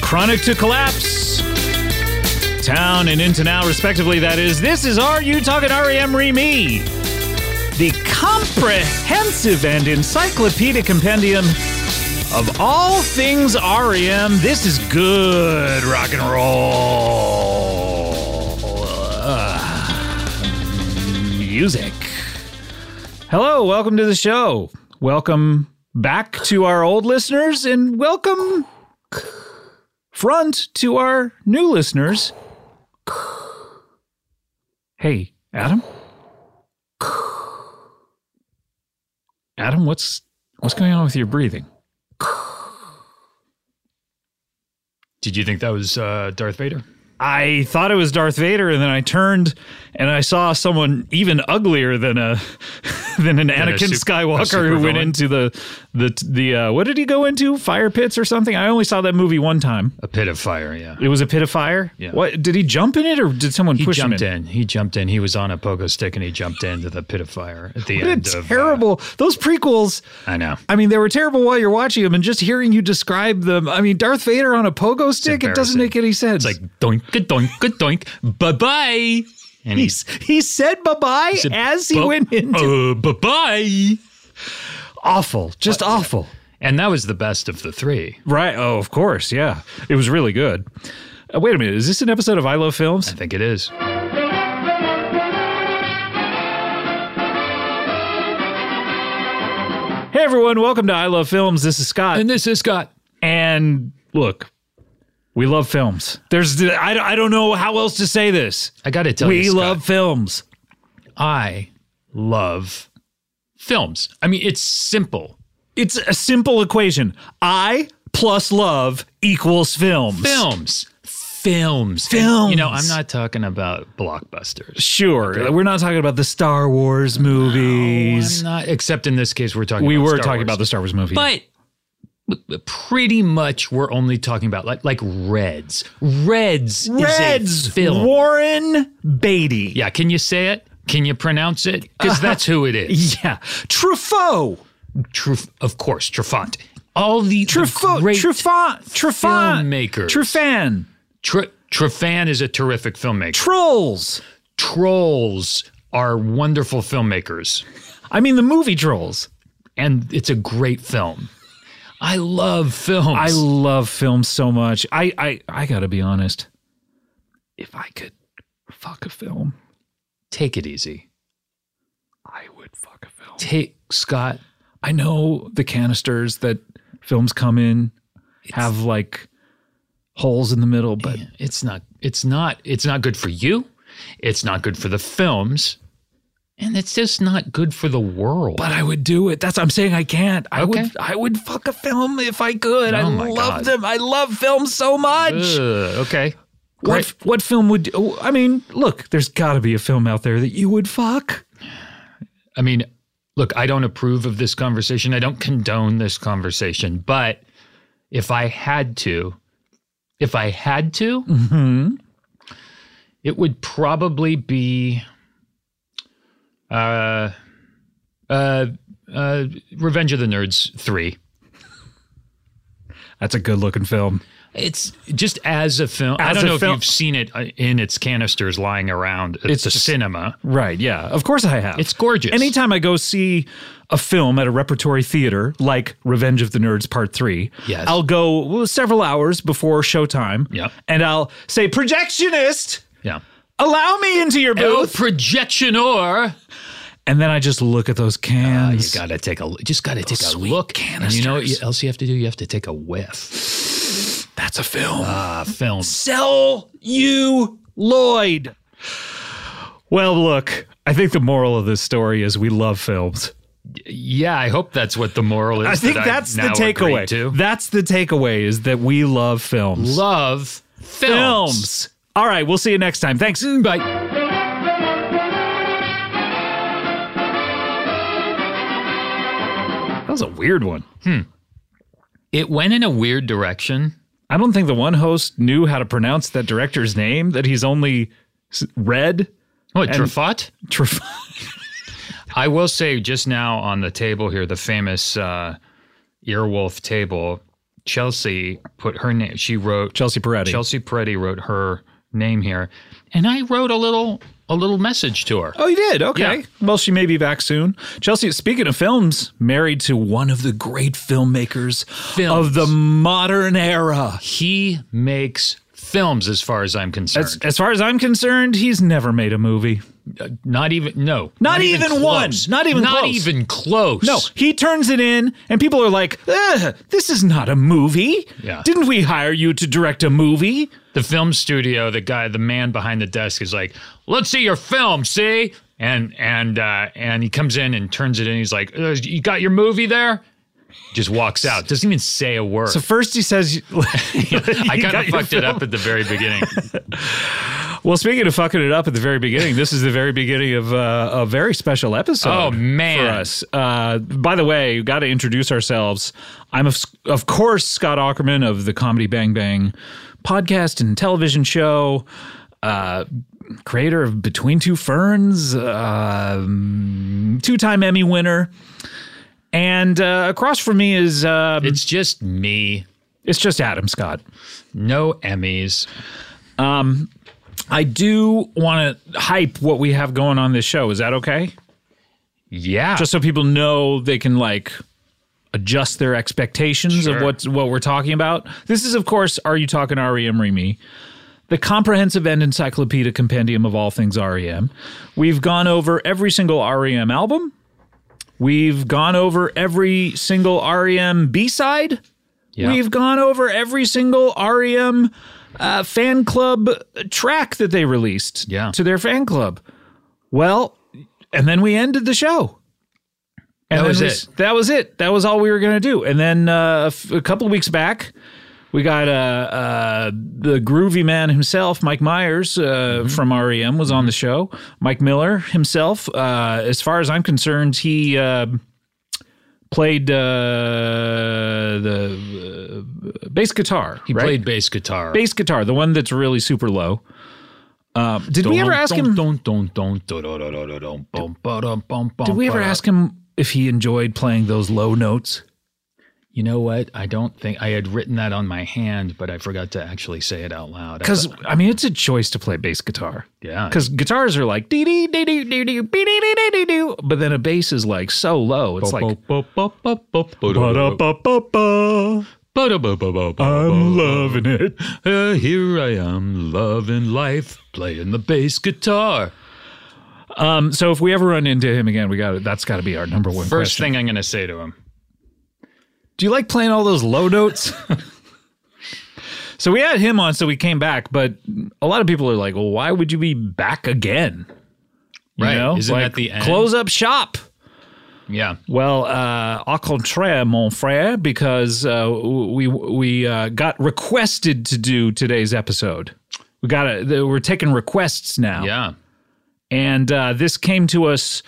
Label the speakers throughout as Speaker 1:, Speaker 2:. Speaker 1: Chronic to Collapse, Town and Into Now, respectively. That is, this is Are You Talking REM Re Me? The comprehensive and encyclopedic compendium of all things REM. This is good rock and roll uh, music. Hello, welcome to the show. Welcome back to our old listeners and welcome front to our new listeners. Hey, Adam? Adam, what's what's going on with your breathing?
Speaker 2: Did you think that was uh, Darth Vader?
Speaker 1: I thought it was Darth Vader, and then I turned and I saw someone even uglier than a than an
Speaker 2: a
Speaker 1: Anakin
Speaker 2: sup- a
Speaker 1: Skywalker who went
Speaker 2: supervillain?
Speaker 1: into the the the uh, what did he go into fire pits or something? I only saw that movie one time.
Speaker 2: A pit of fire, yeah.
Speaker 1: It was a pit of fire.
Speaker 2: Yeah.
Speaker 1: What did he jump in it or did someone
Speaker 2: He
Speaker 1: push him
Speaker 2: jumped in. He jumped in. He was on a pogo stick and he jumped into the pit of fire at the
Speaker 1: What a
Speaker 2: end of. uh,
Speaker 1: terrible! those prequels.
Speaker 2: I know.
Speaker 1: I mean, they were terrible while you're watching them, and just hearing you describe them. I mean, Darth Vader on a pogo stick. It doesn't
Speaker 2: embarrassing.
Speaker 1: make any sense.
Speaker 2: It's like doink, a doink, a doink, bye bye. And he's.
Speaker 1: he said bye bye as he went into
Speaker 2: Uh, bye bye.
Speaker 1: awful, just awful.
Speaker 2: And that was the best of the three.
Speaker 1: Right? Oh, of course. Yeah, it was really good. Uh, wait a minute. Is this an episode of I Love Films?
Speaker 2: I think it is.
Speaker 1: Hey everyone, welcome to I Love Films. This is Scott.
Speaker 2: And this is Scott.
Speaker 1: and look, we love films. There's I, I don't know how else to say this.
Speaker 2: I got to tell you.
Speaker 1: we
Speaker 2: Scott,
Speaker 1: love films.
Speaker 2: I love films. I mean, it's simple.
Speaker 1: It's a simple equation. I plus love equals films.
Speaker 2: Films. Films.
Speaker 1: Films.
Speaker 2: you know, I'm not talking about blockbusters.
Speaker 1: Sure. We're not talking about the Star Wars movies.
Speaker 2: I'm not, except in this case, we're talking.
Speaker 1: we
Speaker 2: about
Speaker 1: were
Speaker 2: Star
Speaker 1: talking
Speaker 2: Wars.
Speaker 1: about the Star Wars movie.
Speaker 2: but pretty much we're only talking about like like Reds. Reds. Is
Speaker 1: Reds
Speaker 2: a film.
Speaker 1: Warren Beatty.
Speaker 2: yeah. Can you say it? Can you pronounce it? Because that's who it is.
Speaker 1: Yeah. Truffaut.
Speaker 2: Truff, of course, Truffaut. All the, the
Speaker 1: Truffaut.
Speaker 2: great
Speaker 1: Truffaut. Truffaut.
Speaker 2: filmmakers.
Speaker 1: Truffan.
Speaker 2: Tru- Truffan is a terrific filmmaker.
Speaker 1: Trolls.
Speaker 2: Trolls are wonderful filmmakers,
Speaker 1: I mean, the movie Trolls.
Speaker 2: and it's a great film. I love films.
Speaker 1: I love films so much. I, I, I gotta be honest. If I could fuck a film,
Speaker 2: take it easy.
Speaker 1: I would fuck a film.
Speaker 2: Take Scott.
Speaker 1: I know the canisters that films come in have like holes in the middle, but
Speaker 2: It's not. It's not. It's not good for you. It's not good for the films, and it's just not good for the world.
Speaker 1: but I would do it. That's I'm saying I can't. I
Speaker 2: Okay.
Speaker 1: would I would fuck a film if I could. I
Speaker 2: Oh my
Speaker 1: love
Speaker 2: God.
Speaker 1: them. I love films so much.
Speaker 2: Ugh, okay.
Speaker 1: what f- what film would oh, I mean, look, there's got to be a film out there that you would fuck.
Speaker 2: I mean, look. I don't approve of this conversation. I don't condone this conversation. But if I had to, if I had to, it would probably be, uh, uh, uh, Revenge of the Nerds three.
Speaker 1: That's a good-looking film.
Speaker 2: It's just as a film. I
Speaker 1: As
Speaker 2: don't
Speaker 1: a
Speaker 2: know
Speaker 1: film-
Speaker 2: if you've seen it uh, in its canisters lying around. At
Speaker 1: It's
Speaker 2: it's a
Speaker 1: a s-
Speaker 2: cinema.
Speaker 1: Right, yeah. Of course I have.
Speaker 2: It's gorgeous.
Speaker 1: Anytime I go see a film at a repertory theater, like Revenge of the Nerds Part 3,
Speaker 2: Yes.
Speaker 1: I'll go well, several hours before showtime.
Speaker 2: Yep.
Speaker 1: And I'll say, Projectionist,
Speaker 2: yeah.
Speaker 1: allow me into your
Speaker 2: Oh,
Speaker 1: booth.
Speaker 2: projectionor. Uh,
Speaker 1: And then I just look at those
Speaker 2: You
Speaker 1: cans.
Speaker 2: gotta take a. l- Just gotta take a
Speaker 1: sweet
Speaker 2: look. And you know what you-
Speaker 1: canisters.
Speaker 2: else you have to do? You have to take a whiff.
Speaker 1: That's a film.
Speaker 2: Ah, film.
Speaker 1: Sell you Lloyd. Well, look, I think the moral of this story is we love films.
Speaker 2: Yeah, I hope that's what the moral is.
Speaker 1: I think
Speaker 2: that I've
Speaker 1: that's the
Speaker 2: now agreed
Speaker 1: takeaway.
Speaker 2: To.
Speaker 1: That's the takeaway is that we love films.
Speaker 2: Love films.
Speaker 1: All right, we'll see you next time. Thanks.
Speaker 2: Bye.
Speaker 1: That was a weird one.
Speaker 2: It went in a weird direction.
Speaker 1: I don't think the one host knew how to pronounce that director's name that he's only s- read.
Speaker 2: What Truffaut?
Speaker 1: Tref-
Speaker 2: I will say just now on the table here, the famous uh, earwolf table Chelsea put her name. She wrote
Speaker 1: Chelsea Peretti.
Speaker 2: Chelsea Peretti wrote her name here, and I wrote a little a little message to her.
Speaker 1: Oh, you did? Okay.
Speaker 2: Yeah.
Speaker 1: Well, she may be back soon. Chelsea, speaking of films, married to one of the great filmmakers
Speaker 2: Films.
Speaker 1: of the modern era.
Speaker 2: He makes films, as far as I'm concerned.
Speaker 1: As, as far as I'm concerned, he's never made a movie.
Speaker 2: not even no. Not,
Speaker 1: even one.
Speaker 2: close.
Speaker 1: Not even
Speaker 2: Not
Speaker 1: close.
Speaker 2: even close.
Speaker 1: No, he turns it in, and people are like, Ugh, this is not a movie.
Speaker 2: Yeah.
Speaker 1: Didn't we hire you to direct a movie?
Speaker 2: The film studio, the guy, the man behind the desk is like, "Let's see your film, see." And and uh, and he comes in and turns it in. He's like, "Uh, "You got your movie there?" Just walks out. Doesn't even say a word.
Speaker 1: So first he says,
Speaker 2: I kind of
Speaker 1: got your
Speaker 2: fucked it up at the very beginning.
Speaker 1: well, speaking of fucking it up at the very beginning, this is the very beginning of uh, a very special episode.
Speaker 2: Oh, man.
Speaker 1: for us. Uh, by the way, we got to introduce ourselves. I'm of, of course Scott Ackerman of the Comedy Bang Bang podcast and television show. Uh, creator of Between Two Ferns, uh, two-time Emmy winner, and uh, across from me is uh,
Speaker 2: it's just me.
Speaker 1: it's just Adam Scott.
Speaker 2: No Emmys.
Speaker 1: I do want to hype what we have going on this show. Is that okay?
Speaker 2: Yeah.
Speaker 1: Just so people know they can like adjust their expectations of
Speaker 2: Sure.
Speaker 1: what what we're talking about. This is, of course, Are You Talking REM Remy? The comprehensive and encyclopedia compendium of all things REM. We've gone over every single REM album. We've gone over every single E REM B side.
Speaker 2: Yeah.
Speaker 1: We've gone over every single REM uh, fan club track that they released
Speaker 2: Yeah.
Speaker 1: to their fan club. Well, and then we ended the show. And
Speaker 2: That
Speaker 1: then
Speaker 2: was
Speaker 1: we-
Speaker 2: it.
Speaker 1: That was it. That was all we were going to do. And then uh, a f- a couple of weeks back, we got uh, uh, the groovy man himself, Mike Myers uh,
Speaker 2: Mm-hmm.
Speaker 1: from REM, was on the show. Mike Miller himself, uh, as far as I'm concerned, he uh, played uh, the uh, bass guitar.
Speaker 2: he
Speaker 1: right?
Speaker 2: played bass guitar.
Speaker 1: bass guitar, the one that's really super low. Um, did we ever ask him? Did
Speaker 2: Did
Speaker 1: we ever ask him if he enjoyed playing those low notes?
Speaker 2: You know what? I don't think I had written that on my hand, but I forgot to actually say it out loud. I
Speaker 1: Because
Speaker 2: thought-
Speaker 1: I mean, it's a choice to play bass guitar.
Speaker 2: yeah,
Speaker 1: Because guitars are like dee dee dee dee dee dee dee dee dee dee dee, but then a bass is like so low. It's like ba-da-ba-ba-ba, I'm loving it.
Speaker 2: Uh, here I am, loving life, playing the bass guitar.
Speaker 1: Um, so if we ever run into him again, we got to that's got to be our number one
Speaker 2: First
Speaker 1: question.
Speaker 2: thing I'm going to say to him.
Speaker 1: Do you like playing all those low notes? so we had him on, so we came back. But a lot of people are like, "Well, why would you be back again?" You
Speaker 2: Right.
Speaker 1: know?
Speaker 2: Isn't that
Speaker 1: Like,
Speaker 2: the end?
Speaker 1: Close up shop.
Speaker 2: Yeah.
Speaker 1: Well, uh, au contraire, mon frère, because uh, we we uh, got requested to do today's episode. We got a, we're taking requests now,
Speaker 2: Yeah.
Speaker 1: and uh, this came to us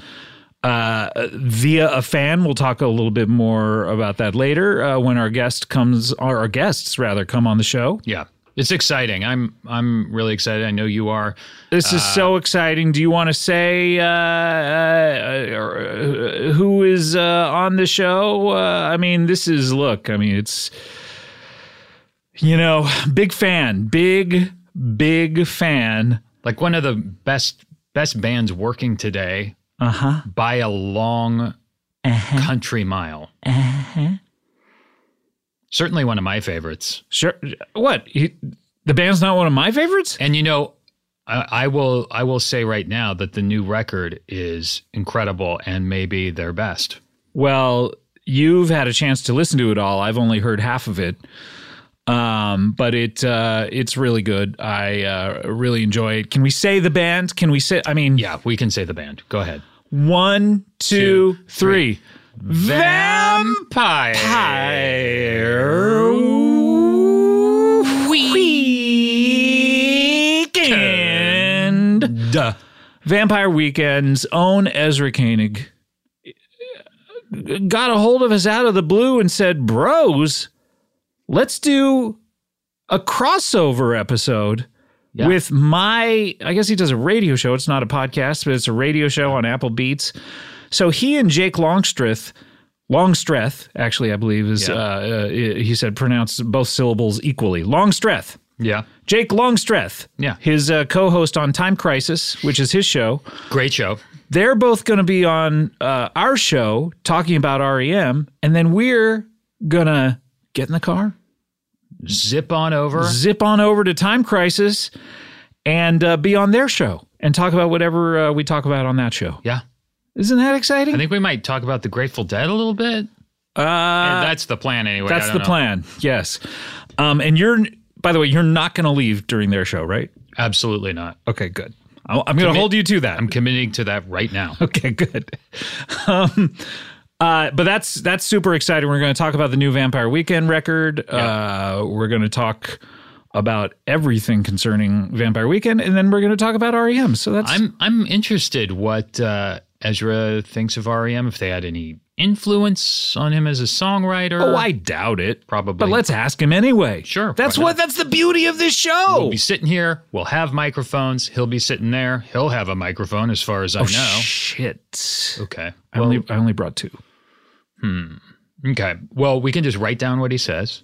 Speaker 1: uh, via a fan. We'll talk a little bit more about that later uh, when our guest comes, or our guests rather, come on the show.
Speaker 2: Yeah. It's exciting. I'm I'm really excited. I know you are.
Speaker 1: This is so exciting. Do you want to say uh, uh, or, uh, who is uh, on the show? Uh, I mean, this is look. I mean, it's you know, big fan, big big fan.
Speaker 2: Like one of the best best bands working today
Speaker 1: Uh huh.
Speaker 2: by a long country mile. Certainly one of my favorites.
Speaker 1: Sure. What? He, the band's not one of my favorites.
Speaker 2: And you know, I, I will I will say right now that the new record is incredible and maybe their best.
Speaker 1: Well, you've had a chance to listen to it all. I've only heard half of it. Um, but it uh, it's really good. I uh, really enjoy it. Can we say the band? Can we say? I mean,
Speaker 2: Yeah, we can say the band. Go ahead.
Speaker 1: One, two,
Speaker 2: Two,
Speaker 1: three.
Speaker 2: Vampire.
Speaker 1: Vampire Weekend.
Speaker 2: Duh.
Speaker 1: Vampire Weekend's own Ezra Koenig got a hold of us out of the blue and said, Bros, let's do a crossover episode
Speaker 2: Yeah.
Speaker 1: with my, I guess he does a radio show. It's not a podcast, but it's a radio show on Apple Beats. So he and Jake Longstreth Longstreth, actually, I believe is
Speaker 2: Yeah.
Speaker 1: uh, uh, he said pronounce both syllables equally. Longstreth.
Speaker 2: Yeah.
Speaker 1: Jake Longstreth,
Speaker 2: Yeah.
Speaker 1: his uh, co-host on Time Crisis, which is his show,
Speaker 2: Great show.
Speaker 1: they're both going to be on uh, our show talking about REM, and then we're gonna get in the car,
Speaker 2: Zip on over.
Speaker 1: zip on over to Time Crisis, and uh, be on their show and talk about whatever uh, we talk about on that show.
Speaker 2: Yeah.
Speaker 1: Isn't that exciting?
Speaker 2: I think we might talk about the Grateful Dead a little bit.
Speaker 1: uh,
Speaker 2: that's the plan anyway. I
Speaker 1: that's
Speaker 2: don't
Speaker 1: the
Speaker 2: know.
Speaker 1: plan. Yes. Um, and you're, by the way, you're not going to leave during their show, right?
Speaker 2: Absolutely not.
Speaker 1: Okay, good. I'll- I'm going to hold you to that.
Speaker 2: I'm committing to that right now.
Speaker 1: Okay, good. Um, uh, but that's that's super exciting. We're going to talk about the new Vampire Weekend record. Uh, we're going to talk about everything concerning Vampire Weekend, and then we're going to talk about REM. So that's
Speaker 2: I'm I'm interested what uh, Ezra thinks of REM if they had any influence on him as a songwriter.
Speaker 1: oh, I doubt it.
Speaker 2: probably.
Speaker 1: But let's ask him anyway.
Speaker 2: Sure,
Speaker 1: That's
Speaker 2: why
Speaker 1: what. That's the beauty of this show.
Speaker 2: We'll be sitting here. We'll have microphones. He'll be sitting there. He'll have a microphone, as far as I know.
Speaker 1: Oh, Shit.
Speaker 2: okay.
Speaker 1: I only I only brought two.
Speaker 2: Okay. Well, we can just write down what he says.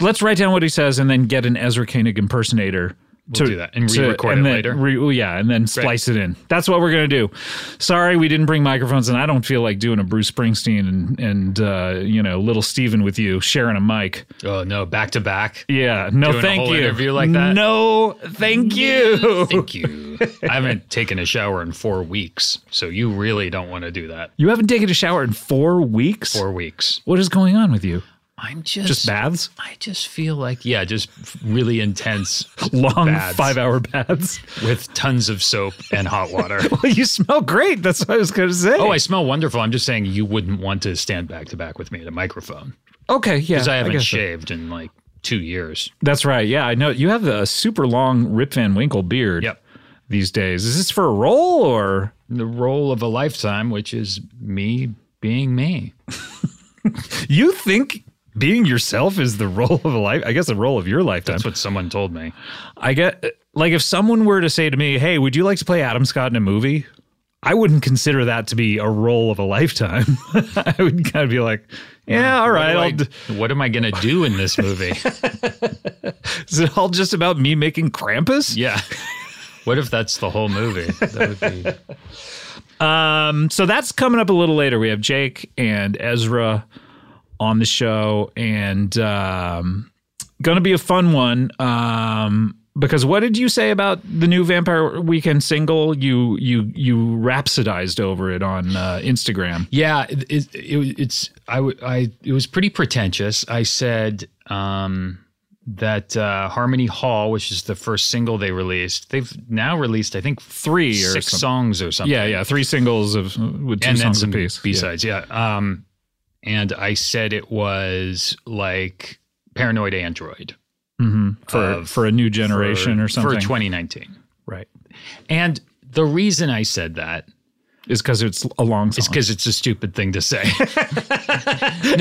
Speaker 1: Let's write down what he says, and then get an Ezra Koenig impersonator.
Speaker 2: We'll do that and re-record
Speaker 1: and
Speaker 2: it
Speaker 1: then
Speaker 2: later.
Speaker 1: re- oh, yeah, and then splice it in. That's what we're gonna do. Sorry, we didn't bring microphones, and I don't feel like doing a Bruce Springsteen and and uh, you know little Steven with you sharing a mic.
Speaker 2: Oh no, back to back.
Speaker 1: Yeah, no,
Speaker 2: Doing a
Speaker 1: thank
Speaker 2: whole
Speaker 1: you.
Speaker 2: interview like that?
Speaker 1: No, thank you.
Speaker 2: Thank you. I haven't taken a shower in four weeks, so you really don't want to do that.
Speaker 1: You haven't taken a shower in four weeks.
Speaker 2: Four weeks.
Speaker 1: What is going on with you?
Speaker 2: I'm just,
Speaker 1: Just baths,
Speaker 2: I just feel like yeah, just really intense
Speaker 1: long
Speaker 2: Baths.
Speaker 1: five-hour baths.
Speaker 2: with tons of soap and hot water.
Speaker 1: well, you smell great. That's what I was gonna say.
Speaker 2: Oh, I smell wonderful. I'm just saying you wouldn't want to stand back to back with me at a microphone
Speaker 1: okay, yeah.
Speaker 2: because I haven't
Speaker 1: guess so.
Speaker 2: shaved in like two years.
Speaker 1: That's right. Yeah, I know you have a super long Rip Van Winkle beard.
Speaker 2: Yep.
Speaker 1: These days, is this for a role or
Speaker 2: The role of a lifetime, which is me being me.
Speaker 1: you think being yourself is the role of a life? I guess the role of your lifetime.
Speaker 2: That's what someone told me.
Speaker 1: I get like if someone were to say to me, "Hey, would you like to play Adam Scott in a movie?" I wouldn't consider that to be a role of a lifetime. I would kind of be like, "Yeah, all right,
Speaker 2: What, do
Speaker 1: I'll."
Speaker 2: I-
Speaker 1: d-
Speaker 2: what am I going to do in this movie?
Speaker 1: Is it all just about me making Krampus?
Speaker 2: yeah. What if that's the whole movie? That would be
Speaker 1: Um, so that's coming up a little later. We have Jake and Ezra on the show, and um, gonna be a fun one. Um, because what did you say about the new Vampire Weekend single? You you you rhapsodized over it on uh, Instagram.
Speaker 2: Yeah, it, it, it, it's I, w- I it was pretty pretentious. I said um, that uh, Harmony Hall, which is the first single they released, they've now released I think
Speaker 1: Three or
Speaker 2: six
Speaker 1: something.
Speaker 2: songs or something.
Speaker 1: Yeah, yeah, three singles of with two
Speaker 2: and then
Speaker 1: songs
Speaker 2: some
Speaker 1: apiece.
Speaker 2: B sides. Yeah. Um, and I said it was like Paranoid Android
Speaker 1: hmm for
Speaker 2: of-
Speaker 1: for a new generation
Speaker 2: for,
Speaker 1: or something.
Speaker 2: for 2019.
Speaker 1: right,
Speaker 2: And the reason I said that
Speaker 1: is because it's a long song.
Speaker 2: is because it's a stupid thing to say.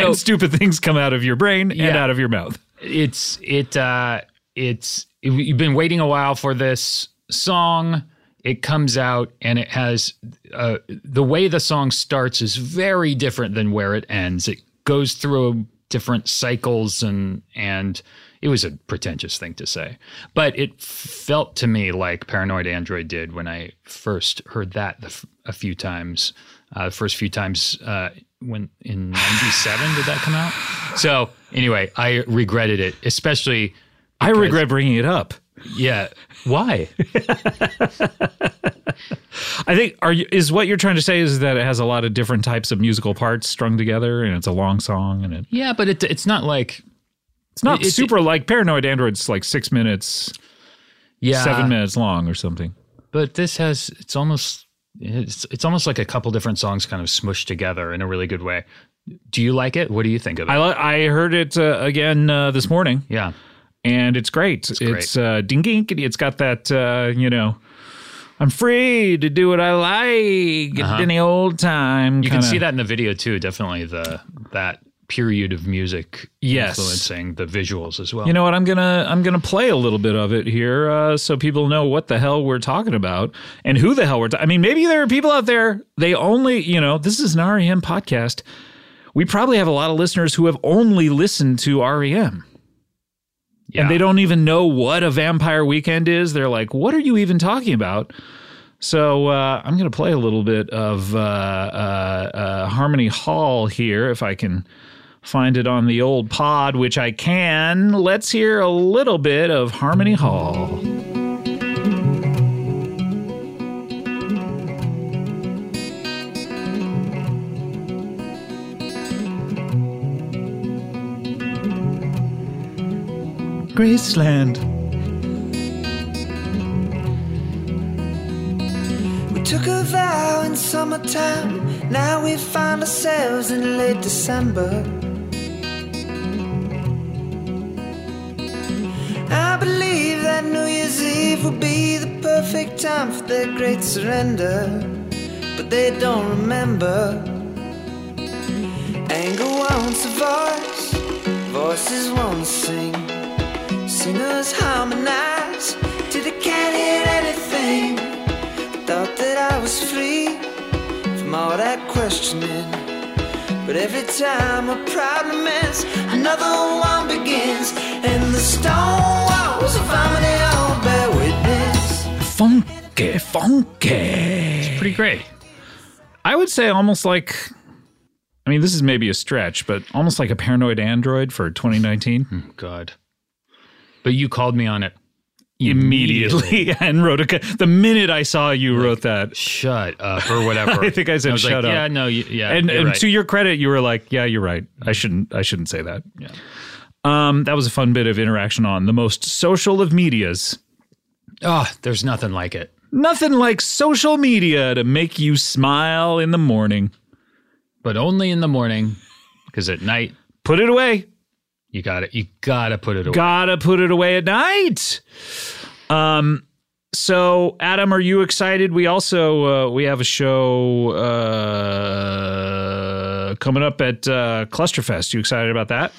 Speaker 1: and stupid things come out of your brain and
Speaker 2: Yeah.
Speaker 1: out of your mouth.
Speaker 2: it's it uh it's you've been waiting a while for this song it comes out and it has uh the way the song starts is very different than where it ends it goes through different cycles and and it was a pretentious thing to say but it felt to me like paranoid android did when i first heard that the f- a few times uh, the first few times uh, when in 97 did that come out so anyway i regretted it especially
Speaker 1: I regret bringing it up.
Speaker 2: yeah why
Speaker 1: I think are you, is what you're trying to say is that it has a lot of different types of musical parts strung together, and it's a long song, and it,
Speaker 2: yeah but it, it's not like
Speaker 1: it's not
Speaker 2: It's-
Speaker 1: super like Paranoid Android's like six minutes,
Speaker 2: yeah
Speaker 1: seven minutes long or something.
Speaker 2: but this has it's almost it's, it's almost like a couple different songs kind of smushed together in a really good way do you like it what do you think of it
Speaker 1: I li- I heard it uh, again uh, this morning,
Speaker 2: yeah
Speaker 1: and it's great. It's,
Speaker 2: great.
Speaker 1: uh, ding dinkity. It's got that uh, you know. I'm free to do what I like at any old time.
Speaker 2: Uh-huh. you can see that in the video too definitely the that period of music
Speaker 1: Yes.
Speaker 2: influencing the visuals as well
Speaker 1: You know what? I'm gonna I'm gonna play a little bit of it here, uh, so people know what the hell we're talking about and who the hell we're. Ta- I mean, maybe there are people out there. They only, you know, this is an REM E podcast. we probably have a lot of listeners who have only listened to E REM.
Speaker 2: Yeah.
Speaker 1: And they don't even know what a vampire weekend is. They're like, what are you even talking about? So uh, I'm going to play a little bit of uh, uh, uh, Harmony Hall here, if I can find it on the old pod, which I can. Let's hear a little bit of Harmony Hall. Graceland.
Speaker 3: We took a vow in summertime. Now we find ourselves in late December. I believe that New Year's Eve will be the perfect time for their great surrender. But they don't remember. Anger wants a voice, voices won't sing. Singers harmonize till they can't hear anything thought that I was free from all that questioning. But every time a problem ends, another one begins. And the stone walls of harmony all bear witness.
Speaker 1: Funky, funky.
Speaker 2: Pretty great.
Speaker 1: I would say almost like, I mean, this is maybe a stretch, but almost like a paranoid android for 2019.
Speaker 2: God. But you called me on it.
Speaker 1: Immediately, and wrote a. co- The minute I saw you wrote that,
Speaker 2: Shut up or whatever.
Speaker 1: I think I said
Speaker 2: was
Speaker 1: shut
Speaker 2: like,
Speaker 1: up.
Speaker 2: Yeah, no, you, yeah.
Speaker 1: and,
Speaker 2: you're
Speaker 1: and
Speaker 2: right. Mm-hmm.
Speaker 1: to your credit, you were like, "Yeah, you're right. I shouldn't. I shouldn't say that."
Speaker 2: Yeah.
Speaker 1: Um, that was a fun bit of interaction on the most social of medias.
Speaker 2: oh, there's nothing like it.
Speaker 1: Nothing like social media to make you smile in the morning.
Speaker 2: But only in the morning, because at night
Speaker 1: Put it away.
Speaker 2: you got it. You gotta put it away.
Speaker 1: Gotta put it away at night. Um. So, Adam, are you excited? We also uh, we have a show uh, coming up at uh, Clusterfest. You excited about that?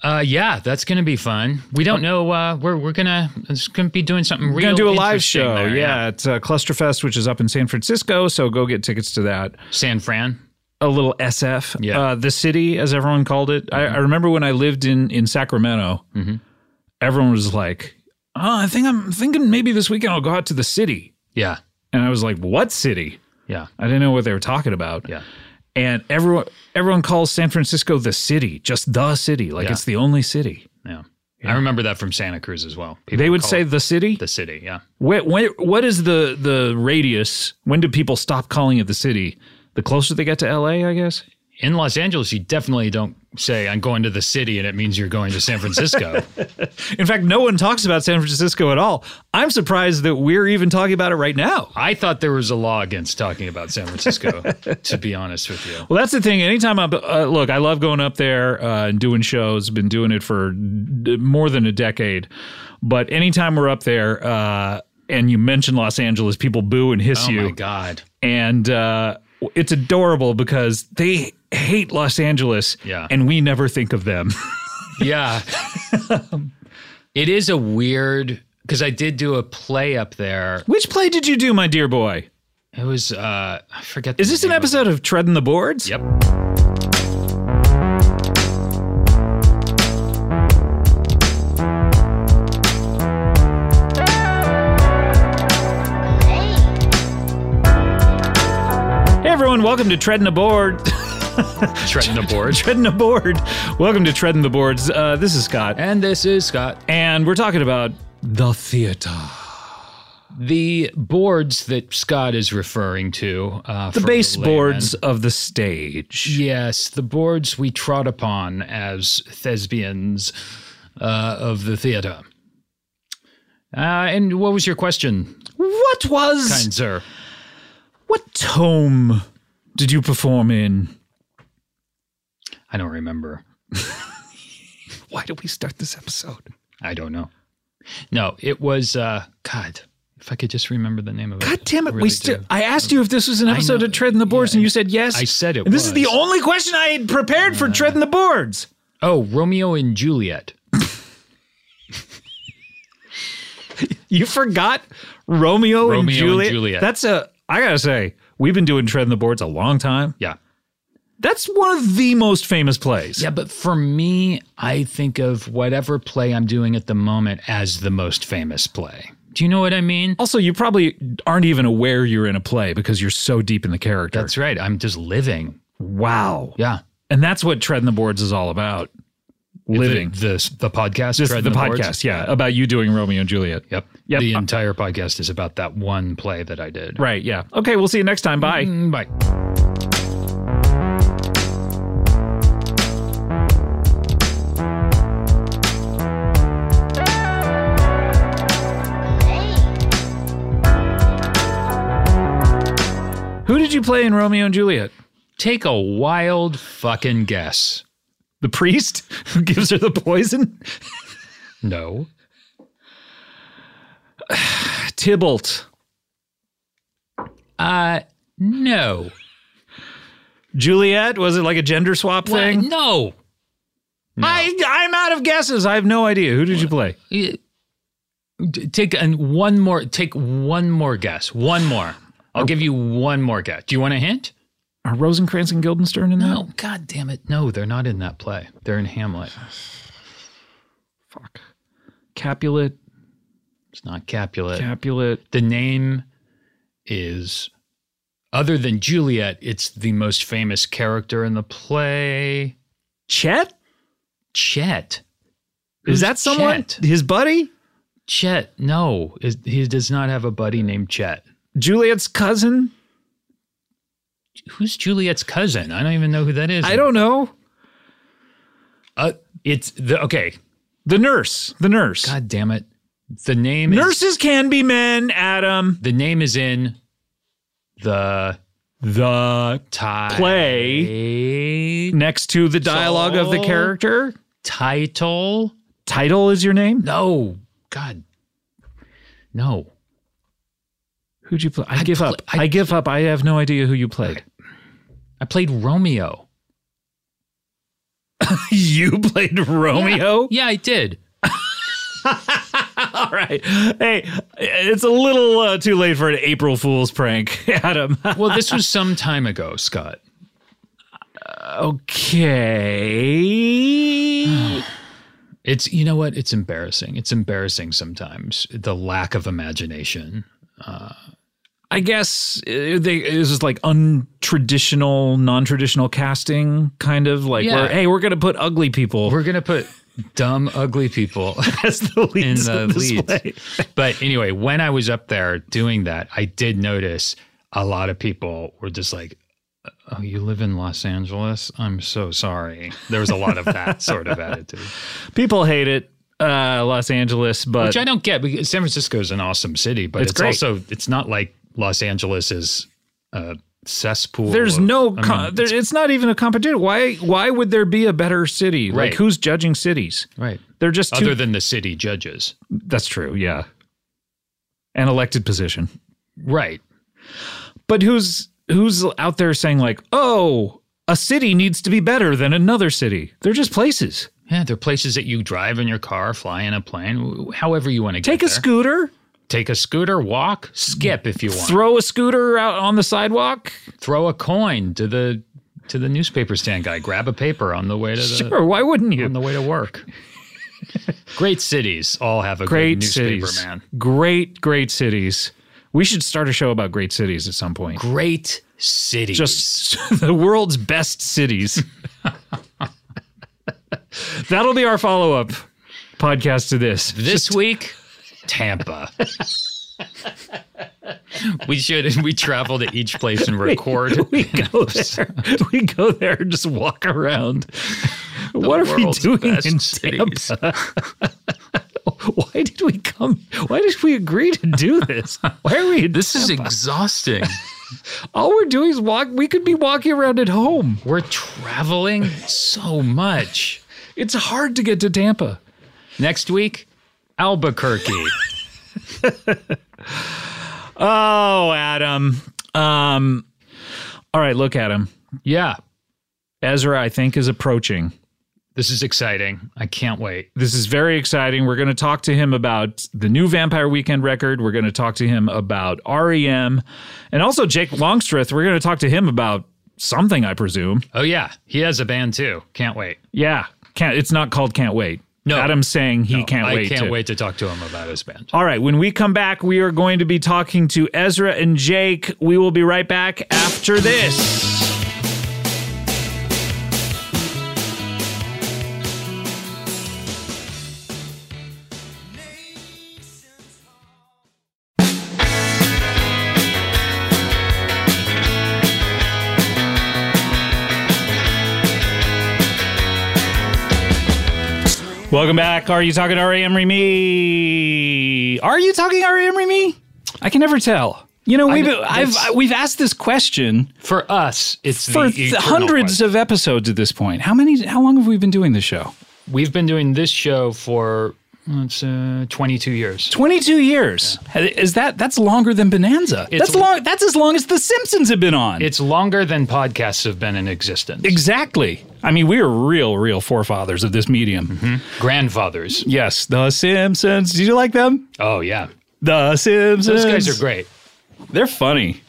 Speaker 2: Uh, yeah, that's gonna be fun. We don't know. Uh, we're we're gonna it's gonna be doing something real.
Speaker 1: We're gonna do a live
Speaker 2: interesting
Speaker 1: show,
Speaker 2: there,
Speaker 1: yeah, It's uh, Clusterfest, which is up in San Francisco. So go get tickets to that.
Speaker 2: San Fran.
Speaker 1: A little SF,
Speaker 2: Yeah. Mm-hmm.
Speaker 1: uh, the city, as everyone called it. I, I remember when I lived in in Sacramento, everyone was like, "Oh, I think I'm thinking maybe this weekend I'll go out to the city,"
Speaker 2: Yeah,
Speaker 1: and I was like, "What city?"
Speaker 2: yeah,
Speaker 1: I didn't know what they were talking about.
Speaker 2: yeah.
Speaker 1: and everyone everyone calls San Francisco the city, just the city, like
Speaker 2: Yeah.
Speaker 1: it's the only city.
Speaker 2: Yeah. I remember that from Santa Cruz as well. People
Speaker 1: They would
Speaker 2: call
Speaker 1: say
Speaker 2: it
Speaker 1: the city.
Speaker 2: the city. Yeah.
Speaker 1: Where, where, what is the the radius? When do people stop calling it the city? The closer they get to LA, I guess.
Speaker 2: In Los Angeles, you definitely don't say I'm going to the city, and it means you're going to San Francisco.
Speaker 1: In fact, no one talks about San Francisco at all. I'm surprised that we're even talking about it right now.
Speaker 2: I thought there was a law against talking about San Francisco. to be honest with you,
Speaker 1: Well, that's the thing. Anytime I uh, look, I love going up there uh, and doing shows. Been doing it for d- more than a decade. But anytime we're up there uh, and you mention Los Angeles, people boo and hiss
Speaker 2: oh
Speaker 1: you.
Speaker 2: my god.
Speaker 1: and uh, it's adorable because they hate Los Angeles,
Speaker 2: Yeah.
Speaker 1: and we never think of them.
Speaker 2: Yeah. it is a weird because I did do a play up there.
Speaker 1: Which play did you do, my dear boy?
Speaker 2: It was uh I forget. the
Speaker 1: Is this an
Speaker 2: name of it.
Speaker 1: episode of Treading the Boards?
Speaker 2: Yep.
Speaker 1: Hey everyone, welcome to Treading the Board.
Speaker 2: Treading the board.
Speaker 1: Treading the Board. Welcome to Treading the Boards. Uh, this is Scott,
Speaker 2: And this is Scott.
Speaker 1: and we're talking about the theater,
Speaker 2: The boards that Scott is referring to. Uh,
Speaker 1: the
Speaker 2: for
Speaker 1: baseboards
Speaker 2: layman.
Speaker 1: of the stage.
Speaker 2: Yes, the boards we trod upon as thespians uh, of the theater. Uh, and what was your question,
Speaker 1: What was
Speaker 2: kind sir?
Speaker 1: what tome did you perform in?
Speaker 2: I don't remember.
Speaker 1: Why did we start this episode?
Speaker 2: I don't know. No, it was uh God. If I could just remember the name of it.
Speaker 1: God damn it!
Speaker 2: I
Speaker 1: we
Speaker 2: really
Speaker 1: still.
Speaker 2: do.
Speaker 1: I asked you if this was an episode
Speaker 2: know.
Speaker 1: of Treading the Boards, and you said yes.
Speaker 2: I said it
Speaker 1: And this is the
Speaker 2: was.
Speaker 1: only question I had prepared for Treading the Boards.
Speaker 2: Oh, Romeo and Juliet.
Speaker 1: You forgot Romeo, and,
Speaker 2: Romeo and
Speaker 1: Juliet?
Speaker 2: Juliet.
Speaker 1: That's a. I gotta say, we've been doing Treading the Boards a long time.
Speaker 2: Yeah.
Speaker 1: That's one of the most famous plays.
Speaker 2: Yeah, but for me, I think of whatever play I'm doing at the moment as the most famous play. Do you know what I mean?
Speaker 1: Also, you probably aren't even aware you're in a play because you're so deep in the character.
Speaker 2: That's right. I'm just living.
Speaker 1: wow.
Speaker 2: Yeah.
Speaker 1: And that's what Treading the Boards is all about. Living.
Speaker 2: The, the, the
Speaker 1: Just
Speaker 2: podcast.
Speaker 1: the,
Speaker 2: Treading
Speaker 1: podcast,
Speaker 2: Boards.
Speaker 1: yeah, about you doing Romeo and Juliet.
Speaker 2: Yep.
Speaker 1: Yep.
Speaker 2: The entire podcast is about that one play that I did.
Speaker 1: Right, yeah. Okay, we'll see you next time. Bye.
Speaker 2: Mm, Bye.
Speaker 1: Who did you play in Romeo and Juliet?
Speaker 2: Take a wild fucking guess.
Speaker 1: The priest who gives her the poison?
Speaker 2: No.
Speaker 1: Tybalt.
Speaker 2: Uh, no.
Speaker 1: Juliet? Was it like a gender swap
Speaker 2: Well,
Speaker 1: thing?
Speaker 2: No.
Speaker 1: I, I'm out of guesses. I have no idea. Who did you play?
Speaker 2: Y- d- Take an, one more. Take one more guess. One more. I'll give you one more guess. Do you want a hint?
Speaker 1: Are Rosencrantz and Guildenstern in that?
Speaker 2: No. God damn it. No, they're not in that play. They're in Hamlet.
Speaker 1: Fuck. Capulet.
Speaker 2: It's not Capulet.
Speaker 1: Capulet.
Speaker 2: the name is other than Juliet, it's the most famous character in the play.
Speaker 1: Chet?
Speaker 2: Chet.
Speaker 1: Is
Speaker 2: Who's
Speaker 1: that someone?
Speaker 2: Chet?
Speaker 1: His buddy?
Speaker 2: Chet. No, is, he does not have a buddy named Chet.
Speaker 1: Juliet's cousin?
Speaker 2: Who's Juliet's cousin? I don't even know who that is.
Speaker 1: I don't know.
Speaker 2: Uh, it's the okay.
Speaker 1: The nurse. The nurse.
Speaker 2: God damn it. The name is
Speaker 1: Nurses can be men, Adam.
Speaker 2: the name is in the
Speaker 1: The
Speaker 2: ti-
Speaker 1: Play. next to the dialogue of the
Speaker 2: So-
Speaker 1: character.
Speaker 2: title.
Speaker 1: Title is your name?
Speaker 2: No, God, no.
Speaker 1: Who'd you play? I, give
Speaker 2: pl-
Speaker 1: up. I,
Speaker 2: I-
Speaker 1: give up. I have no idea who you played.
Speaker 2: I played Romeo.
Speaker 1: you played Romeo?
Speaker 2: Yeah, I did.
Speaker 1: All right. Hey, it's a little uh, too late for an April Fool's prank, Adam.
Speaker 2: Well, this was some time ago, Scott.
Speaker 1: okay.
Speaker 2: It's you know what? It's embarrassing. It's embarrassing sometimes the lack of imagination.
Speaker 1: I guess uh, they this is like untraditional, non-traditional casting, kind of like
Speaker 2: Yeah.
Speaker 1: we're, hey, we're gonna put ugly people
Speaker 2: We're gonna put dumb, ugly people
Speaker 1: as the
Speaker 2: in
Speaker 1: leads
Speaker 2: the
Speaker 1: of this
Speaker 2: leads.
Speaker 1: play.
Speaker 2: But anyway, when I was up there doing that, I did notice a lot of people were just like, "Oh, you live in Los Angeles? I'm so sorry." There was a lot of that sort of attitude.
Speaker 1: People hate it, uh, Los Angeles, but
Speaker 2: which I don't get because San Francisco is an awesome city, but
Speaker 1: It's
Speaker 2: it's,
Speaker 1: great.
Speaker 2: also it's not like Los Angeles is a cesspool.
Speaker 1: there's
Speaker 2: of-
Speaker 1: no
Speaker 2: I
Speaker 1: com-
Speaker 2: mean,
Speaker 1: there, it's, not even a competition. Why why would there be a better city?
Speaker 2: Right.
Speaker 1: Like who's judging cities?
Speaker 2: right.
Speaker 1: They're just too,
Speaker 2: Other than the city judges,
Speaker 1: that's true, yeah. An elected position.
Speaker 2: right?
Speaker 1: But who's who's out there saying like, "Oh, a city needs to be better than another city." They're just places.
Speaker 2: Yeah, there are places that you drive in your car, fly in a plane, wh- however you want to
Speaker 1: Take a
Speaker 2: get there.
Speaker 1: scooter,
Speaker 2: take a scooter, walk, skip if you want,
Speaker 1: throw a scooter out on the sidewalk.
Speaker 2: throw a coin to the to the newspaper stand guy, grab a paper on the way to the
Speaker 1: Sure, why wouldn't
Speaker 2: on
Speaker 1: you?
Speaker 2: the way to work. Great cities all have a
Speaker 1: Great
Speaker 2: good newspaper
Speaker 1: cities.
Speaker 2: man.
Speaker 1: Great great cities. We should start a show about great cities at some point.
Speaker 2: Great cities.
Speaker 1: Just the world's best cities. That'll be our follow-up podcast to this.
Speaker 2: This week, Tampa. we should we travel to each place and record.
Speaker 1: We go there. We go there and just walk around. what are we
Speaker 2: world's
Speaker 1: doing
Speaker 2: best
Speaker 1: in
Speaker 2: cities.
Speaker 1: Tampa? Why did we come? Why did we agree to do this? Why are we?
Speaker 2: This is exhausting.
Speaker 1: all we're doing is walk. We could be walking around at home.
Speaker 2: We're traveling so much.
Speaker 1: It's hard to get to Tampa.
Speaker 2: Next week, Albuquerque.
Speaker 1: Oh, Adam. Um. All right, look, Adam.
Speaker 2: Yeah.
Speaker 1: Ezra, I think, is approaching.
Speaker 2: This is exciting. I can't wait.
Speaker 1: This is very exciting. We're going to talk to him about the new Vampire Weekend record. We're going E to talk to him about REM and also Jake Longstreth. We're going to talk to him about something, I presume.
Speaker 2: Oh yeah, he has a band too. Can't wait.
Speaker 1: Yeah, can't. It's not called "Can't Wait."
Speaker 2: No.
Speaker 1: Adam's saying he can't
Speaker 2: I
Speaker 1: wait.
Speaker 2: can't
Speaker 1: to-
Speaker 2: wait to talk to him about his band.
Speaker 1: All right, when we come back, we are going to be talking to Ezra and Jake. We will be right back after this. Welcome back. Are you talking REMRE me? Are you talking REMRE me? I can never tell. You know, we've
Speaker 2: know,
Speaker 1: I've,
Speaker 2: that's-
Speaker 1: we've asked this question
Speaker 2: For us, it's
Speaker 1: for
Speaker 2: the
Speaker 1: th-
Speaker 2: eternal
Speaker 1: hundreds
Speaker 2: one.
Speaker 1: of episodes at this point. How many? How long have we been doing this show?
Speaker 2: We've been doing this show for it's, uh, 22 years.
Speaker 1: Twenty-two years. Is that that's longer than Bonanza? that's long. That's as long as The Simpsons have been on.
Speaker 2: It's longer than podcasts have been in existence.
Speaker 1: exactly. I mean, we are real, real forefathers of this medium.
Speaker 2: Mm-hmm. Grandfathers.
Speaker 1: Yes, The Simpsons. Did you like them?
Speaker 2: Oh yeah,
Speaker 1: The Simpsons.
Speaker 2: those guys are great.
Speaker 1: They're funny.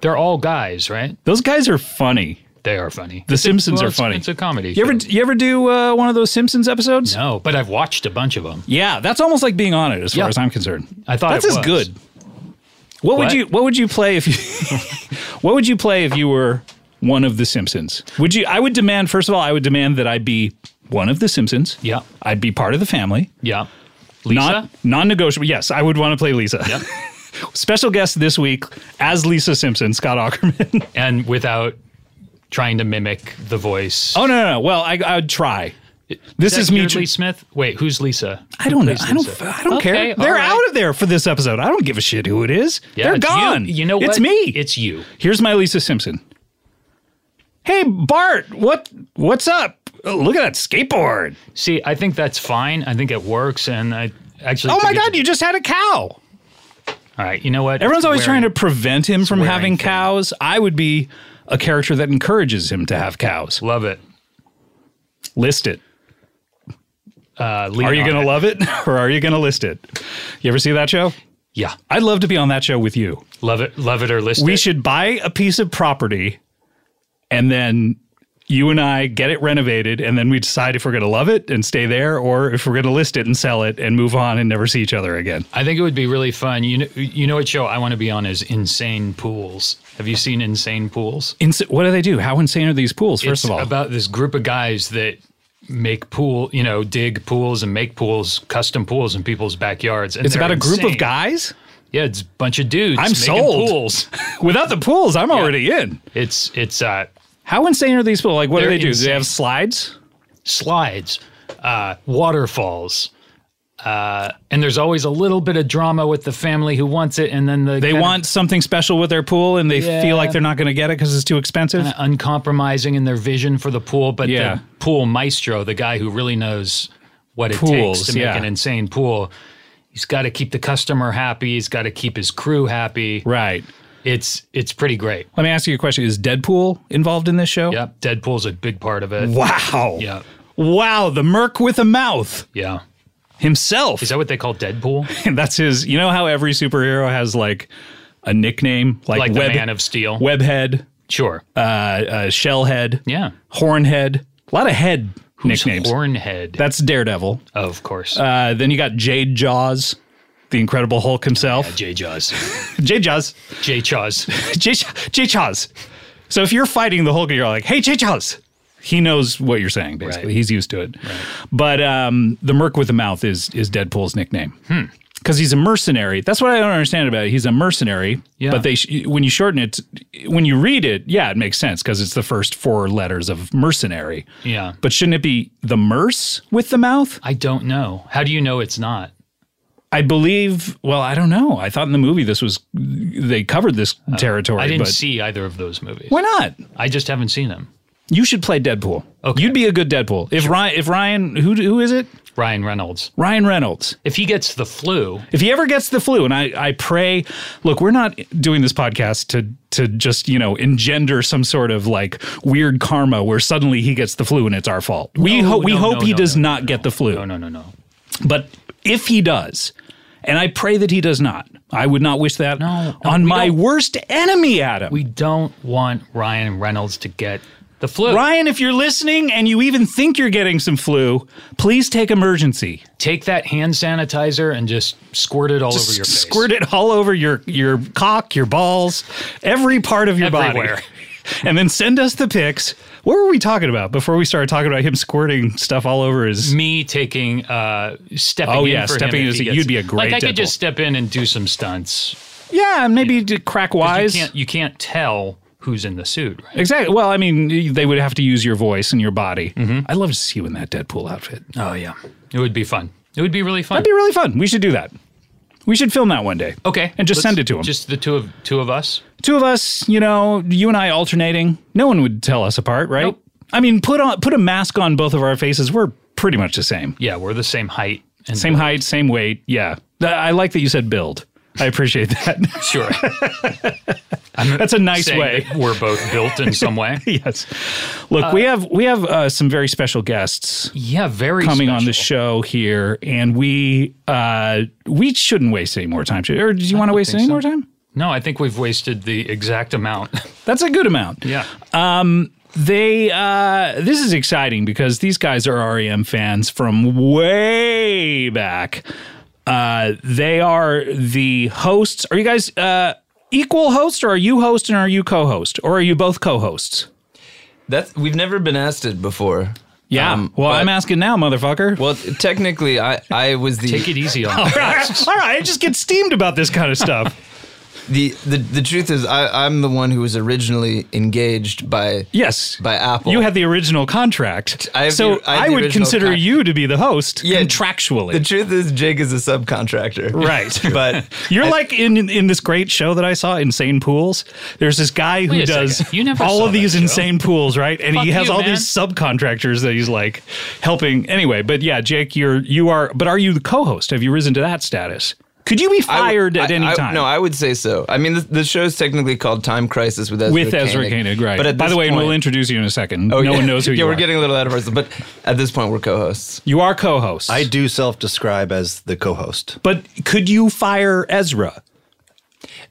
Speaker 2: They're all guys, right?
Speaker 1: Those guys are funny.
Speaker 2: They are funny.
Speaker 1: The Simpsons
Speaker 2: Well,
Speaker 1: are
Speaker 2: it's-
Speaker 1: funny.
Speaker 2: It's a comedy.
Speaker 1: you ever
Speaker 2: show.
Speaker 1: you ever do uh, one of those Simpsons episodes?
Speaker 2: No, but I've watched a bunch of them.
Speaker 1: Yeah, that's almost like being on it as
Speaker 2: Yeah.
Speaker 1: far as I'm concerned.
Speaker 2: I thought
Speaker 1: that's
Speaker 2: it
Speaker 1: as
Speaker 2: was.
Speaker 1: good. What, would
Speaker 2: What?
Speaker 1: you What would you play if you What would you play if you were one of the Simpsons? Would you? I would demand first of all. I would demand that I be one of the Simpsons.
Speaker 2: Yeah.
Speaker 1: I'd be part of the family.
Speaker 2: Yeah. Lisa?
Speaker 1: Not non-negotiable. Yes, I would want to play Lisa.
Speaker 2: Yep.
Speaker 1: Special guest this week as Lisa Simpson, Scott Ackerman.
Speaker 2: and without trying to mimic the voice.
Speaker 1: oh no, no, no. Well, I, I would try. This is me.
Speaker 2: Lee Smith. Wait, who's Lisa?
Speaker 1: I don't know.
Speaker 2: Who plays
Speaker 1: I don't.
Speaker 2: Lisa?
Speaker 1: I don't
Speaker 2: Okay,
Speaker 1: care.
Speaker 2: all
Speaker 1: They're
Speaker 2: right.
Speaker 1: out of there for this episode. I don't give a shit who it is.
Speaker 2: Yeah,
Speaker 1: They're
Speaker 2: it's you.
Speaker 1: gone.
Speaker 2: You, know what?
Speaker 1: It's me.
Speaker 2: It's you.
Speaker 1: Here's my Lisa Simpson. Hey Bart, what what's up? Oh, look at that skateboard.
Speaker 2: See, I think that's fine. I think it works, and I actually.
Speaker 1: Oh my
Speaker 2: think it-
Speaker 1: god, you just had a cow.
Speaker 2: All right, you know what?
Speaker 1: Everyone's always
Speaker 2: Wearing-
Speaker 1: trying to prevent him from
Speaker 2: wearing
Speaker 1: having
Speaker 2: thing.
Speaker 1: cows. I would be a character that encourages him to have cows.
Speaker 2: love it.
Speaker 1: List it.
Speaker 2: Uh,
Speaker 1: Are you going to love it or are you going to list it? You ever see that show?
Speaker 2: Yeah,
Speaker 1: I'd love to be on that show with you.
Speaker 2: love it. Love it or list
Speaker 1: we
Speaker 2: it.
Speaker 1: should buy a piece of property and then you and I get it renovated and then we decide if we're going to love it and stay there or if we're going to list it and sell it and move on and never see each other again.
Speaker 2: I think it would be really fun. You know, you know what show I want to be on is Insane Pools. Have you seen Insane Pools?
Speaker 1: Ins- what do they do? How insane are these pools, first
Speaker 2: it's
Speaker 1: of all?
Speaker 2: about this group of guys that make pool, you know, dig pools and make pools, custom pools in people's backyards. And
Speaker 1: it's
Speaker 2: they're
Speaker 1: about a group
Speaker 2: insane.
Speaker 1: of guys?
Speaker 2: Yeah, it's a bunch of dudes.
Speaker 1: I'm
Speaker 2: making
Speaker 1: sold.
Speaker 2: Pools.
Speaker 1: Without the pools, I'm already in.
Speaker 2: It's it's uh,
Speaker 1: How insane are these pools? Like, what
Speaker 2: They're
Speaker 1: do they do? Do
Speaker 2: insane.
Speaker 1: they have slides?
Speaker 2: slides, uh, waterfalls. Uh, and there's always a little bit of drama with the family who wants it, and then the
Speaker 1: They want something special with their pool and they
Speaker 2: Yeah.
Speaker 1: feel like they're not going to get it because it's too expensive?
Speaker 2: uncompromising in their vision for the pool, but
Speaker 1: Yeah.
Speaker 2: the pool maestro, the guy who really knows what it
Speaker 1: Pools,
Speaker 2: takes to make
Speaker 1: yeah.
Speaker 2: an insane pool, he's got to keep the customer happy. He's got to keep his crew happy.
Speaker 1: right.
Speaker 2: It's it's pretty great.
Speaker 1: Let me ask you a question. Is Deadpool involved in this show?
Speaker 2: Yep, Deadpool's a big part of it.
Speaker 1: Wow.
Speaker 2: Yeah,
Speaker 1: Wow, the Merc with a mouth
Speaker 2: yeah.
Speaker 1: himself.
Speaker 2: Is that what they call Deadpool?
Speaker 1: That's his. You know how every superhero has like a nickname, like,
Speaker 2: Like the
Speaker 1: Web,
Speaker 2: Man of Steel.
Speaker 1: Webhead,
Speaker 2: Sure.
Speaker 1: uh, uh, Shellhead,
Speaker 2: yeah.
Speaker 1: Hornhead. A lot of head nicknames.
Speaker 2: Hornhead.
Speaker 1: That's Daredevil.
Speaker 2: of course.
Speaker 1: Uh, then you got Jade Jaws, the Incredible Hulk himself.
Speaker 2: J Jaws.
Speaker 1: Jade Jaws,
Speaker 2: J Jaws.
Speaker 1: Jade Jade Jaws. So if you're fighting the Hulk, you're like, "Hey, Jade Jaws." He knows what you're saying. Basically,
Speaker 2: Right.
Speaker 1: he's used to it. But um, the Merc with the mouth is is Deadpool's nickname.
Speaker 2: Hmm.
Speaker 1: Because he's a mercenary. That's what I don't understand about it. He's a mercenary.
Speaker 2: Yeah.
Speaker 1: But they sh- when you shorten it, when you read it, yeah, it makes sense because it's the first four letters of mercenary.
Speaker 2: Yeah.
Speaker 1: But shouldn't it be the merce with the mouth?
Speaker 2: I don't know. How do you know it's not?
Speaker 1: I believe. Well, I don't know. I thought in the movie this was they covered this territory.
Speaker 2: Uh, I didn't
Speaker 1: but
Speaker 2: see either of those movies.
Speaker 1: Why not?
Speaker 2: I just haven't seen them.
Speaker 1: You should play Deadpool.
Speaker 2: Okay.
Speaker 1: You'd be a good Deadpool. If Ryan, if Ryan, who who is it?
Speaker 2: Ryan Reynolds.
Speaker 1: Ryan Reynolds.
Speaker 2: If he gets the flu,
Speaker 1: If he ever gets the flu, and I, I pray, look, we're not doing this podcast to to just you know engender some sort of like weird karma where suddenly he gets the flu and it's our fault. We
Speaker 2: No,
Speaker 1: hope we
Speaker 2: no,
Speaker 1: hope
Speaker 2: no,
Speaker 1: he
Speaker 2: no,
Speaker 1: does
Speaker 2: no,
Speaker 1: not get the flu.
Speaker 2: no, no, no, no.
Speaker 1: But if he does, and I pray that he does not, I would not wish that
Speaker 2: No, no,
Speaker 1: on
Speaker 2: we
Speaker 1: my
Speaker 2: don't-
Speaker 1: worst enemy, Adam.
Speaker 2: We don't want Ryan Reynolds to get the flu.
Speaker 1: Ryan, if you're listening and you even think you're getting some flu, please take emergency.
Speaker 2: Take that hand sanitizer and just squirt it all over your face.
Speaker 1: Squirt it all over your your cock, your balls, every part of your
Speaker 2: Everywhere.
Speaker 1: body. And then send us the pics. What were we talking about before we started talking about him squirting stuff all over his?
Speaker 2: Me taking uh stepping
Speaker 1: Oh,
Speaker 2: in
Speaker 1: yeah,
Speaker 2: for him
Speaker 1: stepping in
Speaker 2: if
Speaker 1: is-
Speaker 2: he gets-
Speaker 1: you'd be a great
Speaker 2: Like I
Speaker 1: Deadpool.
Speaker 2: could just step in and do some stunts.
Speaker 1: Yeah, maybe to crack
Speaker 2: 'Cause
Speaker 1: wise.
Speaker 2: You can't you can't tell who's in the suit, right?
Speaker 1: Exactly. Well, I mean, they would have to use your voice and your body.
Speaker 2: Mm-hmm.
Speaker 1: I'd love to see you in that Deadpool outfit. That'd
Speaker 2: Oh yeah. It would be fun. It would be really fun.
Speaker 1: be really fun. We should do that. We should film that one day.
Speaker 2: okay.
Speaker 1: And just
Speaker 2: let's-
Speaker 1: send it to him.
Speaker 2: Just the two of two of us.
Speaker 1: two of us, you know, you and I alternating. No one would tell us apart, right?
Speaker 2: Nope.
Speaker 1: I mean, put on put a mask on both of our faces. We're pretty much the same.
Speaker 2: Yeah, we're the same height. And
Speaker 1: Same height, same weight. Yeah. Th- I like that you said build. I appreciate that.
Speaker 2: Sure.
Speaker 1: That's a nice
Speaker 2: Saying
Speaker 1: way.
Speaker 2: that We're both built in some way.
Speaker 1: yes. Look, we have we have uh, some very special guests
Speaker 2: Yeah, very
Speaker 1: coming on
Speaker 2: special.
Speaker 1: the show here, and we uh, we shouldn't waste any more time. should- Or do you want to waste any more time?
Speaker 2: No, I think we've wasted the exact amount.
Speaker 1: That's a good amount.
Speaker 2: yeah.
Speaker 1: They uh, this is exciting because these guys are REM fans from way back. Uh, they are the hosts. Are you guys uh, equal host, or are you host and are you co-host, or are you both co-hosts?
Speaker 4: That's we've never been asked it before.
Speaker 1: Yeah.
Speaker 4: Um,
Speaker 1: well,
Speaker 4: but-
Speaker 1: I'm asking now, motherfucker.
Speaker 4: Well, t- technically, I I was the
Speaker 2: Take it easy on that.
Speaker 1: All right, I just get steamed about this kind of stuff.
Speaker 4: the, the the truth is I I'm the one who was originally engaged by
Speaker 1: Yes.
Speaker 4: by Apple.
Speaker 1: You had the original contract.
Speaker 4: I have
Speaker 1: so
Speaker 4: the- I have
Speaker 1: I,
Speaker 4: the
Speaker 1: would
Speaker 4: original
Speaker 1: consider
Speaker 4: con-
Speaker 1: you to be the host
Speaker 4: Yeah,
Speaker 1: contractually.
Speaker 4: the truth is Jake is a subcontractor.
Speaker 1: Right.
Speaker 4: But
Speaker 1: You're like in in this great show that I saw, Insane Pools. There's this guy who
Speaker 2: Wait a
Speaker 1: does
Speaker 2: second. You never
Speaker 1: all
Speaker 2: saw
Speaker 1: of these
Speaker 2: that show.
Speaker 1: insane pools, right? And he
Speaker 2: Fuck
Speaker 1: has
Speaker 2: you,
Speaker 1: all
Speaker 2: man.
Speaker 1: these subcontractors that he's like helping. Anyway, but yeah, Jake, you're you are. But are you the co-host? Have you risen to that status? Could you be
Speaker 4: I w-
Speaker 1: fired at
Speaker 4: I-
Speaker 1: any
Speaker 4: I-
Speaker 1: time?
Speaker 4: No, I would say so. I mean, the, the show is technically called Time Crisis with Ezra
Speaker 1: with Ezra
Speaker 4: Koenig.
Speaker 1: Koenig, right?
Speaker 4: But at
Speaker 1: by
Speaker 4: this
Speaker 1: the way, and
Speaker 4: point- Oh,
Speaker 1: we'll introduce you in a second. no
Speaker 4: yeah.
Speaker 1: one knows who
Speaker 4: yeah,
Speaker 1: you
Speaker 4: we're
Speaker 1: are.
Speaker 4: getting a little out of ourselves, but at this point, we're co-hosts.
Speaker 1: you are co-host.
Speaker 5: I do self describe as the co host.
Speaker 1: but could you fire Ezra?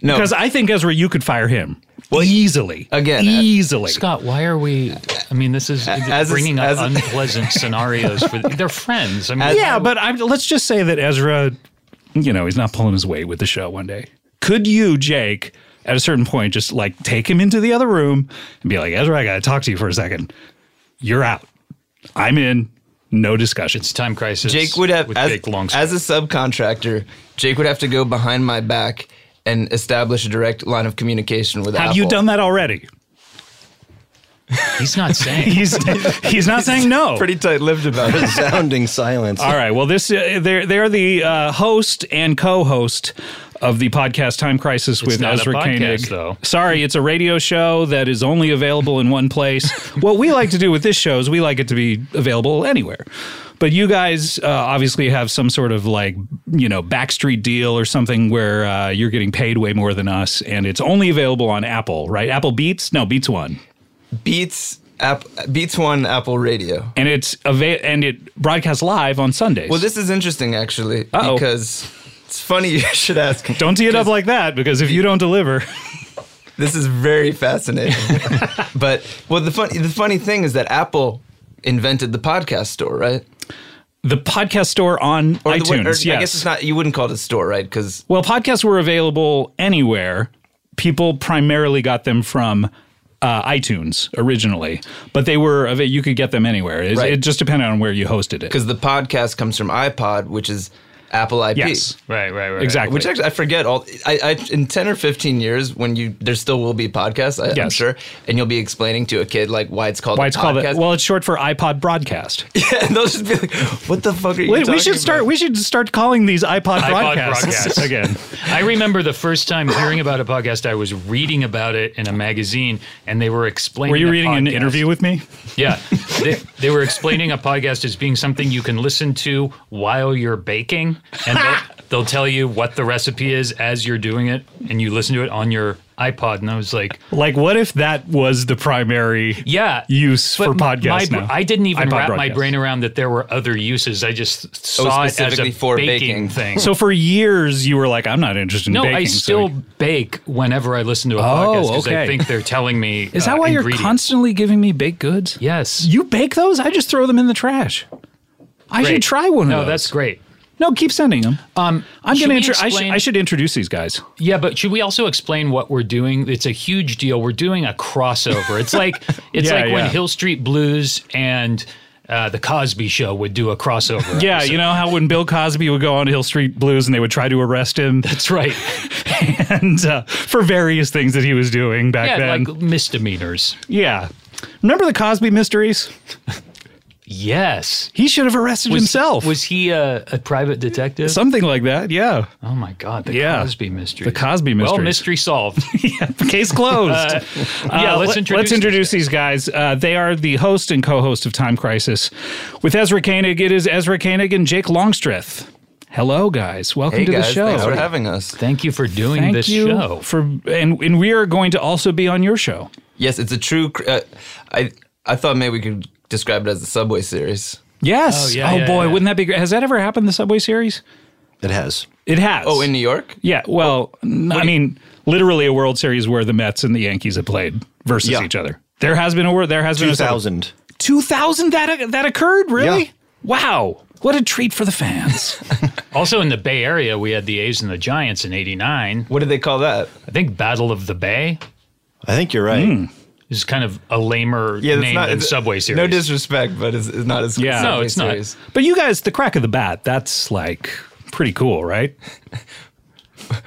Speaker 4: No,
Speaker 1: Because I think Ezra, you could fire him easily.
Speaker 4: again, uh,
Speaker 1: easily.
Speaker 2: Scott, why are we? I mean, this is
Speaker 4: As-
Speaker 2: bringing
Speaker 4: as-
Speaker 2: up unpleasant scenarios for they're friends. I mean,
Speaker 1: Yeah, but I'm, let's just say that Ezra, you know, he's not pulling his weight with the show one day. Could you, Jake, at a certain point, just like take him into the other room and be like, Ezra, I got to talk to you for a second. You're out. I'm in. No discussions.
Speaker 2: it's time crisis.
Speaker 4: Jake would have
Speaker 2: with
Speaker 4: as,
Speaker 2: Jake Longspan.
Speaker 4: as a subcontractor. Jake would have to go behind my back and establish a direct line of communication with.
Speaker 1: Have you done that already?
Speaker 2: He's not saying.
Speaker 1: He's he's not saying no.
Speaker 4: Pretty tight-lipped about it.
Speaker 5: Sounding silence.
Speaker 1: All right. Well, this uh, they're they're the uh, host and co-host of the podcast Time Crisis with
Speaker 2: not a
Speaker 1: Ezra
Speaker 2: podcast,
Speaker 1: Koenig.
Speaker 2: though.
Speaker 1: Sorry, it's a radio show that is only available in one place. what we like to do with this show is we like it to be available anywhere. But you guys uh, obviously have some sort of like you know backstreet deal or something where uh, you're getting paid way more than us, and it's only available on Apple, right? Apple Beats, no Beats One,
Speaker 4: Beats app, Beats One Apple Radio.
Speaker 1: and it's ava- and it broadcasts live on Sundays.
Speaker 4: Well, this is interesting actually
Speaker 1: Uh-oh.
Speaker 4: because it's funny you should ask.
Speaker 1: don't tee it up like that because if you don't deliver.
Speaker 4: This is very fascinating. but well, the funny the funny thing is that Apple invented the podcast store, right?
Speaker 1: The podcast store on
Speaker 4: the way-
Speaker 1: iTunes. yes.
Speaker 4: I guess it's not. You wouldn't call it a store, right? Because
Speaker 1: well, podcasts were available anywhere. People primarily got them from uh, iTunes originally, but they were av- you could get them anywhere. It,
Speaker 4: Right.
Speaker 1: it just depended on where you hosted it.
Speaker 4: because the podcast comes from iPod, which is Apple IP.
Speaker 1: Yes,
Speaker 2: right, right, right.
Speaker 1: exactly.
Speaker 4: Which actually, I forget all. I, I in ten or fifteen years, when you there still will be podcasts, I, I'm
Speaker 1: Yes.
Speaker 4: sure, and you'll be explaining to a kid like why it's called
Speaker 1: why
Speaker 4: a
Speaker 1: it's called
Speaker 4: podcast.
Speaker 1: it? Well, it's short for iPod broadcast.
Speaker 4: and they'll just be like, "What the fuck are you?"
Speaker 1: Wait, we
Speaker 4: talking
Speaker 1: should start.
Speaker 4: about?"
Speaker 1: We should start calling these iPod, broadcasts
Speaker 2: broadcasts.
Speaker 1: again.
Speaker 2: I remember the first time hearing about a podcast. I was reading about it in a magazine, and they were explaining.
Speaker 1: Were you
Speaker 2: a
Speaker 1: reading an
Speaker 2: podcast.
Speaker 1: interview with me?
Speaker 2: Yeah, they, they were explaining a podcast as being something you can listen to while you're baking, and they'll, they'll tell you what the recipe is as you're doing it, and you listen to it on your iPod, and I was like,
Speaker 1: Like, what if that was the primary
Speaker 2: yeah,
Speaker 1: use for
Speaker 2: my-
Speaker 1: podcasts
Speaker 2: my-
Speaker 1: now?
Speaker 2: I didn't even
Speaker 1: iPod
Speaker 2: wrap my
Speaker 1: broadcasts.
Speaker 2: brain around that there were other uses. I just saw it as a
Speaker 4: specifically for
Speaker 2: baking,
Speaker 4: baking.
Speaker 2: thing.
Speaker 1: So for years, you were like, I'm not interested in
Speaker 2: no,
Speaker 1: baking.
Speaker 2: I
Speaker 1: so- Oh,
Speaker 2: still bake whenever I listen to a podcast because I
Speaker 1: okay.
Speaker 2: think they're telling me.
Speaker 1: is
Speaker 2: uh,
Speaker 1: that why you're
Speaker 2: ingredients.
Speaker 1: constantly giving me baked goods?
Speaker 2: Yes.
Speaker 1: You bake those? I just throw them in the trash. I
Speaker 2: Great.
Speaker 1: should try one
Speaker 2: No,
Speaker 1: of those.
Speaker 2: that's great.
Speaker 1: No, keep sending them.
Speaker 2: Um,
Speaker 1: I'm
Speaker 2: should
Speaker 1: gonna.
Speaker 2: we
Speaker 1: Intro- I, should,
Speaker 2: explain-
Speaker 1: I should introduce these guys.
Speaker 2: Yeah, but should we also explain what we're doing? It's a huge deal. We're doing a crossover. It's like it's
Speaker 1: Yeah,
Speaker 2: like when
Speaker 1: yeah.
Speaker 2: Hill Street Blues and uh, the Cosby Show would do a crossover.
Speaker 1: Yeah, you know how when Bill Cosby would go on Hill Street Blues and they would try to arrest him
Speaker 2: that's right.
Speaker 1: and uh, for various things that he was doing back
Speaker 2: Yeah,
Speaker 1: then.
Speaker 2: like misdemeanors.
Speaker 1: yeah. Remember the Cosby mysteries?
Speaker 2: Yes,
Speaker 1: He should have arrested himself.
Speaker 2: Was he a, a private detective?
Speaker 1: something like that. Yeah.
Speaker 2: oh my God, the
Speaker 1: Yeah.
Speaker 2: Cosby mystery.
Speaker 1: The Cosby
Speaker 2: Well,
Speaker 1: mysteries.
Speaker 2: mystery solved.
Speaker 1: Case closed.
Speaker 2: yeah,
Speaker 1: Uh,
Speaker 2: let's
Speaker 1: let-
Speaker 2: introduce.
Speaker 1: let's introduce these guys. Uh, they are the host and co-host of Time Crisis. With Ezra Koenig, it is Ezra Koenig and Jake Longstreth. Hello, guys. Welcome
Speaker 4: Hey
Speaker 1: to
Speaker 4: guys,
Speaker 1: the show.
Speaker 4: thanks for having us.
Speaker 2: Thank you for doing
Speaker 1: Thank
Speaker 2: this
Speaker 1: you
Speaker 2: show.
Speaker 1: for and and we are going to also be on your show.
Speaker 4: Yes, it's a true. cr- Uh, I I thought maybe we could describe it as the Subway series.
Speaker 1: Yes.
Speaker 2: Oh, yeah, yeah,
Speaker 1: boy,
Speaker 2: yeah.
Speaker 1: wouldn't that be great? Has that ever happened? The Subway Series?
Speaker 5: It has.
Speaker 1: It has.
Speaker 4: Oh, in Oh, New York.
Speaker 1: yeah. Well, n- I mean, literally a World Series where the Mets and the Yankees have played versus
Speaker 5: Yeah.
Speaker 1: each other. There has been a wor- there has been a Subway-
Speaker 5: 2000.
Speaker 1: 2000 that that occurred really
Speaker 5: Yeah.
Speaker 1: wow what a treat for the fans
Speaker 2: Also in the Bay Area, we had the A's and the Giants in '89.
Speaker 4: What did they call that?
Speaker 2: I think Battle of the Bay.
Speaker 5: I think you're right.
Speaker 2: is kind of a lamer
Speaker 4: that's
Speaker 2: name than
Speaker 4: it's-
Speaker 2: Subway Series.
Speaker 4: No disrespect, but it's, it's not as
Speaker 1: Yeah.
Speaker 4: Subway
Speaker 1: No,
Speaker 2: it's not.
Speaker 4: Series.
Speaker 1: but you guys the crack of the bat that's like pretty cool right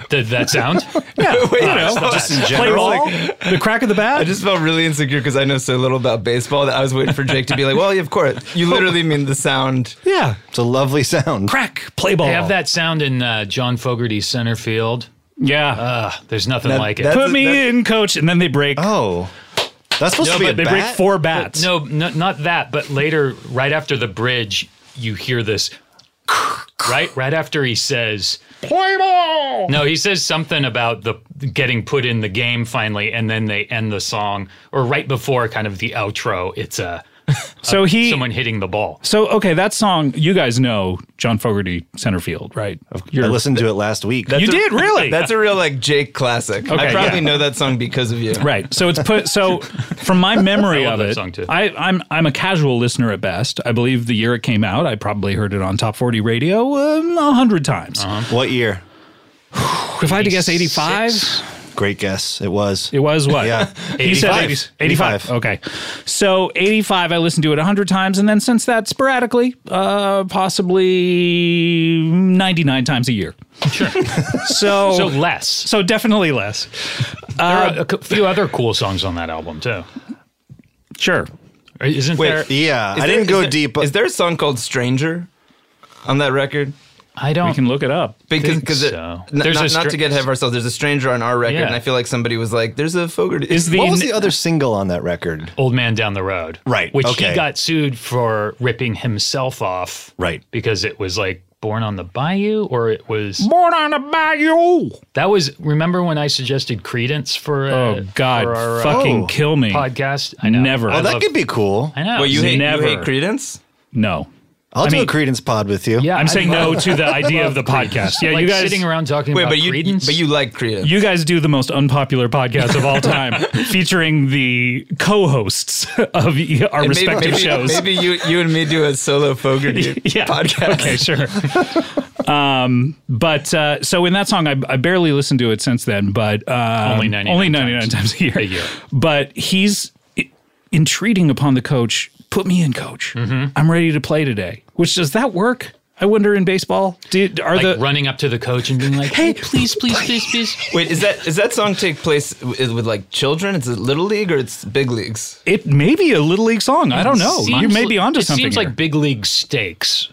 Speaker 2: Did that sound?
Speaker 1: yeah
Speaker 4: Wait,
Speaker 1: you know
Speaker 4: no,
Speaker 1: just
Speaker 4: in
Speaker 1: play
Speaker 4: general,
Speaker 1: ball the crack of the bat
Speaker 4: I just felt really insecure because I know so little about baseball that I was waiting for Jake to be like, "Well, yeah, of course, you literally mean the sound."
Speaker 1: yeah
Speaker 5: It's a lovely sound.
Speaker 1: crack play ball
Speaker 2: They have that sound in uh, John Fogerty's center field.
Speaker 1: yeah
Speaker 2: Uh, there's nothing
Speaker 5: That-
Speaker 2: like it.
Speaker 5: that-
Speaker 1: put me
Speaker 5: that-
Speaker 1: in coach and then they break
Speaker 5: Oh. That's supposed
Speaker 2: No,
Speaker 5: to be a
Speaker 2: but
Speaker 1: they
Speaker 5: bat?
Speaker 1: break four bats
Speaker 2: No, no, not that. But later, right after the bridge, you hear this. Right, right after he says
Speaker 1: play ball
Speaker 2: no, he says something about the getting put in the game finally, and then they end the song, or right before kind of the outro. It's uh,
Speaker 1: so he
Speaker 2: someone hitting the ball.
Speaker 1: so okay that song you guys know john fogerty center field right
Speaker 5: I listened to it last week.
Speaker 1: you did really
Speaker 4: That's a real like Jake classic.
Speaker 1: Okay,
Speaker 4: I probably
Speaker 1: yeah.
Speaker 4: know that song because of you.
Speaker 1: Right. So it's put so from my memory
Speaker 2: I love
Speaker 1: of
Speaker 2: that
Speaker 1: it.
Speaker 2: song, too.
Speaker 1: I, I'm I'm a casual listener at best. I believe the year it came out, I probably heard it on Top 40 Radio um, a hundred times.
Speaker 2: Uh-huh.
Speaker 5: what year?
Speaker 1: If I had to guess, 85.
Speaker 5: Great guess. It was.
Speaker 1: It was what?
Speaker 5: Yeah.
Speaker 1: He said
Speaker 5: 85.
Speaker 1: 80s. 85. Okay. So 85, I listened to it 100 times. And then since that, sporadically, uh, possibly 99 times a year.
Speaker 2: Sure.
Speaker 1: So,
Speaker 2: So
Speaker 1: so,
Speaker 2: less.
Speaker 1: definitely less.
Speaker 2: There
Speaker 1: Uh,
Speaker 2: are a cou- few other cool songs on that album too.
Speaker 1: Sure.
Speaker 2: Isn't
Speaker 4: Wait,
Speaker 2: there?
Speaker 5: yeah.
Speaker 4: Is there-
Speaker 5: I didn't
Speaker 4: is
Speaker 5: go
Speaker 4: there-
Speaker 5: deep. but
Speaker 4: Is there a song called "Stranger" on that record?
Speaker 2: I
Speaker 1: We
Speaker 2: don't.
Speaker 1: can look it up.
Speaker 4: Because
Speaker 2: Think
Speaker 4: because it-
Speaker 2: so.
Speaker 4: n-
Speaker 2: There's
Speaker 4: not,
Speaker 2: a
Speaker 4: not
Speaker 2: str-
Speaker 4: to get ahead of ourselves, there's a stranger on our record,
Speaker 2: Yeah.
Speaker 4: and I feel like somebody was like, "There's a Fogarty."
Speaker 1: Is the,
Speaker 5: what was the other single on that record?
Speaker 2: Old Man Down the Road.
Speaker 5: Right,
Speaker 2: Which he
Speaker 5: okay.
Speaker 2: got sued for ripping himself off.
Speaker 5: Right.
Speaker 2: Because it was like Born on the Bayou, or it was.
Speaker 1: Born on a Bayou.
Speaker 2: That was. Remember when I suggested Credence for. Uh,
Speaker 1: Oh God,
Speaker 2: for our, uh,
Speaker 1: fucking
Speaker 5: Oh.
Speaker 1: kill me.
Speaker 2: podcast? I know.
Speaker 1: Never.
Speaker 2: I
Speaker 1: Oh,
Speaker 5: Oh, that
Speaker 2: love-
Speaker 5: could be cool.
Speaker 2: I know.
Speaker 4: well, you hate, you
Speaker 1: Never.
Speaker 4: hate Credence?
Speaker 1: No,
Speaker 5: I'll do
Speaker 1: mean-
Speaker 5: a Credence pod with you.
Speaker 2: Yeah,
Speaker 1: I'm saying
Speaker 2: love-
Speaker 1: no to the idea of the podcast. Yeah,
Speaker 2: like
Speaker 1: you guys.
Speaker 2: sitting around talking
Speaker 4: Wait,
Speaker 2: about
Speaker 4: but you
Speaker 2: Credence.
Speaker 4: but you like Credence?
Speaker 1: You guys do the most unpopular podcast of all time, featuring the co-hosts of e- our
Speaker 4: And
Speaker 1: respective
Speaker 4: maybe,
Speaker 1: shows.
Speaker 4: Maybe you you and me do a solo Fogarty
Speaker 1: yeah.
Speaker 4: podcast.
Speaker 1: Okay, sure. um, but uh, so in that song, I, I barely listened to it since then, but um,
Speaker 2: Only 99
Speaker 1: only 99 times, a, year.
Speaker 2: year.
Speaker 1: But he's i- entreating upon the coach, put me in, coach.
Speaker 2: Mm-hmm.
Speaker 1: I'm ready to play today. Which does that work? I wonder in baseball, did are
Speaker 2: like
Speaker 1: the
Speaker 2: running up to the coach and being like, hey, please, please, please, please.
Speaker 4: Wait, is that is that song take place with, with like children? It's a little league or it's big leagues?
Speaker 1: it may be a little league song? I don't know.
Speaker 2: Seems
Speaker 1: you may
Speaker 2: li-
Speaker 1: be onto
Speaker 2: it
Speaker 1: something.
Speaker 2: seems
Speaker 1: here.
Speaker 2: like big league stakes.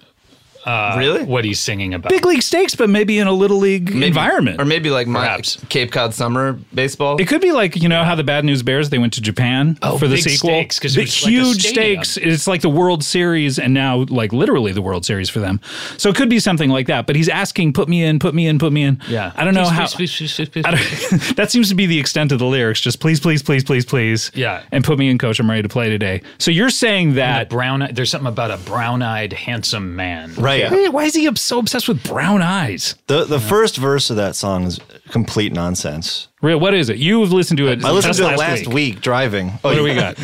Speaker 2: uh,
Speaker 4: Really?
Speaker 2: what he's singing about.
Speaker 1: Big league stakes, but maybe in a little league
Speaker 4: Maybe-
Speaker 1: environment.
Speaker 4: or maybe like my
Speaker 2: Perhaps.
Speaker 4: Cape Cod summer baseball.
Speaker 1: It could be like you know how the Bad News Bears they went to Japan for the
Speaker 2: Oh, big
Speaker 1: sequel.
Speaker 2: stakes, 'cause it
Speaker 1: Big-
Speaker 2: was like a
Speaker 1: huge
Speaker 2: stadium.
Speaker 1: stakes. It's like the World Series, and now like literally the World Series for them. So it could be something like that. But he's asking, "Put me in, put me in, put me in."
Speaker 2: yeah,
Speaker 1: I don't know
Speaker 2: Please,
Speaker 1: how.
Speaker 2: please, please, please, please,
Speaker 1: I
Speaker 2: please.
Speaker 1: don't, that seems to be the extent of the lyrics. Just please, please, please, please, please.
Speaker 2: Yeah.
Speaker 1: And put me in, coach. I'm ready to play today. So you're saying
Speaker 2: A
Speaker 1: that.
Speaker 2: brown. There's something about a brown-eyed, handsome man.
Speaker 1: Why-
Speaker 5: Right.
Speaker 1: Why is he so obsessed with brown eyes?
Speaker 5: The the first verse of that song is complete nonsense.
Speaker 1: Real, what is it? You've listened to it.
Speaker 5: I listened
Speaker 1: just
Speaker 5: to it last week, driving. Oh,
Speaker 1: What do we got?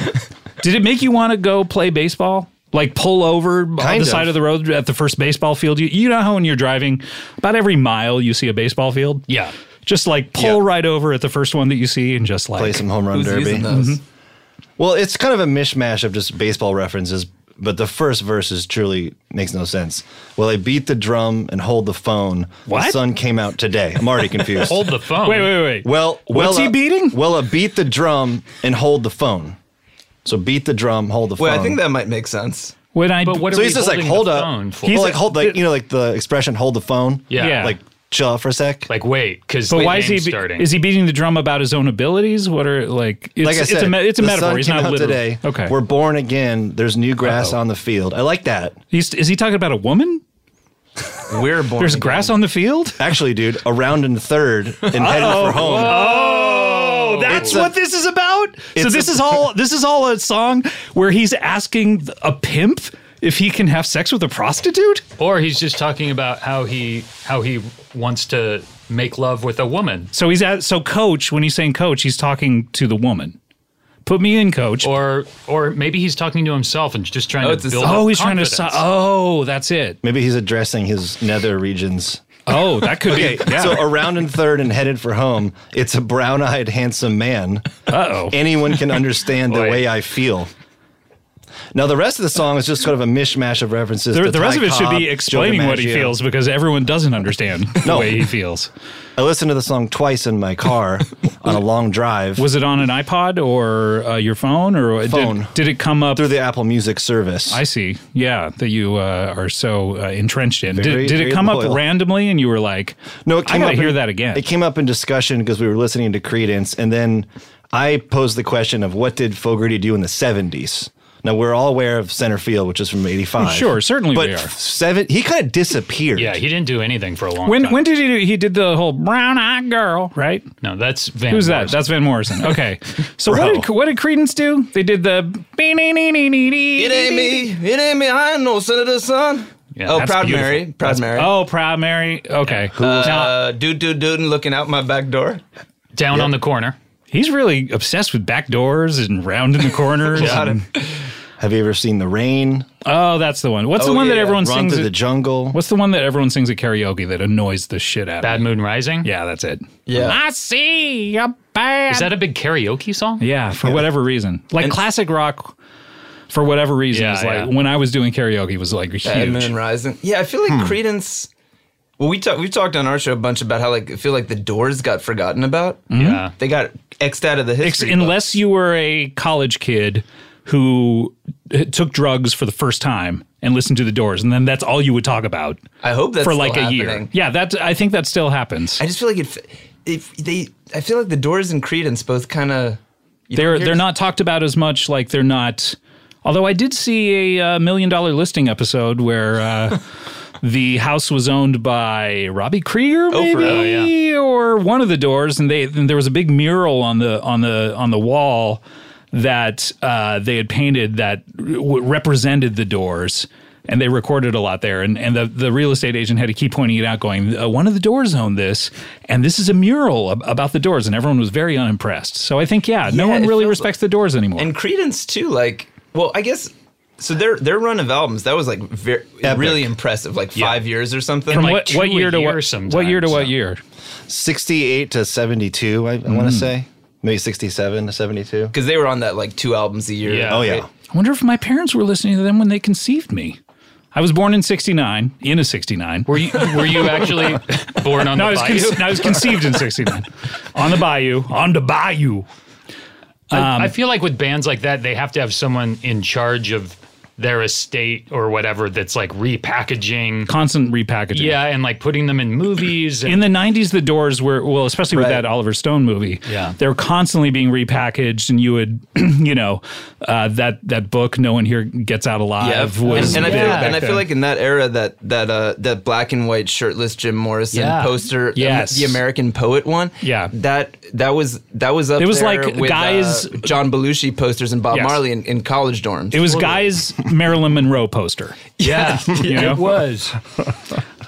Speaker 1: Did it make you want to go play baseball? Like pull over on
Speaker 5: Kind
Speaker 1: the
Speaker 5: of.
Speaker 1: side of the road at the first baseball field? You, you know how when you're driving, about every mile you see a baseball field?
Speaker 2: Yeah.
Speaker 1: Just like pull
Speaker 5: Yeah.
Speaker 1: right over at the first one that you see and just like.
Speaker 5: play some home run
Speaker 4: Who's
Speaker 5: derby.
Speaker 4: using those?
Speaker 1: Mm-hmm.
Speaker 5: Well, it's kind of a mishmash of just baseball references, but the first verse is truly makes no sense. Well, I beat the drum and hold the phone. The
Speaker 1: What?
Speaker 5: sun came out today. I'm already confused.
Speaker 2: Hold the phone.
Speaker 1: Wait, wait, wait.
Speaker 5: Well, well,
Speaker 1: What's he
Speaker 5: uh,
Speaker 1: beating?
Speaker 5: Well, uh, beat the drum and hold the phone. So beat the drum, hold the
Speaker 4: Wait,
Speaker 5: phone.
Speaker 4: I think that might make sense.
Speaker 1: When I,
Speaker 2: But what
Speaker 5: so
Speaker 2: are
Speaker 5: he's
Speaker 2: we
Speaker 5: just like
Speaker 2: holding
Speaker 5: hold
Speaker 2: the
Speaker 5: up.
Speaker 2: phone for?
Speaker 5: Well,
Speaker 1: He's
Speaker 5: like
Speaker 1: a-
Speaker 5: hold like you know like the expression hold the phone.
Speaker 2: Yeah.
Speaker 1: Yeah.
Speaker 5: Like chill out for a sec.
Speaker 2: Like wait, because
Speaker 1: but why is he? be-
Speaker 2: starting?
Speaker 1: Is he beating the drum about his own abilities? What are like? It's,
Speaker 5: like I said,
Speaker 1: it's a, me- it's a
Speaker 5: the
Speaker 1: metaphor.
Speaker 5: sun
Speaker 1: He's
Speaker 5: came
Speaker 1: not
Speaker 5: out
Speaker 1: literal.
Speaker 5: today.
Speaker 1: Okay.
Speaker 5: We're born again. There's new grass on the field. I like that.
Speaker 1: He's, is he talking about a woman?
Speaker 4: We're born.
Speaker 1: There's
Speaker 4: again.
Speaker 1: grass on the field.
Speaker 5: Actually, dude, around in third and headed for home.
Speaker 1: Oh, that's
Speaker 5: It's a-
Speaker 1: what this is about. So
Speaker 5: It's
Speaker 1: this
Speaker 5: a-
Speaker 1: is all this is all a song where he's asking a pimp if he can have sex with a prostitute.
Speaker 2: or he's just talking about how he how he wants to make love with a woman.
Speaker 1: So he's at so coach when he's saying coach, he's talking to the woman. Put me in, coach.
Speaker 2: Or or maybe he's talking to himself and just trying
Speaker 4: Oh, it's
Speaker 2: to
Speaker 4: a
Speaker 2: build.
Speaker 4: song.
Speaker 2: up
Speaker 1: oh, he's trying
Speaker 2: confidence.
Speaker 1: to. si- Oh, that's it.
Speaker 5: Maybe he's addressing his nether regions.
Speaker 1: Oh, that could
Speaker 5: Okay,
Speaker 1: be. Yeah.
Speaker 5: so around in third and headed for home. It's a brown-eyed, handsome man.
Speaker 1: Uh oh.
Speaker 5: Anyone can understand the
Speaker 2: Boy.
Speaker 5: way I feel. Now the rest of the song is just sort of a mishmash of references.
Speaker 1: The,
Speaker 5: to
Speaker 1: the rest
Speaker 5: Ty
Speaker 1: of it should
Speaker 5: Cobb,
Speaker 1: be
Speaker 5: Joe
Speaker 1: explaining what he
Speaker 5: DiMaggio.
Speaker 1: feels because everyone doesn't understand the
Speaker 5: No.
Speaker 1: way he feels.
Speaker 5: I listened to the song twice in my car on a long drive
Speaker 1: Was it on an iPod or uh, your phone or did-
Speaker 5: Phone.
Speaker 1: Did, it come up
Speaker 5: through the Apple Music service.
Speaker 1: I see. Yeah, that you uh, are so uh, entrenched in. did,
Speaker 5: Very,
Speaker 1: did it
Speaker 5: very
Speaker 1: come
Speaker 5: loyal.
Speaker 1: up randomly, and you were like,
Speaker 5: No, it came
Speaker 1: I gotta
Speaker 5: up
Speaker 1: hear
Speaker 5: in-
Speaker 1: that again."
Speaker 5: It came up in discussion because we were listening to Credence, and then I posed the question of what did Fogerty do in the '70s. Now we're all aware of center field, which is from '85.
Speaker 1: Oh, Sure, certainly
Speaker 5: but
Speaker 1: we are.
Speaker 5: Seven, he kind of disappeared.
Speaker 2: Yeah, he didn't do anything for a long
Speaker 1: oh. When
Speaker 2: time.
Speaker 1: when did he do? He did the whole brown eyed girl, right?
Speaker 2: no, that's Van.
Speaker 1: Who's that?
Speaker 2: Morrison.
Speaker 1: That's Van Morrison. Okay. So what
Speaker 5: Bro.
Speaker 1: did what did Credence do? They did the.
Speaker 4: It
Speaker 1: It
Speaker 4: ain't me. It ain't me. I ain't no senator son.
Speaker 2: Yeah,
Speaker 4: oh,
Speaker 2: that's
Speaker 4: proud
Speaker 2: beautiful.
Speaker 4: Mary. Proud Mary.
Speaker 1: Oh, Proud Mary. Okay. Now,
Speaker 4: Uh, dude, dude, dude, and looking out my back door.
Speaker 2: down on the corner.
Speaker 1: he's really obsessed with back doors and rounding the corners.
Speaker 4: Got
Speaker 1: and-
Speaker 5: Have you ever seen the rain?
Speaker 1: oh, that's the one. What's the
Speaker 4: Oh,
Speaker 1: one that
Speaker 4: yeah.
Speaker 1: everyone
Speaker 5: Run
Speaker 1: sings?
Speaker 5: through
Speaker 1: at-
Speaker 5: the jungle.
Speaker 1: what's the one that everyone sings at karaoke that annoys the shit out of?
Speaker 2: Bad Moon Rising.
Speaker 1: Yeah, that's it.
Speaker 4: Yeah.
Speaker 1: I see a bad.
Speaker 2: Is that a big karaoke song?
Speaker 1: yeah, for whatever reason. Like classic rock, for whatever reason,
Speaker 2: Yeah,
Speaker 1: is like
Speaker 2: yeah.
Speaker 1: when I was doing karaoke was like
Speaker 4: Bad Uh, Moon
Speaker 1: huge. Hmm.
Speaker 4: Rising. Yeah, I feel like Credence. Well, we talked. We've talked on our show a bunch about how like I feel like the Doors got forgotten about.
Speaker 2: Yeah.
Speaker 4: They got xed out of the
Speaker 1: Mm-hmm. Ex-
Speaker 4: history. book.
Speaker 1: Unless you were a college kid who uh, took drugs for the first time and listened to the Doors, and then that's all you would talk about
Speaker 4: I hope that's
Speaker 1: for
Speaker 4: still
Speaker 1: like a year.
Speaker 4: happening.
Speaker 1: Yeah, that I think that still happens.
Speaker 4: I just feel like if if they, I feel like the Doors and Credence both kind of.
Speaker 1: they're they're not talked about as much. Like they're not. Although I did see a uh, million dollar listing episode where uh, the house was owned by Robbie Krieger,
Speaker 4: Oh, for-
Speaker 1: maybe,
Speaker 4: oh,
Speaker 1: or one of the doors, and they and there was a big mural on the on the on the wall that uh, they had painted that w- represented the doors. And they recorded a lot there, and, and the, the real estate agent had to keep pointing it out, going, uh, "One of the doors owned this, and this is a mural ab- about the doors." And everyone was very unimpressed. So I think, yeah, no
Speaker 4: Yeah,
Speaker 1: one
Speaker 4: it
Speaker 1: really
Speaker 4: feels-
Speaker 1: respects the doors anymore.
Speaker 4: And Credence too, like, well, I guess so. Their their run of albums that was like very
Speaker 5: Epic.
Speaker 4: really impressive, like five years or something.
Speaker 1: From
Speaker 2: like
Speaker 1: what,
Speaker 2: two
Speaker 1: what
Speaker 2: a
Speaker 1: year to
Speaker 2: year
Speaker 1: what,
Speaker 2: sometimes,
Speaker 1: what year to
Speaker 2: so.
Speaker 1: what year?
Speaker 5: 68 to 72, I, I want to
Speaker 1: Hmm.
Speaker 5: say. Maybe 67 to 72.
Speaker 4: because they were on that like two albums a year.
Speaker 2: Yeah.
Speaker 5: Oh, yeah.
Speaker 4: right?
Speaker 1: I wonder if my parents were listening to them when they conceived me. I was born in '69, in a '69.
Speaker 2: Were you were you actually born on
Speaker 1: No, I
Speaker 2: the
Speaker 1: was,
Speaker 2: bayou?
Speaker 1: con- I was conceived in '69, on the bayou, on the bayou. Um,
Speaker 2: I feel like with bands like that, they have to have someone in charge of their estate or whatever that's like repackaging.
Speaker 1: Constant repackaging.
Speaker 2: Yeah, and like putting them in movies. And,
Speaker 1: In the 90s, the doors were, well, especially with
Speaker 4: Right.
Speaker 1: that Oliver Stone movie.
Speaker 2: Yeah.
Speaker 1: They were constantly being repackaged, and you would, you know, uh, that, that book, No One Here Gets Out Alive, was.
Speaker 4: and, and I
Speaker 1: big
Speaker 4: feel,
Speaker 1: back
Speaker 4: and I feel
Speaker 1: then.
Speaker 4: like in that era that that uh, that black and white shirtless Jim Morrison
Speaker 2: Yeah.
Speaker 4: poster, um,
Speaker 1: Yes.
Speaker 4: the American poet one,
Speaker 1: Yeah.
Speaker 4: that that was that was up.
Speaker 1: It was
Speaker 4: there
Speaker 1: like
Speaker 4: with,
Speaker 1: guys-
Speaker 4: uh, John Belushi posters and Bob
Speaker 1: Yes.
Speaker 4: Marley in, in college dorms.
Speaker 1: It was Guy's Marilyn Monroe poster.
Speaker 2: yeah,
Speaker 1: You know? Um,
Speaker 2: it was.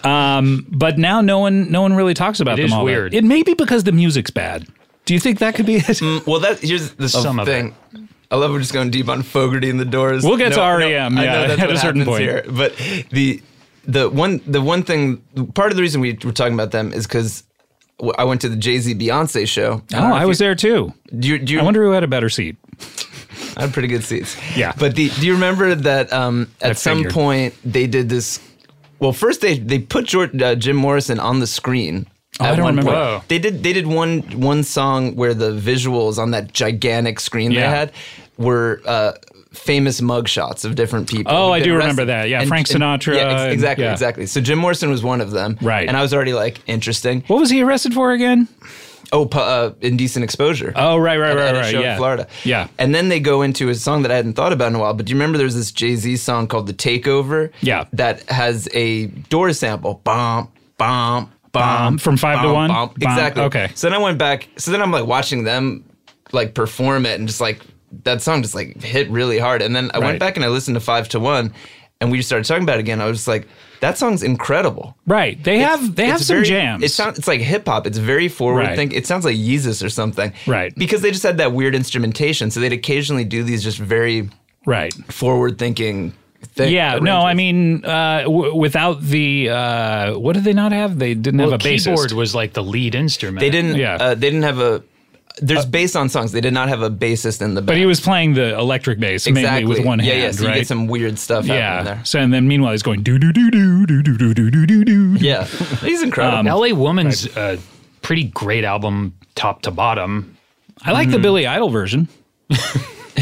Speaker 1: But now no one no one really talks about
Speaker 2: It
Speaker 1: them
Speaker 2: is
Speaker 1: all that-
Speaker 2: weird.
Speaker 1: It may be because the music's bad. Do you think that could be it?
Speaker 4: well, that here's the
Speaker 2: Some of
Speaker 4: thing. I love we're just going deep on Fogerty and the Doors.
Speaker 1: We'll get to
Speaker 4: I
Speaker 1: R.E.M.,
Speaker 4: know
Speaker 1: yeah,
Speaker 4: that's
Speaker 1: at
Speaker 4: what
Speaker 1: a certain
Speaker 4: happens
Speaker 1: point.
Speaker 4: Here, but the the one the one thing part of the reason we were talking about them is because I went to the Jay Z Beyonce show.
Speaker 1: Oh, I was there too.
Speaker 4: Do you, do you,
Speaker 1: I wonder who had a better seat.
Speaker 4: I had pretty good seats.
Speaker 1: Yeah.
Speaker 4: But the, do you remember that um, at some
Speaker 1: figured.
Speaker 4: point they did this? Well, first they they put George, uh, Jim Morrison on the screen.
Speaker 1: Oh, I
Speaker 4: at
Speaker 1: don't
Speaker 4: one
Speaker 1: remember.
Speaker 4: point.
Speaker 2: Whoa.
Speaker 4: They did they did one one song where the visuals on that gigantic screen
Speaker 1: Yeah.
Speaker 4: they had were. Uh, Famous mugshots of different people.
Speaker 1: Oh,
Speaker 4: who've
Speaker 1: I
Speaker 4: been
Speaker 1: do remember that. Yeah, Frank Sinatra
Speaker 4: yeah,
Speaker 1: and-
Speaker 4: ex- exactly,
Speaker 1: yeah.
Speaker 4: exactly. So Jim Morrison was one of them.
Speaker 1: Right.
Speaker 4: And I was already like, interesting.
Speaker 1: What was he arrested for again?
Speaker 4: Oh, pu- uh, indecent exposure.
Speaker 1: Oh, right, right,
Speaker 4: at-
Speaker 1: right,
Speaker 4: at a
Speaker 1: right.
Speaker 4: show
Speaker 1: yeah.
Speaker 4: in Florida.
Speaker 1: Yeah.
Speaker 4: And then they go into a song that I hadn't thought about in a while, but do you remember there's this Jay Z song called The Takeover?
Speaker 1: Yeah.
Speaker 4: That has a door sample. Bomb, bomb, bomb.
Speaker 1: from Five to
Speaker 4: bomb,
Speaker 1: One?
Speaker 4: Bomb.
Speaker 1: Bomb,
Speaker 4: Exactly.
Speaker 1: okay.
Speaker 4: So then I went back. So then I'm like watching them like perform it and just like that song just like hit really hard. And then I
Speaker 1: Right.
Speaker 4: went back and I listened to Five to One and we started talking about it again. I was just like, that song's incredible.
Speaker 1: Right. They
Speaker 4: It's-
Speaker 1: have they
Speaker 4: it's
Speaker 1: have some
Speaker 4: very-
Speaker 1: jams.
Speaker 4: It sounds it's like hip hop. It's very forward
Speaker 1: Right.
Speaker 4: thinking. It sounds like Yeezus or something.
Speaker 1: Right.
Speaker 4: Because they just had that weird instrumentation, so they'd occasionally do these just very
Speaker 1: right.
Speaker 4: forward thinking. things.
Speaker 1: Yeah. No, I mean, uh, w- without the uh, what did they not have? They didn't
Speaker 2: Well,
Speaker 1: have a
Speaker 2: keyboard
Speaker 1: bassist.
Speaker 2: was like the lead instrument.
Speaker 4: they didn't.
Speaker 1: yeah. Uh,
Speaker 4: Uh, they didn't have a. There's bass on songs. They did not have a bassist in the. Band.
Speaker 1: But he was playing the electric bass
Speaker 4: exactly
Speaker 1: mainly with one
Speaker 4: yeah,
Speaker 1: hand,
Speaker 4: Yeah, so
Speaker 1: right?
Speaker 4: you get some weird stuff
Speaker 1: yeah.
Speaker 4: happening there.
Speaker 1: So and then meanwhile he's going do do do do do do do do do do.
Speaker 4: Yeah, he's incredible.
Speaker 1: Um,
Speaker 2: L.A. Woman's a pretty great album, top to bottom.
Speaker 1: I like
Speaker 4: Mm-hmm.
Speaker 1: the Billy Idol version.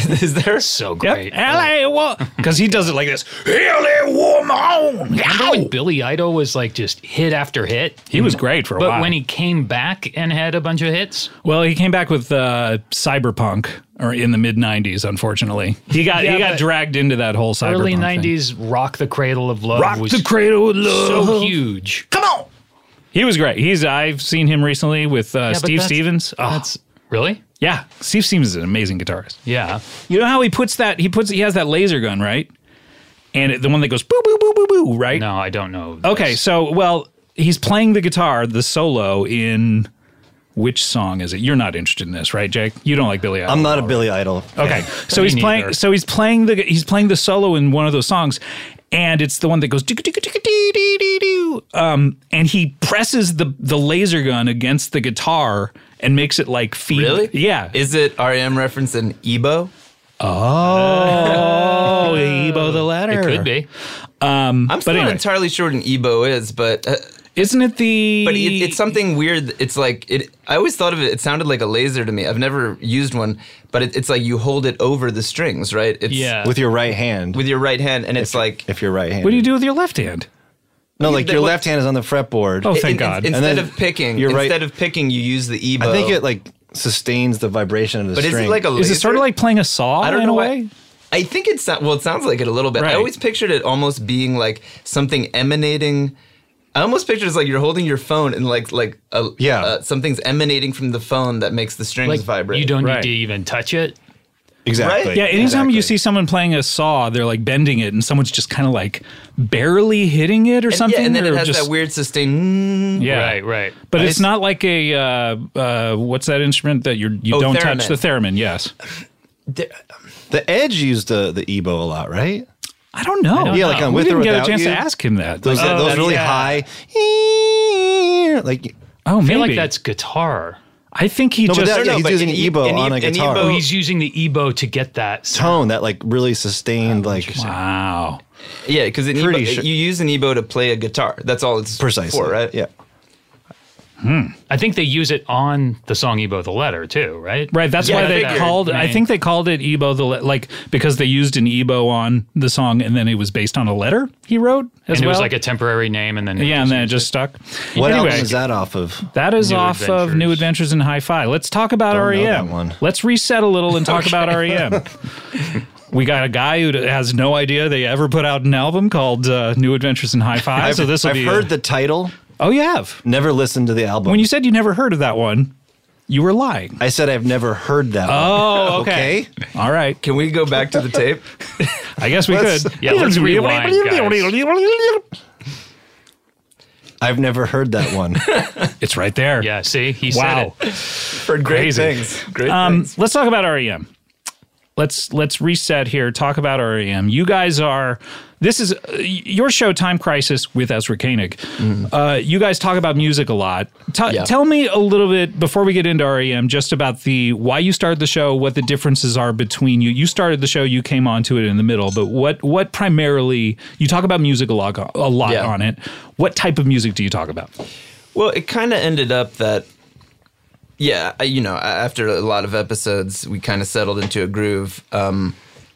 Speaker 4: Is there?
Speaker 2: So
Speaker 1: Yep.
Speaker 2: great.
Speaker 1: LA woman. Because he does it like this. LA woman.
Speaker 2: Remember when Billy Idol was like just hit after hit?
Speaker 1: He was great for a
Speaker 2: But
Speaker 1: while.
Speaker 2: when he came back and had a bunch of hits,
Speaker 1: well, he came back with uh, cyberpunk or in the mid '90s. Unfortunately, he got
Speaker 2: Yeah,
Speaker 1: he got
Speaker 2: but
Speaker 1: dragged into that whole cyberpunk
Speaker 2: early
Speaker 1: thing.
Speaker 2: '90s, "Rock the Cradle of Love"
Speaker 1: Rock
Speaker 2: was
Speaker 1: the cradle of love.
Speaker 2: so huge.
Speaker 1: Come on. He was great. He's I've seen him recently with uh,
Speaker 2: but
Speaker 1: Steve
Speaker 2: that's-
Speaker 1: Stevens. Oh,
Speaker 2: That's really,
Speaker 1: yeah, Steve Stevens is an amazing guitarist.
Speaker 2: yeah.
Speaker 1: You know how he puts that? He puts he has that laser gun right, and it, the one that goes boo boo boo boo boo right.
Speaker 2: No, I don't know.
Speaker 1: Okay,
Speaker 2: this.
Speaker 1: so well, he's playing the guitar, the solo in which song is it? You're not interested in this, right, Jake? You don't like Billy Idol.
Speaker 5: I'm not a Billy Idol.
Speaker 1: Okay, so
Speaker 2: Me
Speaker 1: he's playing.
Speaker 2: neither.
Speaker 1: So he's playing the he's playing the solo in one of those songs, and it's the one that goes. "Digga, digga, digga, dee, dee, dee, doo." Um, and he presses the the laser gun against the guitar and makes it like feed.
Speaker 4: Really?
Speaker 1: Yeah.
Speaker 4: Is it REM reference in Ebo?
Speaker 1: oh, Ebo the letter.
Speaker 2: it could be.
Speaker 4: I'm still
Speaker 1: anyway.
Speaker 4: not entirely sure what an Ebo is, but uh,
Speaker 1: Isn't it the?
Speaker 4: But it, it's something weird. It's like it. I always thought of it. It sounded like a laser to me. I've never used one, but it, it's like you hold it over the strings, right? It's
Speaker 2: Yeah.
Speaker 5: With your right hand.
Speaker 4: with your right hand, and it's like
Speaker 5: if you're right handed.
Speaker 1: What do you do with your left hand?
Speaker 5: No, like
Speaker 4: They-
Speaker 5: your
Speaker 4: what-
Speaker 5: left hand is on the fretboard.
Speaker 1: Oh,
Speaker 4: in-
Speaker 1: thank
Speaker 4: in-
Speaker 1: God.
Speaker 4: instead
Speaker 5: And then
Speaker 4: of picking,
Speaker 5: you're right.
Speaker 4: instead of picking, you use the ebow.
Speaker 5: I think it like sustains the vibration of the
Speaker 4: But is
Speaker 5: string.
Speaker 4: it like a?
Speaker 1: Is
Speaker 4: Laser?
Speaker 1: it sort of like playing a saw
Speaker 4: I don't
Speaker 1: in
Speaker 4: know
Speaker 1: a
Speaker 4: why-
Speaker 1: way?
Speaker 4: I think it's not. Well, it sounds like it a little bit.
Speaker 1: Right.
Speaker 4: I always pictured it almost being like something emanating. I almost pictured it's like you're holding your phone and like like a,
Speaker 5: Yeah.
Speaker 4: uh, something's emanating from the phone that makes the strings
Speaker 2: Like
Speaker 4: vibrate.
Speaker 2: you don't
Speaker 1: Right.
Speaker 2: need to even touch it.
Speaker 5: exactly?
Speaker 4: Right?
Speaker 1: Yeah, anytime you
Speaker 5: Exactly.
Speaker 1: see someone playing a saw, they're like bending it, and someone's just kind of like barely hitting it or something.
Speaker 4: Yeah, and then
Speaker 1: or
Speaker 4: it has
Speaker 1: just,
Speaker 4: that weird sustained.
Speaker 1: Yeah.
Speaker 2: Right, right.
Speaker 1: But it's not like a uh, uh, what's that instrument that you're, you
Speaker 4: Oh,
Speaker 1: don't touch
Speaker 4: theremin.
Speaker 1: the theremin? Yes,
Speaker 5: The Edge used the the ebow a lot, right?
Speaker 1: I don't know.
Speaker 5: Yeah, like on
Speaker 1: we
Speaker 5: With or
Speaker 1: didn't get a
Speaker 5: Without
Speaker 1: chance
Speaker 5: You?
Speaker 1: to ask him that.
Speaker 5: Those
Speaker 1: Like,
Speaker 5: those
Speaker 2: that's-
Speaker 5: really
Speaker 2: yeah.
Speaker 5: high, like
Speaker 1: oh,
Speaker 2: I
Speaker 1: maybe
Speaker 2: feel like that's guitar.
Speaker 1: I think he
Speaker 5: No, but
Speaker 1: just
Speaker 5: that-
Speaker 4: no,
Speaker 5: he's
Speaker 4: but
Speaker 5: using
Speaker 4: an
Speaker 5: an
Speaker 4: e-
Speaker 5: ebow
Speaker 4: an e-
Speaker 5: on a
Speaker 4: an
Speaker 5: guitar.
Speaker 4: ebow-
Speaker 2: Oh,
Speaker 4: Oh.
Speaker 2: he's using the ebow to get that. sound.
Speaker 5: tone that like really sustained
Speaker 1: Oh,
Speaker 5: like
Speaker 1: wow.
Speaker 4: Yeah, because
Speaker 5: Pretty sure-
Speaker 4: you use an ebow to play a guitar. That's all it's
Speaker 5: precisely.
Speaker 4: for, right?
Speaker 5: Yeah.
Speaker 2: I think they use it on the song Ebo the Letter too, right?
Speaker 1: Right, that's
Speaker 2: Yeah,
Speaker 1: why they
Speaker 2: that
Speaker 1: called.
Speaker 2: weird
Speaker 1: I
Speaker 2: name.
Speaker 1: think they called it Ebo the le- like because they used an Ebo on the song, and then it was based on a letter he wrote as
Speaker 2: And it
Speaker 1: well.
Speaker 2: was like a temporary name, and then
Speaker 1: yeah, and then it just stuck.
Speaker 5: What
Speaker 1: anyway,
Speaker 5: album is that off of?
Speaker 1: that is
Speaker 2: New
Speaker 1: off of New Adventures in Hi-Fi. Let's talk about
Speaker 5: Don't know
Speaker 1: REM.
Speaker 5: that one.
Speaker 1: Let's reset a little and talk about REM. We got a guy who has no idea they ever put out an album called uh, New Adventures in Hi-Fi. so this will
Speaker 5: I've
Speaker 1: be. a-
Speaker 5: heard the title,
Speaker 1: oh, you have.
Speaker 5: never listened to the album.
Speaker 1: When you said you never heard of that one, you were lying.
Speaker 5: I said I've never heard that.
Speaker 1: Oh,
Speaker 5: okay.
Speaker 1: All right.
Speaker 4: Can we go back to the tape?
Speaker 1: I guess we
Speaker 5: Let's-
Speaker 1: could.
Speaker 2: Yeah, let's rewind,
Speaker 1: guys.
Speaker 5: I've never heard that one.
Speaker 1: It's right there.
Speaker 2: yeah. See, he
Speaker 1: Wow.
Speaker 2: said it.
Speaker 4: Heard great
Speaker 1: Crazy.
Speaker 4: things. Great
Speaker 1: Um,
Speaker 4: things.
Speaker 1: let's talk about REM. Let's let's reset here. Talk about REM. You guys are. This is uh, y- your show, Time Crisis, with Ezra Koenig. Uh, you guys talk about music a lot. Ta
Speaker 4: Mm-hmm. Yeah.
Speaker 1: Tell me a little bit before we get into REM, just about the why you started the show, what the differences are between you. You started the show, you came onto it in the middle, but what what primarily you talk about music a lot, a lot
Speaker 4: Yeah.
Speaker 1: on it. What type of music do you talk about?
Speaker 4: Well, it kind of ended up that, yeah, I- you know, a- after a lot of episodes, we kind of settled into a groove. Um,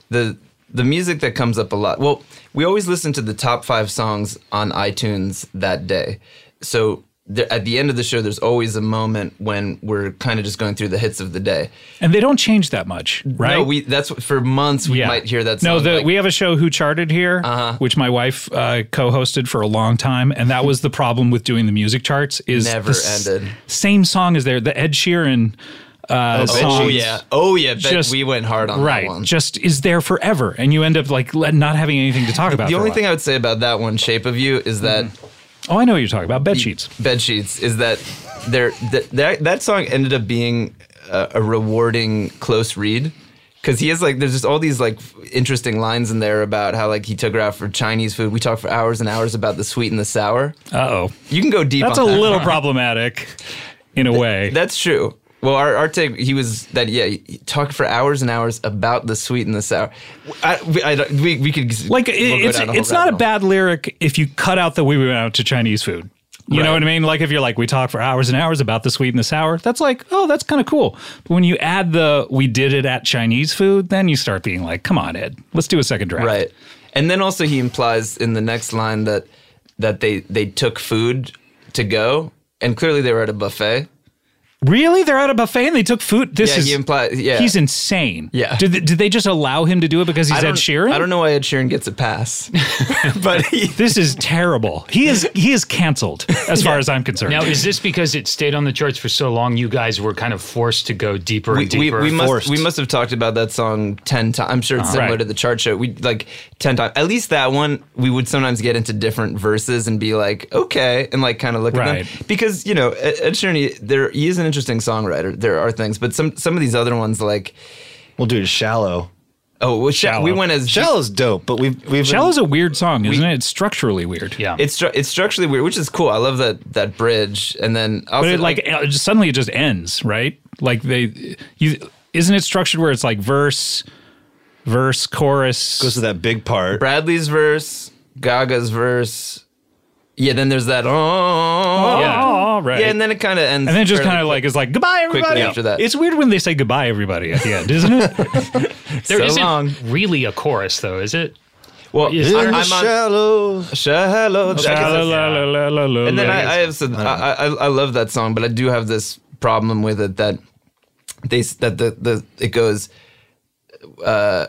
Speaker 4: the the music that comes up a lot. Well, we always listen to the top five songs on iTunes that day. So there, at the end of the show, there's always a moment when we're kind of just going through the hits of the day.
Speaker 1: And they don't change that much, right?
Speaker 4: No, we that's what- for months we might hear that. Song,
Speaker 1: no, the,
Speaker 4: like- Uh-huh.
Speaker 1: we have a show who charted here, which my wife uh, co-hosted for a long time, and that was the problem with doing the music charts. Is
Speaker 4: Never
Speaker 1: the s-
Speaker 4: ended.
Speaker 1: Same song is there. The Ed Sheeran uh,
Speaker 5: Oh,
Speaker 1: song.
Speaker 4: Oh yeah, oh yeah, bet
Speaker 1: Just-
Speaker 4: we went hard on that
Speaker 1: Right,
Speaker 4: one.
Speaker 1: just is there forever, and you end up like le- not having anything to talk about.
Speaker 4: the
Speaker 1: for a
Speaker 4: only
Speaker 1: while.
Speaker 4: thing I would say about that one, Shape of You, is that
Speaker 1: oh, I know what you're talking about bed sheets.
Speaker 4: bed sheets is that there that that, that song ended up being a, a rewarding close read because he has like there's just all these like interesting lines in there about how like he took her out for Chinese food. We talked for hours and hours about the sweet and the sour.
Speaker 1: Uh oh,
Speaker 4: You can go deep.
Speaker 1: that's a
Speaker 4: on that.
Speaker 1: little problematic, in a way.
Speaker 4: That's true. Well, our, our take, he was that, yeah, he talked for hours and hours about the sweet and the sour. I, we, I, don't- we, we could.
Speaker 1: like
Speaker 4: we'll
Speaker 1: it-
Speaker 4: go
Speaker 1: it's
Speaker 4: down a whole
Speaker 1: it's not
Speaker 4: rabbit
Speaker 1: a
Speaker 4: hole.
Speaker 1: bad lyric if you cut out the we went out to Chinese food. You know
Speaker 4: Right.
Speaker 1: what I mean? Like if you're like we talk for hours and hours about the sweet and the sour, that's like oh that's kind of cool. But when you add the we did it at Chinese food, then you start being like, come on, Ed, let's do a second draft.
Speaker 4: Right. And then also he implies in the next line that that they they took food to go and clearly they were at a buffet.
Speaker 1: Really? They're at a buffet and they took food. This
Speaker 4: Yeah,
Speaker 1: is
Speaker 4: he implies yeah.
Speaker 1: he's insane.
Speaker 4: Yeah.
Speaker 1: Did they, did they just allow him to do it because he's
Speaker 4: I
Speaker 1: Ed
Speaker 4: don't,
Speaker 1: Sheeran?
Speaker 4: I don't know why Ed Sheeran gets a pass. but he,
Speaker 1: This is terrible. He is he is canceled as far as I'm concerned.
Speaker 2: Now, is this because it stayed on the charts for so long? You guys were kind of forced to go deeper
Speaker 4: we,
Speaker 2: and
Speaker 4: we,
Speaker 2: deeper.
Speaker 4: we must
Speaker 5: forced.
Speaker 4: we must have talked about that song 10 times. I'm sure it's similar
Speaker 1: Right.
Speaker 4: to the chart show. We like 10 times. At least that one we would sometimes get into different verses and be like, "Okay," and like kind of look
Speaker 1: Right.
Speaker 4: at them. Because, you know, E-, Ed Ed Sheeran he, there he is an interesting songwriter. There are things, but some some of these other ones like
Speaker 5: we'll do Shallow.
Speaker 4: Oh, well, Sha-
Speaker 1: Shallow.
Speaker 4: we went as
Speaker 5: Shallow's dope, but we've we've
Speaker 1: Shallow's a weird song, isn't it? It's structurally weird.
Speaker 2: yeah.
Speaker 4: It's stru- it's structurally weird, which is cool. I love that that bridge, and then also
Speaker 1: but it like uh, just suddenly it just ends right like they you isn't it structured where it's like verse verse chorus
Speaker 5: goes to that big part.
Speaker 4: Bradley's verse, Gaga's verse. Yeah, then there's that. Oh,
Speaker 1: oh,
Speaker 4: yeah.
Speaker 2: yeah.
Speaker 1: oh, right
Speaker 4: and then it kind of ends.
Speaker 1: it just
Speaker 4: fairly
Speaker 1: kind of like
Speaker 4: quick.
Speaker 1: it's like goodbye
Speaker 4: quickly
Speaker 1: everybody
Speaker 4: after that.
Speaker 1: it's weird when they say goodbye everybody at the end isn't it
Speaker 2: There
Speaker 4: so
Speaker 2: not
Speaker 4: long.
Speaker 2: really a chorus though, is it?
Speaker 4: well,
Speaker 2: is-
Speaker 5: In
Speaker 4: I,
Speaker 5: the
Speaker 4: I'm on
Speaker 5: shallows.
Speaker 4: shallow.
Speaker 1: La, la, la, la, la, la,
Speaker 4: And then
Speaker 1: la.
Speaker 4: I, I have said I, I I love that song, but I do have this problem with it that they s- that the the it goes. Uh,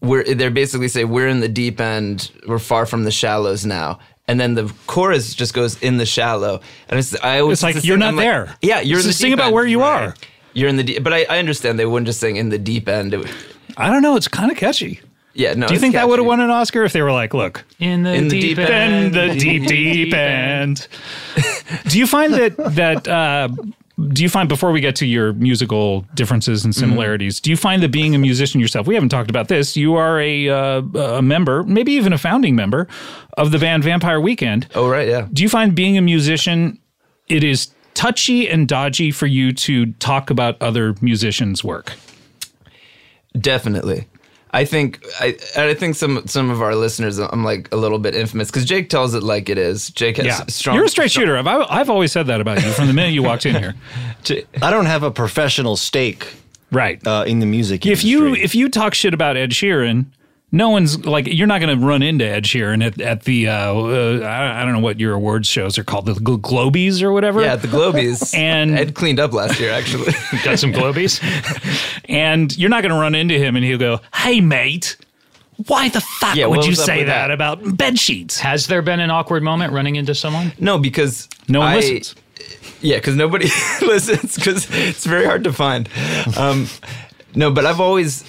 Speaker 4: we're they basically say we're in the deep end, we're far from the shallows now, and then the chorus just goes in the shallow, and it's I always
Speaker 1: It's like,
Speaker 4: the
Speaker 1: you're
Speaker 4: thing-
Speaker 1: not
Speaker 4: I'm
Speaker 1: there.
Speaker 4: yeah, you're in
Speaker 1: Just
Speaker 4: the
Speaker 1: sing
Speaker 4: deep
Speaker 1: about
Speaker 4: end.
Speaker 1: where you are.
Speaker 4: You're in the deep, but I, I understand they wouldn't just sing in the deep end. It would-
Speaker 1: I don't know it's kind of catchy
Speaker 4: yeah, no.
Speaker 1: do you
Speaker 4: it's
Speaker 1: think that would have
Speaker 4: catchy.
Speaker 1: won an oscar if they were like look
Speaker 2: In the,
Speaker 4: In the deep end.
Speaker 1: then the deep deep end do you find that that uh do you find before we get to your musical differences and similarities do you find that being a musician yourself we haven't talked about this you are a uh, a member maybe even a founding member of the band vampire weekend
Speaker 4: Oh right, yeah.
Speaker 1: do you find being a musician it is touchy and dodgy for you to talk about other musicians work
Speaker 4: Definitely. I think I and I think some some of our listeners I'm like a little bit infamous because Jake tells it like it is. Jake has
Speaker 1: Yeah,
Speaker 4: strong.
Speaker 1: you're a straight shooter. I've, I've always said that about you from the minute you walked in here.
Speaker 5: I don't have a professional stake
Speaker 1: Right.
Speaker 5: uh, in the music
Speaker 1: if you
Speaker 5: industry.
Speaker 1: if you talk shit about Ed Sheeran, no one's like you're not going to run into Ed Sheeran at, at the uh, uh, I I don't know what your awards shows are called the Glo- Globies or whatever.
Speaker 4: Yeah, at the Globies.
Speaker 1: And-
Speaker 4: Ed cleaned up last year actually.
Speaker 2: Got some globies.
Speaker 1: and you're not going to run into him and he'll go, "Hey mate, why the fuck
Speaker 4: Yeah,
Speaker 1: would
Speaker 4: what
Speaker 1: you
Speaker 4: was up
Speaker 1: say
Speaker 4: with
Speaker 1: that
Speaker 4: that?"
Speaker 1: about bed sheets?"
Speaker 2: Has there been an awkward moment running into someone?
Speaker 4: no, because
Speaker 1: No one
Speaker 4: I-
Speaker 1: listens.
Speaker 4: Yeah, because nobody listens because it's very hard to find. Um, no, but I've always,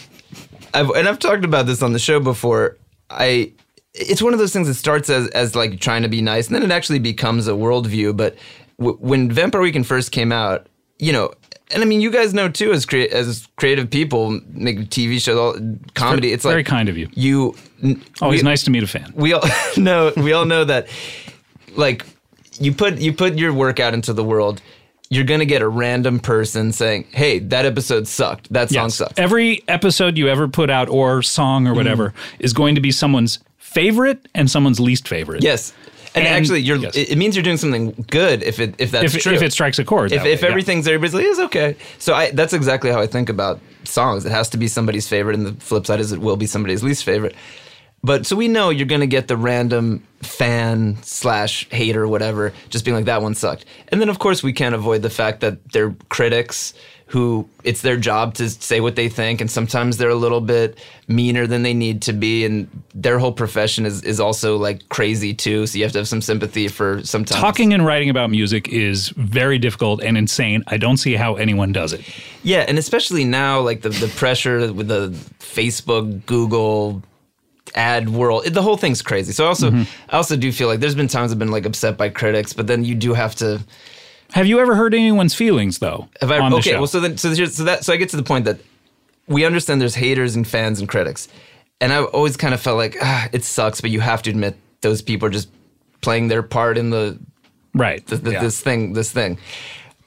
Speaker 4: I've and I've talked about this on the show before. I, it's one of those things that starts as as like trying to be nice, and then it actually becomes a worldview. But w- when Vampire Weekend first came out, you know. And I mean, you guys know too, as crea- as creative people, make TV shows, all- comedy. It's
Speaker 1: very
Speaker 4: like
Speaker 1: kind of you.
Speaker 4: You
Speaker 1: Always
Speaker 4: we-
Speaker 1: nice to meet a fan.
Speaker 4: we all know we all know that like you put you put your work out into the world you're gonna get a random person saying hey that episode sucked that song
Speaker 1: Yes.
Speaker 4: sucked
Speaker 1: Every episode you ever put out or song
Speaker 4: Mm-hmm.
Speaker 1: or whatever is going to be someone's favorite and someone's least favorite.
Speaker 4: yes and,
Speaker 1: And-
Speaker 4: actually you're
Speaker 1: yes.
Speaker 4: it it means you're doing something good if it if that's
Speaker 1: If,
Speaker 4: true
Speaker 1: if it strikes a chord.
Speaker 4: if,
Speaker 1: that way,
Speaker 4: if
Speaker 1: yeah.
Speaker 4: everything's everybody's like, it's okay. So I, that's exactly how I think about songs. It has to be somebody's favorite, and the flip side is it will be somebody's least favorite. But so we know you're gonna get the random fan slash hater, whatever, just being like that one sucked. And then of course we can't avoid the fact that they're critics who it's their job to say what they think, and sometimes they're a little bit meaner than they need to be, and their whole profession is is also like crazy too. So you have to have some sympathy for sometimes
Speaker 1: Talking and writing about music is very difficult and insane. I don't see how anyone does it.
Speaker 4: Yeah, and especially now, like the, the pressure with the Facebook, Google, ad world, it, the whole thing's crazy. So I also,
Speaker 1: Mm-hmm.
Speaker 4: I also do feel like there's been times I've been like upset by critics, but then you do have to.
Speaker 1: Have you ever hurt anyone's feelings though?
Speaker 4: Have I,
Speaker 1: on the
Speaker 4: okay,
Speaker 1: show?
Speaker 4: well, so then, so, here's, so that, so I get to the point that we understand there's haters and fans and critics, and I've always kind of felt like ah, it sucks, but you have to admit those people are just playing their part in the
Speaker 1: right.
Speaker 4: th- th-
Speaker 1: yeah.
Speaker 4: this thing this thing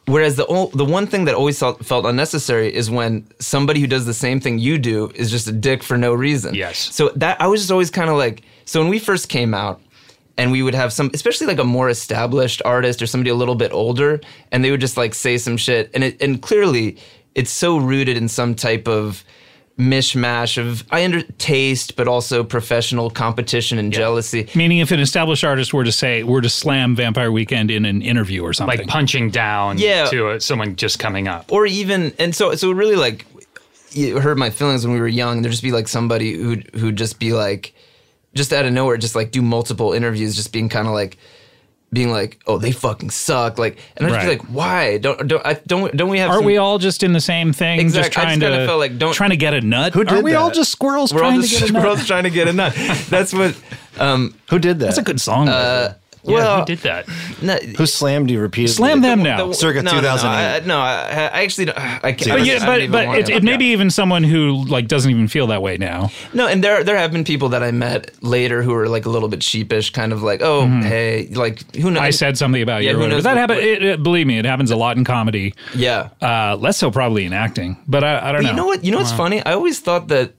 Speaker 4: whereas the ol- the one thing that always felt, felt unnecessary is when somebody who does the same thing you do is just a dick for no reason
Speaker 2: Yes.
Speaker 4: so that i was just always kind of like so when we first came out and we would have some especially like a more established artist or somebody a little bit older and they would just like say some shit and it and clearly it's so rooted in some type of mishmash of i under taste but also professional competition and jealousy
Speaker 1: Meaning, if an established artist were to say, were to slam Vampire Weekend in an interview or something,
Speaker 2: Like punching down
Speaker 4: Yeah.
Speaker 2: to uh someone just coming up.
Speaker 4: or even and so so really like it hurt my feelings when we were young there'd just be like somebody who who'd just be like just out of nowhere just like do multiple interviews just being kind of like being like oh they fucking suck like and i'd just be
Speaker 1: Right.
Speaker 4: like why don't don't I, don't don't we have
Speaker 1: aren't
Speaker 4: some-
Speaker 1: we all just in the same thing? Just
Speaker 4: Exact- I
Speaker 1: trying
Speaker 4: just kinda
Speaker 1: to
Speaker 4: felt like don't-
Speaker 1: trying to get a nut.
Speaker 5: Who did
Speaker 1: Aren't we all
Speaker 5: that?
Speaker 1: just squirrels
Speaker 4: we're
Speaker 1: trying
Speaker 4: all
Speaker 1: to get
Speaker 4: just
Speaker 1: a nut?
Speaker 4: we're all trying to get a nut that's what
Speaker 5: Who did that?
Speaker 1: That's a good
Speaker 4: Uh,
Speaker 1: song. by the way.
Speaker 2: Yeah,
Speaker 4: well
Speaker 2: who did that?
Speaker 4: no,
Speaker 5: Who slammed you repeatedly?
Speaker 1: Slam them
Speaker 4: the-
Speaker 1: now.
Speaker 5: Circa
Speaker 4: no, no, no,
Speaker 5: 2008.
Speaker 4: I- No, I, I actually don't. I can't.
Speaker 5: But
Speaker 4: I
Speaker 1: But
Speaker 4: don't-
Speaker 1: yeah,
Speaker 4: I don't
Speaker 1: but
Speaker 4: even
Speaker 1: but
Speaker 4: want
Speaker 1: it,
Speaker 4: to.
Speaker 1: it may be even someone who like doesn't even feel that way now.
Speaker 4: No, and there there have been people that I met later who were like a little bit sheepish, kind of like, oh, hey, like who knows?
Speaker 1: Mm-hmm. I said something about you.
Speaker 4: Yeah,
Speaker 1: or
Speaker 4: who
Speaker 1: whatever.
Speaker 4: knows
Speaker 1: That
Speaker 4: what-
Speaker 1: happened.
Speaker 4: what-
Speaker 1: It, it- believe me, it happens a lot in comedy.
Speaker 4: yeah.
Speaker 1: Uh, less so probably in acting. But I, I don't
Speaker 4: But
Speaker 1: know. Uh-huh.
Speaker 4: you know what? You know what's funny? I always thought that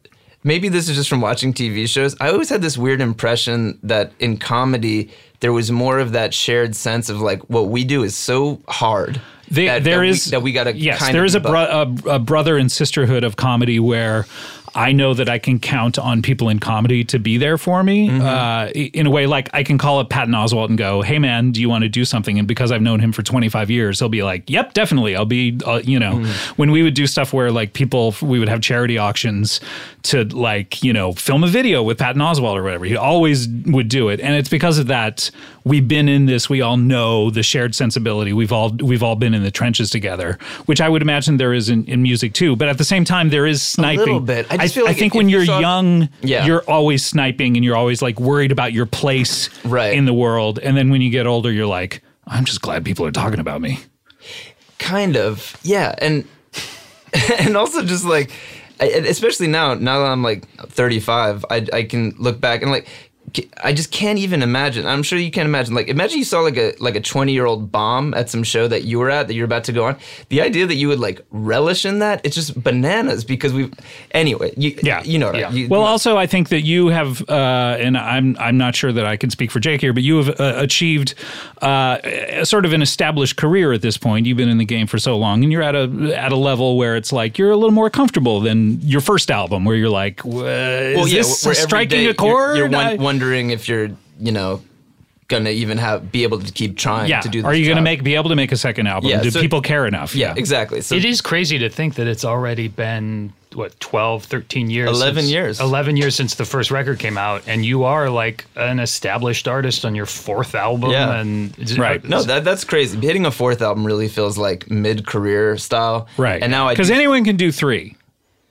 Speaker 4: maybe this is just from watching TV shows. I always had this weird impression that in comedy there was more of that shared sense of like what we do is so hard.
Speaker 1: They,
Speaker 4: that,
Speaker 1: there
Speaker 4: that
Speaker 1: is
Speaker 4: we, that we got to
Speaker 1: yes,
Speaker 4: Kind
Speaker 1: there
Speaker 4: of
Speaker 1: is a,
Speaker 4: debunk.
Speaker 1: bro- a, a brother and sisterhood of comedy where I know that I can count on people in comedy to be there for me
Speaker 4: Mm-hmm.
Speaker 1: uh, i- in a way like I can call up Patton Oswalt and go, "Hey man, do you want to do something?" And because I've known him for 25 years, he'll be like, "Yep, definitely. I'll be." Uh, you know,
Speaker 4: Mm-hmm.
Speaker 1: when we would do stuff where like people, we would have charity auctions to like you know film a video with Patton Oswalt or whatever. He always would do it, and it's because of that we've been in this. We all know the shared sensibility. We've all we've all been in the trenches together, which I would imagine there is in, in music too. But at the same time, there is sniping.
Speaker 4: little bit. I just feel like
Speaker 1: think
Speaker 4: if-
Speaker 1: when
Speaker 4: if you
Speaker 1: you're
Speaker 4: saw-
Speaker 1: young,
Speaker 4: Yeah.
Speaker 1: you're always sniping, and you're always like worried about your place
Speaker 4: Right.
Speaker 1: in the world. And then when you get older, you're like, I'm just glad people are talking about me.
Speaker 4: kind of yeah and and also just like I- and especially now now that i'm like 35 i, I can look back and like c- I just can't even imagine. I'm sure you can't imagine. Like, imagine you saw like a like a 20 year old bomb at some show that you were at that you're about to go on. The idea that you would like relish in that it's just bananas because we've anyway. You,
Speaker 2: Yeah.
Speaker 4: you know. Right?
Speaker 2: Yeah.
Speaker 4: You-
Speaker 1: Well, also, I think that you have, uh, and I'm I'm not sure that I can speak for Jake here, but you have uh, achieved uh, a- sort of an established career at this point. You've been in the game for so long, and you're at a at a level where it's like you're a little more comfortable than your first album, where you're like, "Wha- is
Speaker 4: Well, yeah,
Speaker 1: this
Speaker 4: where every
Speaker 1: striking
Speaker 4: day
Speaker 1: a chord?
Speaker 4: You're, you're won-
Speaker 1: I-
Speaker 4: wondering if you're, you know, gonna even have be able to keep trying
Speaker 1: yeah.
Speaker 4: to do. This
Speaker 1: Are you going to
Speaker 4: job.
Speaker 1: make be able to make a second album?
Speaker 4: Yeah,
Speaker 1: Do
Speaker 4: so-
Speaker 1: people care enough?
Speaker 4: Yeah, exactly. So
Speaker 2: It is crazy to think that it's already been what 12 13 years
Speaker 4: 11
Speaker 2: since-
Speaker 4: years.
Speaker 2: 11 years since the first record came out and you are like an established artist on your fourth album
Speaker 4: Yeah.
Speaker 2: and
Speaker 1: Right.
Speaker 4: no, that that's crazy. Hitting a fourth album really feels like mid-career style.
Speaker 1: Right.
Speaker 4: And now I
Speaker 1: because
Speaker 4: do-
Speaker 1: anyone can do three.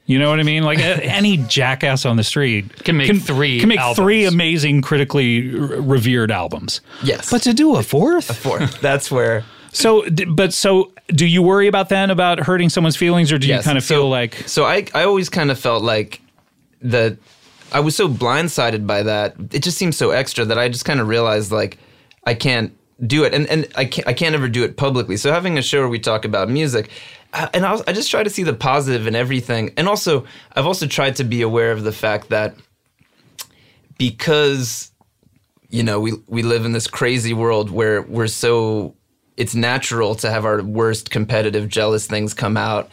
Speaker 1: You know what I mean? Like a- any jackass on the street
Speaker 2: Can make three
Speaker 1: can make three
Speaker 2: albums.
Speaker 1: amazing critically re- revered albums.
Speaker 4: Yes.
Speaker 1: but to do a fourth.
Speaker 4: fourth. That's where.
Speaker 1: So, d- but so do you worry about then about hurting someone's feelings, or do
Speaker 4: Yes,
Speaker 1: you kind of feel
Speaker 4: so-
Speaker 1: like
Speaker 4: So I I always kind of felt like that I was so blindsided by that. It just seemed so extra that I just kind of realized like I can't do it, and and I can't I can't ever do it publicly. So having a show where we talk about music. I- And I, was, I just try to see the positive in everything, and also I've also tried to be aware of the fact that because you know we we live in this crazy world where we're so it's natural to have our worst competitive jealous things come out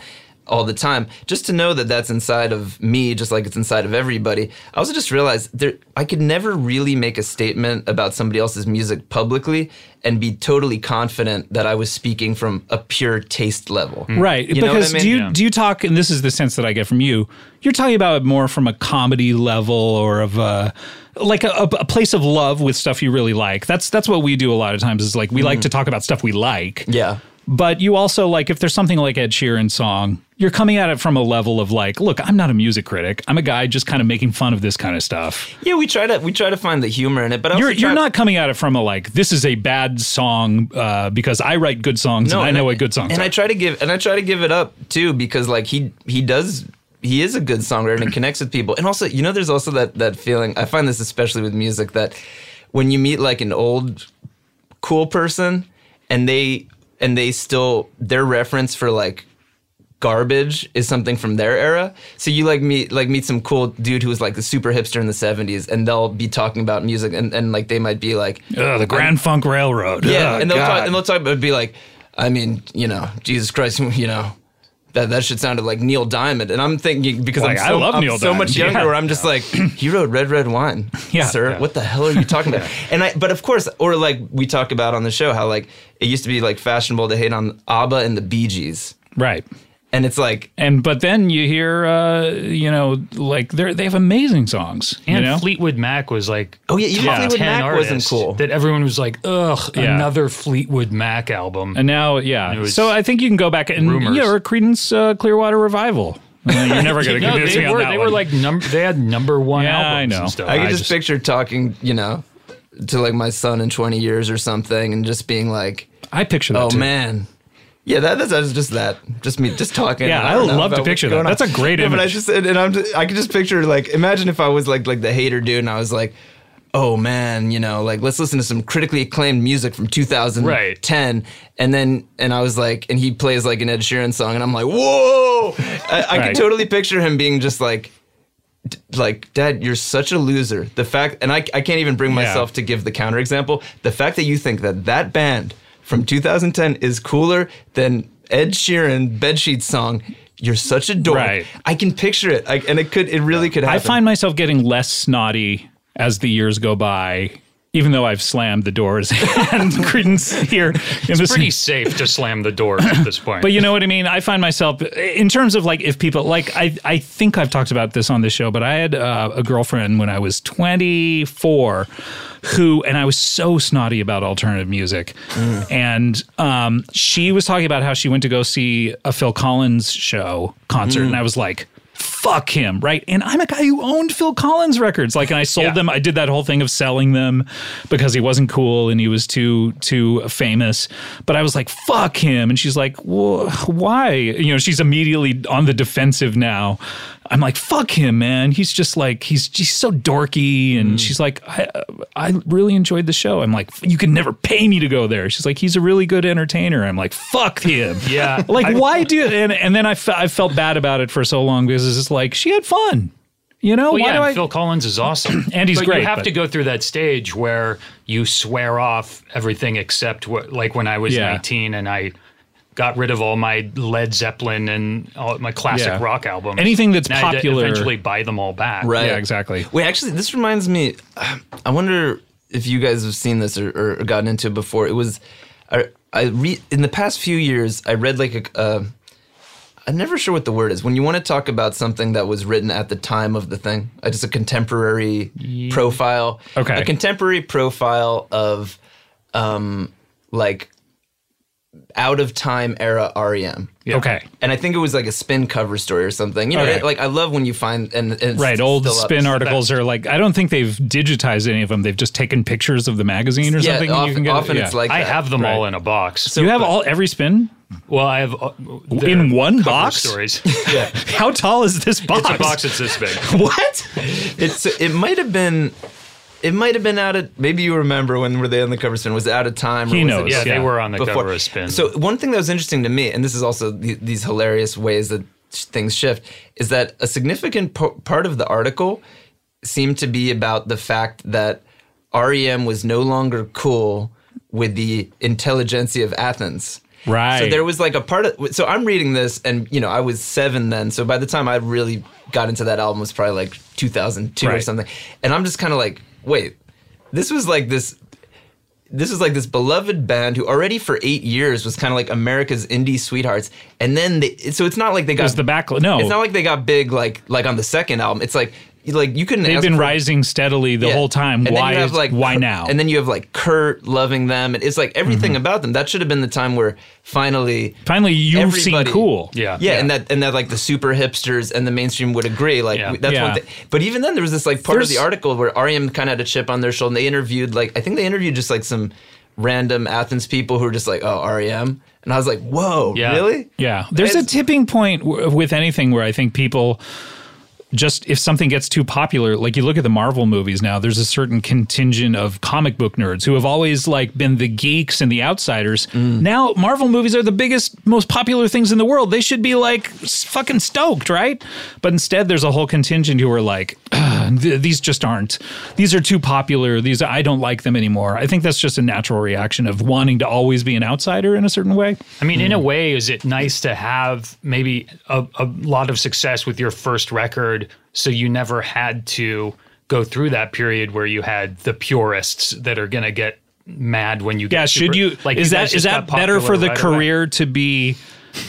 Speaker 4: all the time just to know that that's inside of me just like it's inside of everybody i also just realized there i could never really make a statement about somebody else's music publicly and be totally confident that i was speaking from a pure taste level
Speaker 1: right?
Speaker 4: You know what
Speaker 1: because
Speaker 4: I mean?
Speaker 1: do you
Speaker 2: Yeah.
Speaker 1: do you talk? And this is the sense that I get from you. You're talking about it more from a comedy level or of a like a, a, a place of love with stuff you really like. That's that's what we do a lot of times. Is like we
Speaker 4: Mm-hmm.
Speaker 1: like to talk about stuff we like.
Speaker 4: yeah
Speaker 1: But you also like if there's something like Ed Sheeran song, you're coming at it from a level of like, look, I'm not a music critic. I'm a guy just kind of making fun of this kind of stuff.
Speaker 4: yeah we try to we try to find the humor in it but I also
Speaker 1: You're you're
Speaker 4: try-
Speaker 1: not coming at it from a like this is a bad song uh, because I write good songs and I know what good songs
Speaker 4: And
Speaker 1: are.
Speaker 4: I try to give and I try to give it up too because like he he does he is a good songwriter and it connects with people. And also, you know, there's also that that feeling. I find this especially with music that when you meet like an old cool person and they and they still their reference for like garbage is something from their era. So you like meet like meet some cool dude who was like the super hipster in the 70s and they'll be talking about music and, and like they might be like
Speaker 1: Ugh, the Grand Funk Railroad.
Speaker 4: yeah,
Speaker 1: Ugh,
Speaker 4: and they'll
Speaker 1: God.
Speaker 4: talk, and they'll talk, but be like, I mean, you know, Jesus Christ, you know, that that shit sounded like Neil Diamond, and I'm thinking because
Speaker 1: Like,
Speaker 4: I'm
Speaker 1: I
Speaker 4: so,
Speaker 1: love
Speaker 4: am
Speaker 1: Neil
Speaker 4: so much
Speaker 1: Diamond,
Speaker 4: younger,
Speaker 1: yeah.
Speaker 4: where I'm just like, he wrote Red Red Wine,
Speaker 1: Yeah,
Speaker 4: sir.
Speaker 1: yeah.
Speaker 4: What the hell are you talking about? And I, but of course, or like we talk about on the show how like it used to be like fashionable to hate on ABBA and the Bee Gees,
Speaker 1: right.
Speaker 4: and it's like.
Speaker 1: And but then you hear, uh, you know, like they are they have amazing songs.
Speaker 2: and
Speaker 1: you know,
Speaker 2: Fleetwood Mac was like
Speaker 4: Oh yeah, even
Speaker 2: top
Speaker 4: Fleetwood
Speaker 2: 10
Speaker 4: Mac wasn't
Speaker 2: artist
Speaker 4: cool.
Speaker 2: that everyone was like ugh
Speaker 1: Yeah.
Speaker 2: another Fleetwood Mac album
Speaker 1: and now yeah.
Speaker 2: was
Speaker 1: So I think you can go back and
Speaker 2: rumors.
Speaker 1: yeah, or Credence uh, Clearwater Revival. Uh, you're never going to
Speaker 2: no,
Speaker 1: convince
Speaker 2: they
Speaker 1: me
Speaker 2: were
Speaker 1: on that
Speaker 2: they
Speaker 1: one.
Speaker 2: were like num- they had number one
Speaker 1: Yeah, I
Speaker 2: albums
Speaker 1: know.
Speaker 2: and stuff.
Speaker 4: I could
Speaker 1: Oh, I
Speaker 4: just,
Speaker 1: just-
Speaker 4: picture talking, you know, to like my son in 20 years or something, and just being like,
Speaker 1: I picture that.
Speaker 4: Oh
Speaker 1: too.
Speaker 4: man. Yeah, that, that's, that's just that. Just me, just talking.
Speaker 1: Yeah, I
Speaker 4: don't know
Speaker 1: love to
Speaker 4: about
Speaker 1: picture
Speaker 4: what's
Speaker 1: that.
Speaker 4: going
Speaker 1: That's a great
Speaker 4: No, But I
Speaker 1: image.
Speaker 4: just and, and I'm just, I could just picture like imagine if I was like like the hater dude and I was like, oh man, you know, like let's listen to some critically acclaimed music from 2010, and then and I was like, and he plays like an Ed Sheeran song, and I'm like, whoa, I, I
Speaker 1: Right.
Speaker 4: could totally picture him being just like. d- Like, Dad, you're such a loser. The fact, and I, I can't even bring myself to give the counterexample. The fact that you think that that band from 2010 is cooler than Ed Sheeran bedsheet song, you're such a dork.
Speaker 1: Right.
Speaker 4: I can picture it, I, and it could, it really could happen.
Speaker 1: I find myself getting less snotty as the years go by, even though I've slammed the doors and credence here. in this-
Speaker 2: pretty safe to slam the doors at this point.
Speaker 1: but you know what I mean? I find myself, in terms of like if people, like I, I think I've talked about this on this show, but I had uh, a girlfriend when I was 24 who, and I was so snotty about alternative music. And um, she was talking about how she went to go see a Phil Collins show concert. And I was like, fuck him, right? And I'm a guy who owned Phil Collins records. Like, and I sold
Speaker 2: Yeah.
Speaker 1: them. I did that whole thing of selling them because he wasn't cool and he was too too famous. But I was like, fuck him. And she's like, well, why? You know, she's immediately on the defensive now. I'm like, fuck him, man. He's just like he's he's so dorky,
Speaker 2: Mm.
Speaker 1: and she's like, I I really enjoyed the show. I'm like, you can never pay me to go there. She's like, he's a really good entertainer. I'm like, fuck him.
Speaker 2: Yeah.
Speaker 1: like why do and and then I fe- I felt bad about it for so long because it's just like she had fun. You know,
Speaker 2: Well,
Speaker 1: why
Speaker 2: yeah,
Speaker 1: do
Speaker 2: and
Speaker 1: I
Speaker 2: Phil Collins is awesome,
Speaker 1: And he's
Speaker 2: but
Speaker 1: great,
Speaker 2: You have
Speaker 1: but-
Speaker 2: to go through that stage where you swear off everything except what, like when I was
Speaker 1: Yeah.
Speaker 2: nineteen and I got rid of all my Led Zeppelin and all my classic
Speaker 1: Yeah.
Speaker 2: rock albums.
Speaker 1: Anything that's
Speaker 2: And I had to
Speaker 1: popular-
Speaker 2: eventually buy them all back.
Speaker 4: Right.
Speaker 1: Yeah, exactly.
Speaker 4: Wait, actually, this reminds me. I wonder if you guys have seen this or, or gotten into it before. It was, I, I re, in the past few years, I read like a. Uh, I'm never sure what the word is when you want to talk about something that was written at the time of the thing. Uh, just a contemporary profile.
Speaker 1: Okay.
Speaker 4: A contemporary profile of, um, like, out of time era E REM.
Speaker 1: Okay.
Speaker 4: And I think it was like a spin cover story or something. You know,
Speaker 1: Okay.
Speaker 4: it- like I love when you find and, and it's
Speaker 1: Right, old
Speaker 4: still up.
Speaker 1: spin articles are like I don't think they've digitized any of them. They've just taken pictures of the magazine or
Speaker 4: Yeah,
Speaker 1: something.
Speaker 4: often,
Speaker 1: and you can get,
Speaker 4: often
Speaker 1: yeah.
Speaker 4: it's like
Speaker 2: I
Speaker 4: that.
Speaker 2: have them all in a box.
Speaker 1: you have all every spin
Speaker 2: well, I have uh, they're
Speaker 1: in one
Speaker 2: cover
Speaker 1: box.
Speaker 2: Stories.
Speaker 1: How tall is this box?
Speaker 2: It's a box that's this big.
Speaker 4: what? It's it might have been. It might have been out of maybe you remember when were they on the cover of spin was it out of time.
Speaker 1: He
Speaker 4: was
Speaker 1: knows.
Speaker 4: It
Speaker 2: Yeah,
Speaker 1: Yeah.
Speaker 2: they were on the
Speaker 4: before?
Speaker 2: cover of Spin.
Speaker 4: So one thing that was interesting to me, and this is also the, these hilarious ways that sh- things shift, is that a significant po- part of the article seemed to be about the fact that REM was no longer cool with the intelligentsia of Athens. So
Speaker 1: Right.
Speaker 4: there was like a part of. So I'm reading this, and you know, I was seven then. So by the time I really got into that album was probably like 2002 or
Speaker 1: Right.
Speaker 4: something. And I'm just kind of like, wait, this was like this. This was like this beloved band who already for eight years was kind of like America's indie sweethearts, and then they, so it's not like they got
Speaker 1: Because the back. No,
Speaker 4: It's not like they got big like like on the second album. It's like like you couldn't.
Speaker 1: they've
Speaker 4: ask
Speaker 1: been
Speaker 4: for-
Speaker 1: rising steadily the
Speaker 4: yeah.
Speaker 1: whole time.
Speaker 4: And then
Speaker 1: why?
Speaker 4: you have, like,
Speaker 1: why
Speaker 4: Kurt-
Speaker 1: now? Mm-hmm.
Speaker 4: And then you have like Kurt loving them, and it's like everything about them. That should have been the time where finally
Speaker 1: finally you've seen
Speaker 4: everybody-
Speaker 1: cool.
Speaker 2: Yeah.
Speaker 4: yeah, and that and that like the super hipsters and the mainstream would agree. Like
Speaker 2: Yeah.
Speaker 4: that's
Speaker 1: Yeah.
Speaker 4: one thing. But even then, there was this like part of
Speaker 1: There's-
Speaker 4: the article where REM kind of had a chip on their shoulder. and They interviewed like I think they interviewed just like some random Athens people who were just like, oh REM, and I was like, whoa,
Speaker 2: Yeah.
Speaker 4: really?
Speaker 1: Yeah. There's a
Speaker 4: It's-
Speaker 1: tipping point w- with anything where I think people just if something gets too popular, like you look at the Marvel movies now, there's a certain contingent of comic book nerds who have always like been the geeks and the outsiders. Now Marvel movies are the biggest, most popular things in the world. They should be like s- fucking stoked, right? But instead, there's a whole contingent who are like, "Ugh, th- these just aren't. These are too popular. These I don't like them anymore. I think that's just a natural reaction of wanting to always be an outsider in a certain way.
Speaker 2: I mean, in
Speaker 1: Hmm.
Speaker 2: a way, is it nice to have maybe a, a lot of success with your first record so you never had to go through that period where you had the purists that are going to get mad when you get
Speaker 1: Yeah, should
Speaker 2: super-
Speaker 1: you like is
Speaker 2: you guys
Speaker 1: that is
Speaker 2: just
Speaker 1: that
Speaker 2: got
Speaker 1: better
Speaker 2: popular
Speaker 1: for the
Speaker 2: right away.
Speaker 1: career to be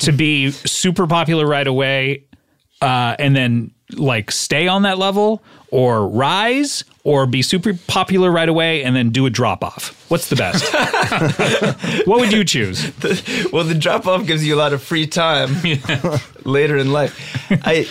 Speaker 1: to be super popular right away uh, and then like stay on that level or rise or be super popular right away and then do a drop off. What's the best? what would you choose?
Speaker 4: well, the drop off gives you a lot of free time later in life. I,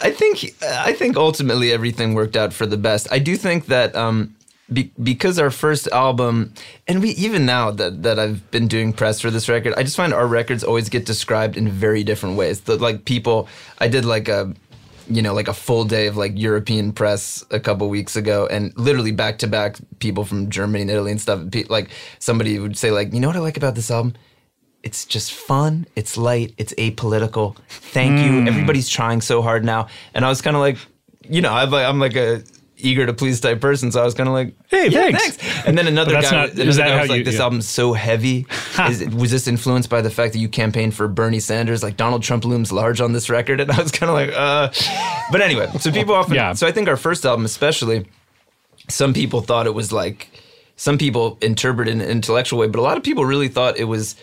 Speaker 4: I think, I think ultimately everything worked out for the best. I do think that um, be, because our first album, and we even now that that I've been doing press for this record, I just find our records always get described in very different ways. The, like people, I did like a. You know, like a full day of like European press a couple weeks ago, and literally back to back, people from Germany and Italy and stuff. pe- Like somebody would say, like, you know what I like about this album? it's just fun. It's light. It's apolitical. Thank
Speaker 1: Hmm.
Speaker 4: you. Everybody's trying so hard now. And I was kind of like, you know, I'm like, I'm like a eager to please type person. So I was kind of like,
Speaker 1: Hey, thanks.
Speaker 4: And then another
Speaker 1: But that's
Speaker 4: guy,
Speaker 1: not- is
Speaker 4: another
Speaker 1: that
Speaker 4: guy
Speaker 1: how
Speaker 4: was
Speaker 1: you-
Speaker 4: like, this
Speaker 1: yeah.
Speaker 4: album's so heavy. Is it- was this influenced by the fact that you campaigned for Bernie Sanders? Like Donald Trump looms large on this record. And I was kind of like, uh, but anyway, so people often,
Speaker 1: Yeah.
Speaker 4: so I think our first album, especially, some people thought it was like some people interpreted it in an intellectual way, but a lot of people really thought it was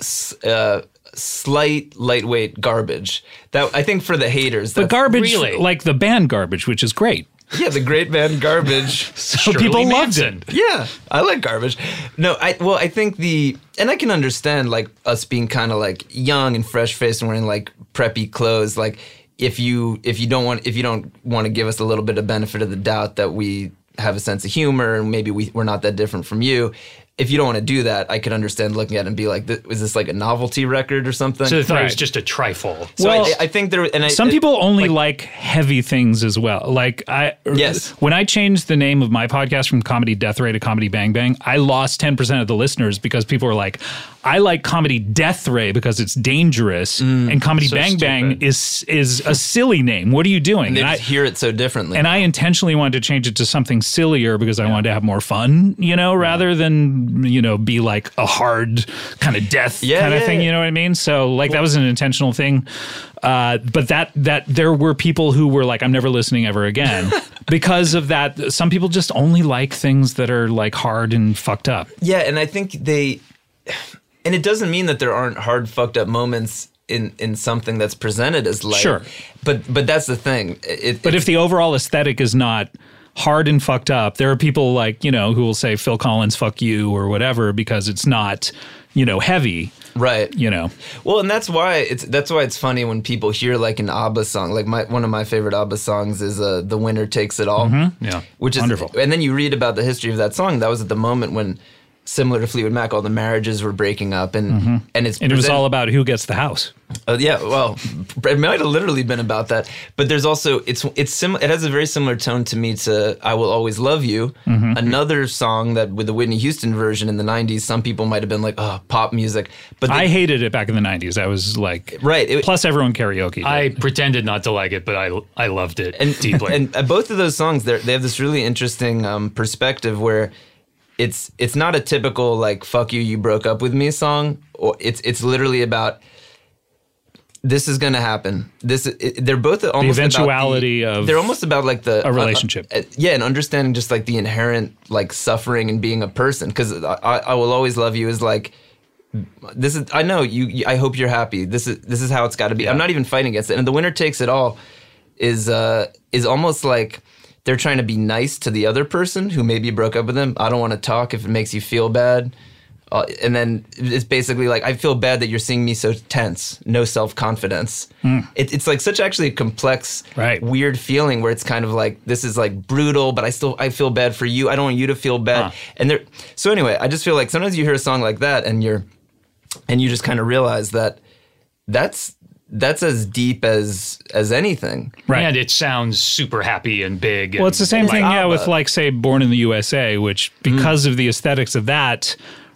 Speaker 4: s- uh, slight, lightweight garbage. That I think for the haters,
Speaker 1: But
Speaker 4: that's-
Speaker 1: garbage
Speaker 2: really?
Speaker 1: like the band garbage, which is great.
Speaker 4: yeah, the great man garbage.
Speaker 1: But
Speaker 2: Shirley
Speaker 1: people loved
Speaker 2: Manson.
Speaker 1: it.
Speaker 4: yeah, I like garbage. No, I well, I think the and I can understand like us being kind of like young and fresh faced and wearing like preppy clothes. Like if you if you don't want if you don't want to give us a little bit of benefit of the doubt that we have a sense of humor and maybe we, we're not that different from you. if you don't want to do that, I could understand looking at it and be like, "Th- "Is this like a novelty record or something?"
Speaker 2: So they thought it was
Speaker 1: Right.
Speaker 2: just a trifle.
Speaker 4: So I-
Speaker 1: Well,
Speaker 4: I, think there and I,
Speaker 1: Some people only like, heavy things as well. Like I
Speaker 4: Yes.
Speaker 1: when I changed the name of my podcast from Comedy Death Ray to Comedy Bang Bang, I lost 10% of the listeners because people were like, I like Comedy Death Ray because it's dangerous and Comedy
Speaker 2: so
Speaker 1: Bang Bang
Speaker 2: stupid.
Speaker 1: is is a silly name. What are you doing?
Speaker 4: they
Speaker 1: And I-
Speaker 4: just hear it so differently.
Speaker 1: and I intentionally wanted to change it to something sillier because I wanted to have more fun, you know, rather than you know be like a hard kind of death
Speaker 4: Yeah,
Speaker 1: kind of
Speaker 4: yeah,
Speaker 1: thing.
Speaker 4: yeah.
Speaker 1: You know what I mean? So like that was an intentional thing. Uh, but that that there were people who were like, I'm never listening ever again because of that. Some people just only like things that are like hard and fucked up.
Speaker 4: Yeah, and I think they, and it doesn't mean that there aren't hard fucked up moments in in something that's presented as light.
Speaker 1: Sure.
Speaker 4: but but that's the thing. It,
Speaker 1: But
Speaker 4: it-
Speaker 1: if the overall aesthetic is not hard and fucked up, there are people like, you know, who will say Phil Collins, fuck you, or whatever, because it's not, you know, heavy,
Speaker 4: right,
Speaker 1: you know.
Speaker 4: Well, and that's why it's that's why it's funny when people hear like an ABBA song. Like my one of my favorite ABBA songs is uh, "The Winner Takes It All."
Speaker 1: Mm-hmm. Yeah.
Speaker 4: which is
Speaker 1: Wonderful.
Speaker 4: And then you read about the history of that song. That was at the moment when, similar to Fleetwood Mac, all the marriages were breaking up, and and it's
Speaker 1: Mm-hmm. And it was
Speaker 4: presented-
Speaker 1: all about who gets the house.
Speaker 4: Uh, yeah, well, it might have literally been about that. But there's also it's it's sim- it has a very similar tone to me to "I Will Always Love You," another song that with the Whitney Houston version in the '90s, some people might have been like, "Oh, pop music," but they-
Speaker 1: I hated it back in the 90s. I was like,
Speaker 4: Right, it-
Speaker 1: plus, everyone karaoke.
Speaker 2: I pretended not to like it, but I I loved it
Speaker 4: and
Speaker 2: deeply.
Speaker 4: And uh, both of those songs, they they have this really interesting um, perspective where it's it's not a typical like "fuck you, you broke up with me" song. Or it's it's literally about this is going to happen. This it, they're both almost about
Speaker 1: eventuality of
Speaker 4: they're almost about like the
Speaker 1: a relationship.
Speaker 4: uh, uh, yeah, and understanding just like the inherent like suffering and being a person. Because I, I I will always love you is like this is I know you, you I hope you're happy. This is this is how it's got to be. I'm not even fighting against it. And the winner takes it all is uh is almost like they're trying to be nice to the other person who maybe broke up with them. I don't want to talk if it makes you feel bad. Uh, and then it's basically like I feel bad that you're seeing me so tense, no self confidence. It, it's like such actually a complex,
Speaker 1: Right.
Speaker 4: weird feeling where it's kind of like this is like brutal, but I still I feel bad for you. I don't want you to feel bad. And there, so anyway, I just feel like sometimes you hear a song like that and you're and you just kind of realize that that's that's as deep as as anything.
Speaker 1: right.
Speaker 2: And it sounds super happy and big.
Speaker 1: well,
Speaker 2: and
Speaker 1: it's the same
Speaker 2: like- uh, Mm-hmm.
Speaker 1: thing, yeah,
Speaker 4: ABBA.
Speaker 1: with like, say, Born in the USA, which because of the aesthetics of that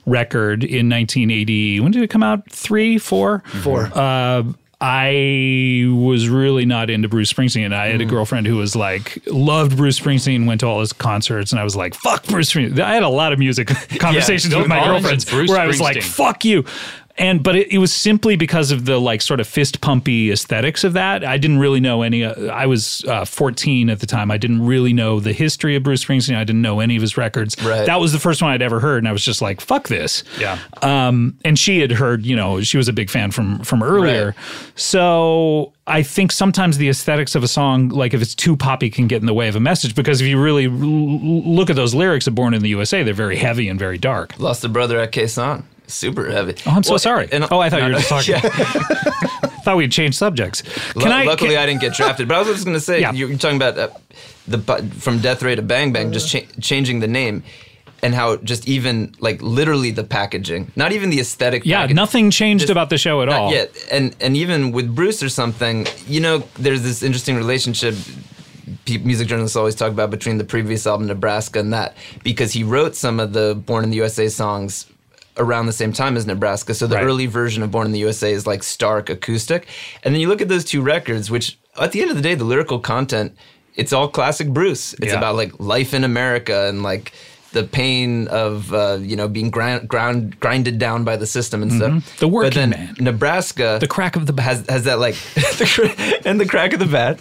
Speaker 1: record in 1980, when did it come out? Three, four? Four. Uh, I was really not into Bruce Springsteen. I
Speaker 2: Mm.
Speaker 1: had a girlfriend who was like, loved Bruce Springsteen, went to all his concerts, and I was like, fuck Bruce Springsteen. I had a lot of music conversations
Speaker 2: Bill
Speaker 1: with my
Speaker 2: Collins
Speaker 1: girlfriends
Speaker 2: and Bruce
Speaker 1: where I was like,
Speaker 2: Springsteen.
Speaker 1: fuck you. And but it, it was simply because of the like sort of fist pumpy aesthetics of that. I didn't really know any. Uh, I was uh, 14 at the time. I didn't really know the history of Bruce Springsteen. I didn't know any of his records.
Speaker 4: Right.
Speaker 1: That was the first one I'd ever heard, and I was just like, "Fuck this."
Speaker 2: Yeah.
Speaker 1: Um, and she had heard, you know, she was a big fan from from earlier.
Speaker 4: Right.
Speaker 1: So I think sometimes the aesthetics of a song, like if it's too poppy, can get in the way of a message. Because if you really l- l- look at those lyrics of "Born in the USA," they're very heavy and very dark.
Speaker 4: Lost a brother at Quezon. Super heavy.
Speaker 1: Oh, I'm so sorry. oh, I thought you were just talking. thought we'd change subjects. Can I?
Speaker 4: luckily,
Speaker 1: can-
Speaker 4: I didn't get drafted. But I was just going to say,
Speaker 1: Yeah.
Speaker 4: you- you're talking about uh, the bu- from Death Ray to Bang Bang, just cha- changing the name, and how just even like literally the packaging, not even the aesthetic.
Speaker 1: yeah,
Speaker 4: packaging.
Speaker 1: nothing changed about the show at
Speaker 4: Not
Speaker 1: all.
Speaker 4: yet. And and even with Bruce or something, you know, there's this interesting relationship. pe- Music journalists always talk about between the previous album Nebraska and that because he wrote some of the Born in the USA songs around the same time as Nebraska. So the
Speaker 1: Right.
Speaker 4: early version of Born in the USA is like stark acoustic, and then you look at those two records, which at the end of the day, the lyrical content it's all classic Bruce. It's
Speaker 1: Yeah.
Speaker 4: about like life in America and like the pain of uh, you know being grind, ground grinded down by the system and stuff.
Speaker 1: Mm-hmm. The working
Speaker 4: but then
Speaker 1: man.
Speaker 4: Nebraska
Speaker 1: The crack of the bat.
Speaker 4: has has that like the cra- and the crack of the bat.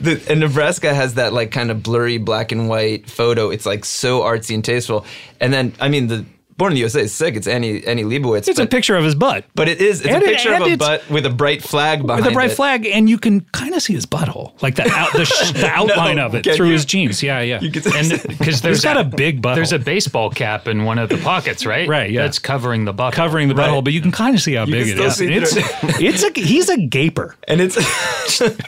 Speaker 4: The, and Nebraska has that like kind of blurry black and white photo. It's like so artsy and tasteful. And then I mean the Born in the USA is sick. It's Annie Annie Leibovitz.
Speaker 1: It's a
Speaker 4: but-
Speaker 1: picture of his butt,
Speaker 4: But it is. It's
Speaker 1: And
Speaker 4: a
Speaker 1: it-
Speaker 4: picture
Speaker 1: and
Speaker 4: of a
Speaker 1: it's-
Speaker 4: butt with a bright flag behind
Speaker 1: with a bright
Speaker 4: it.
Speaker 1: flag, and you can kind of see his butthole, like the out, the, sh- the outline of it
Speaker 4: can
Speaker 1: through
Speaker 4: you?
Speaker 1: his jeans. Yeah, yeah.
Speaker 2: and because there's
Speaker 1: got a big butthole.
Speaker 2: There's a baseball cap in one of the pockets, right?
Speaker 1: Right, yeah.
Speaker 2: That's covering the butthole.
Speaker 1: Covering the butthole, but you can kind of see how big
Speaker 4: can
Speaker 1: it
Speaker 4: still
Speaker 1: is.
Speaker 4: see
Speaker 1: It's it's a he's a gaper.
Speaker 4: and it's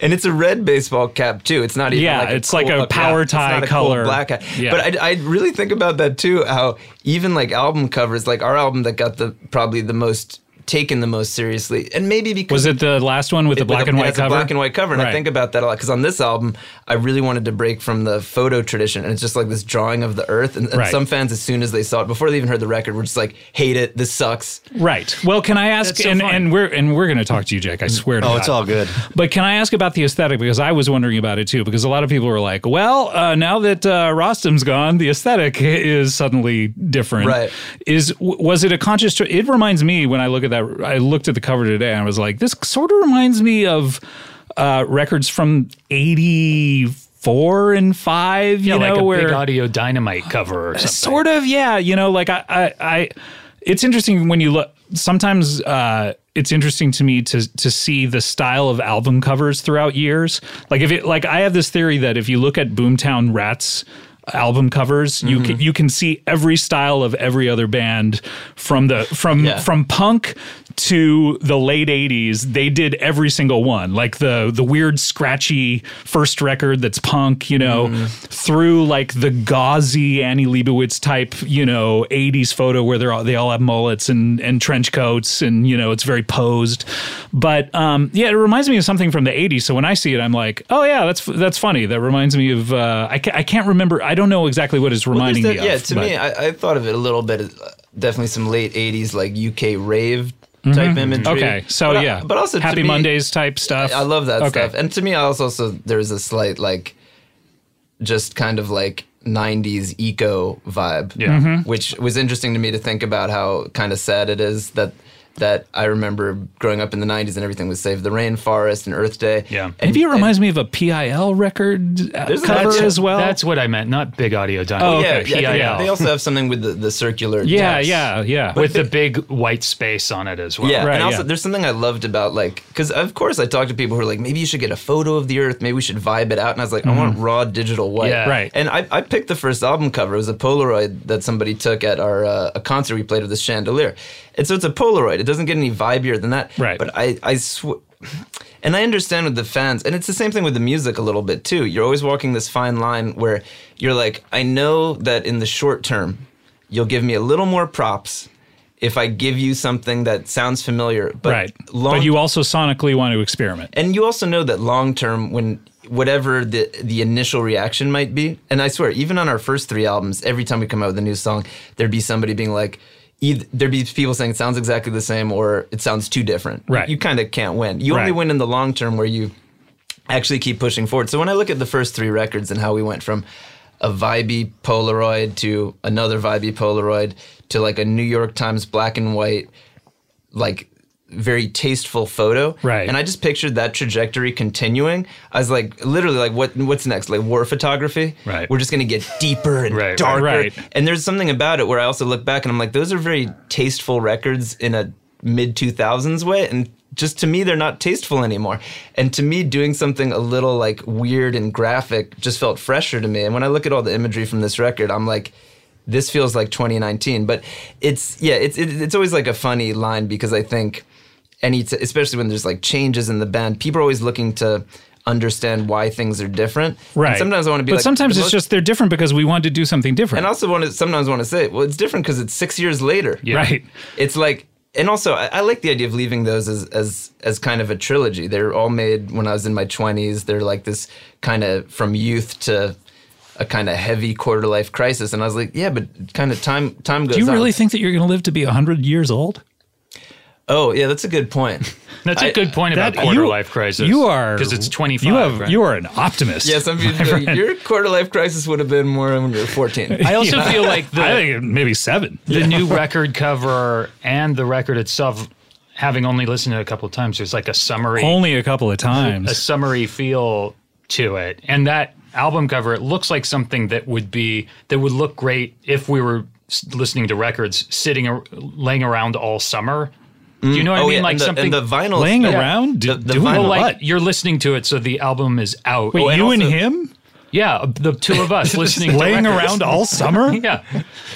Speaker 4: and it's a red baseball cap too. It's not even
Speaker 1: Yeah,
Speaker 4: like a
Speaker 1: it's like
Speaker 4: cool-
Speaker 1: a power
Speaker 4: it's not
Speaker 1: tie
Speaker 4: a cool
Speaker 1: color.
Speaker 4: black. hat.
Speaker 1: Yeah.
Speaker 4: But I, I really think about that too. How now, even like album covers, like our album that got the probably the most taken the most seriously, and maybe because
Speaker 1: Was it the last one with the
Speaker 4: with
Speaker 1: black
Speaker 4: a-
Speaker 1: and
Speaker 4: yeah,
Speaker 1: white
Speaker 4: it's a
Speaker 1: cover?
Speaker 4: black and white cover, and I
Speaker 1: Right.
Speaker 4: think about that a lot because on this album, I really wanted to break from the photo tradition, and it's just like this drawing of the Earth. And, and
Speaker 1: Right.
Speaker 4: some fans, as soon as they saw it, before they even heard the record, were just like, "Hate it, this sucks."
Speaker 1: Right. Well, can I ask?
Speaker 2: That's so
Speaker 1: and,
Speaker 2: fun.
Speaker 1: and we're and we're going to talk to you, Jake. I swear to
Speaker 5: Oh,
Speaker 1: God.
Speaker 5: it's all good.
Speaker 1: But can I ask about the aesthetic? Because I was wondering about it too. Because a lot of people were like, "Well, uh, now that uh, Rostam's gone, the aesthetic is suddenly different."
Speaker 4: Right.
Speaker 1: Is w- was it a conscious? cho- it reminds me when I look at that. I looked at the cover today, and I was like, "This sort of reminds me of uh, records from '84 and five.
Speaker 2: Yeah,
Speaker 1: you know,
Speaker 2: like a
Speaker 1: where
Speaker 2: big audio dynamite cover or something.
Speaker 1: sort of yeah you know like i i, I it's interesting when you look sometimes uh it's interesting to me to to see the style of album covers throughout years like if it like i have this theory that if you look at boomtown rats album covers you can you can see every style of every other band from the from
Speaker 4: Yeah.
Speaker 1: from punk to the late 80s they did every single one like the the weird scratchy first record that's punk you know
Speaker 4: Mm-hmm.
Speaker 1: through like the gauzy annie leibovitz type you know 80s photo where they're all they all have mullets and and trench coats and you know it's very posed but um yeah it reminds me of something from the 80s so when i see it i'm like oh yeah that's that's funny that reminds me of uh i, ca- I can't remember i don't know exactly what it's
Speaker 4: Well,
Speaker 1: reminding
Speaker 4: there's
Speaker 1: me
Speaker 4: that-
Speaker 1: of
Speaker 4: Yeah, to
Speaker 1: but-
Speaker 4: me, I, I thought of it a little bit. as, uh, Definitely some late '80s like UK rave type imagery.
Speaker 1: Mm-hmm. Okay, so
Speaker 4: But I-
Speaker 1: yeah,
Speaker 4: but also to
Speaker 1: Happy
Speaker 4: me-
Speaker 1: Mondays type stuff.
Speaker 4: I love that
Speaker 1: Okay.
Speaker 4: stuff. And to me, I also, also there's a slight like, just kind of like '90s eco vibe,
Speaker 2: Yeah.
Speaker 1: Mm-hmm.
Speaker 4: which was interesting to me to think about how kind of sad it is that that I remember growing up in the '90s and everything was Save the Rainforest and Earth Day.
Speaker 2: Yeah.
Speaker 4: and,
Speaker 1: Maybe it reminds me of a PIL record uh,
Speaker 4: There's a-
Speaker 1: cover
Speaker 4: that's-
Speaker 1: as well.
Speaker 2: That's what I meant, not big audio dynamite.
Speaker 1: Oh,
Speaker 4: yeah,
Speaker 1: okay,
Speaker 4: yeah, they-
Speaker 2: PIL.
Speaker 4: They also have something with the, the circular.
Speaker 1: yeah,
Speaker 4: dash.
Speaker 1: yeah, yeah.
Speaker 2: with the big white space on it as well.
Speaker 4: Yeah,
Speaker 1: Right,
Speaker 4: and also
Speaker 1: yeah.
Speaker 4: there's something I loved about like because of course I talked to people who are like maybe you should get a photo of the Earth, maybe we should vibe it out, and I was like I want raw digital white,
Speaker 2: Yeah.
Speaker 1: Mm-hmm. Right.
Speaker 4: And I, I picked the first album cover. It was a Polaroid that somebody took at our uh, a concert we played with this chandelier, and so it's a Polaroid. It doesn't get any vibier than that,
Speaker 1: Right.
Speaker 4: But I I sw- and I understand with the fans, and it's the same thing with the music a little bit too. You're always walking this fine line where you're like I know that in the short term you'll give me a little more props if I give you something that sounds familiar, but
Speaker 1: right.
Speaker 4: long
Speaker 1: but you also sonically want to experiment.
Speaker 4: and you also know that long term when whatever the the initial reaction might be and i swear even on our first three albums every time we come out with a new song there'd be somebody being like either, there'd be people saying it sounds exactly the same or it sounds too different
Speaker 1: Right.
Speaker 4: you, kind of can't win you only
Speaker 1: Right.
Speaker 4: win in the long term where you actually keep pushing forward so when i look at the first three records and how we went from a vibey polaroid to another vibey polaroid to like a new york times black and white like very tasteful photo.
Speaker 1: Right.
Speaker 4: And I just pictured that trajectory continuing. I was like, literally, like, what what's next? Like war photography.
Speaker 2: Right.
Speaker 4: We're just gonna get deeper and
Speaker 2: Right, right,
Speaker 4: darker.
Speaker 1: right.
Speaker 4: And there's something about it where I also look back and I'm like, those are very tasteful records in a mid 2000s way. And just to me, they're not tasteful anymore. And to me, doing something a little like weird and graphic just felt fresher to me. And when I look at all the imagery from this record, I'm like, this feels like 2019. But it's, yeah, it's, it, it's always like a funny line because I think any, t- especially when there's like changes in the band, people are always looking to understand why things are different. And
Speaker 1: Right.
Speaker 4: sometimes I want to be
Speaker 1: But
Speaker 4: like,
Speaker 1: sometimes
Speaker 4: the
Speaker 1: it's
Speaker 4: most-
Speaker 1: just they're different because we want to do something different.
Speaker 4: and also want to sometimes want to say, well, it's different because it's six years later.
Speaker 2: Yeah.
Speaker 1: Right.
Speaker 4: It's like, and also I, I like the idea of leaving those as as as kind of a trilogy. They're all made when I was in my twenties. They're like this kind of from youth to a kind of heavy quarter life crisis. And I was like, yeah, but kind of time time goes.
Speaker 1: Do you
Speaker 4: on.
Speaker 1: really think that you're going to live to be 100 years old?
Speaker 4: Oh yeah, that's a good point.
Speaker 2: That's a good point about
Speaker 1: That-
Speaker 2: quarter
Speaker 1: you-
Speaker 2: life crisis.
Speaker 1: You are
Speaker 2: because it's twenty five.
Speaker 1: You have you are an optimist.
Speaker 4: Yeah, some people think your quarter life crisis would have been more when you were fourteen.
Speaker 2: I also feel like the
Speaker 1: I think maybe seven.
Speaker 2: the new record cover and the record itself, having only listened to it a couple of times, there's like a summary,
Speaker 1: Only a couple of
Speaker 2: a
Speaker 1: times.
Speaker 2: summary feel to it, and that album cover it looks like something that would be that would look great if we were s- listening to records sitting ar- laying around all summer. Do
Speaker 1: Mm.
Speaker 2: you
Speaker 1: Oh,
Speaker 2: know what I mean?
Speaker 4: Oh, yeah,
Speaker 2: like
Speaker 4: and the,
Speaker 2: something
Speaker 4: and the vinyl
Speaker 1: Laying
Speaker 4: stuff.
Speaker 1: around, do,
Speaker 4: The- the
Speaker 1: doing
Speaker 4: vinyl-
Speaker 2: Well, like
Speaker 1: what?
Speaker 2: you're listening to it, so the album is out.
Speaker 1: Wait,
Speaker 2: Oh, and
Speaker 1: you and
Speaker 2: also-
Speaker 1: him
Speaker 2: yeah, uh, the two of us listening, to
Speaker 1: laying
Speaker 2: records.
Speaker 1: around all summer?
Speaker 2: Yeah.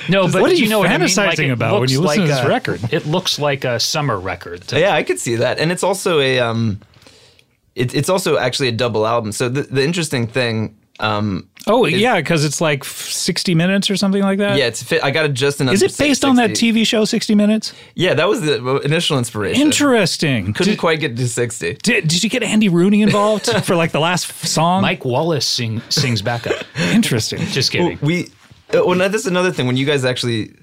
Speaker 2: No, but
Speaker 1: what are
Speaker 2: do
Speaker 1: you
Speaker 2: know what I mean? Like,
Speaker 1: fantasizing
Speaker 2: it
Speaker 1: about when
Speaker 2: looks
Speaker 1: you listen to this
Speaker 2: a-
Speaker 1: record?
Speaker 2: It looks like a summer record. to-
Speaker 4: Yeah, I could see that, and it's also a um, it, it's also actually a double album. So the, the interesting thing
Speaker 1: Oh yeah, because it's like f- sixty minutes or something like that.
Speaker 4: Yeah, it's fit. I got it just enough.
Speaker 1: Is it based on that TV show Sixty Minutes?
Speaker 4: Yeah, that was the initial inspiration.
Speaker 1: Interesting.
Speaker 4: Couldn't
Speaker 1: Did,
Speaker 4: quite get to sixty.
Speaker 1: did, did you get Andy Rooney involved for like the last f- song?
Speaker 2: Mike Wallace sing, sings backup.
Speaker 1: Interesting.
Speaker 2: Just kidding.
Speaker 4: We uh, well, now this is another thing. When you guys actually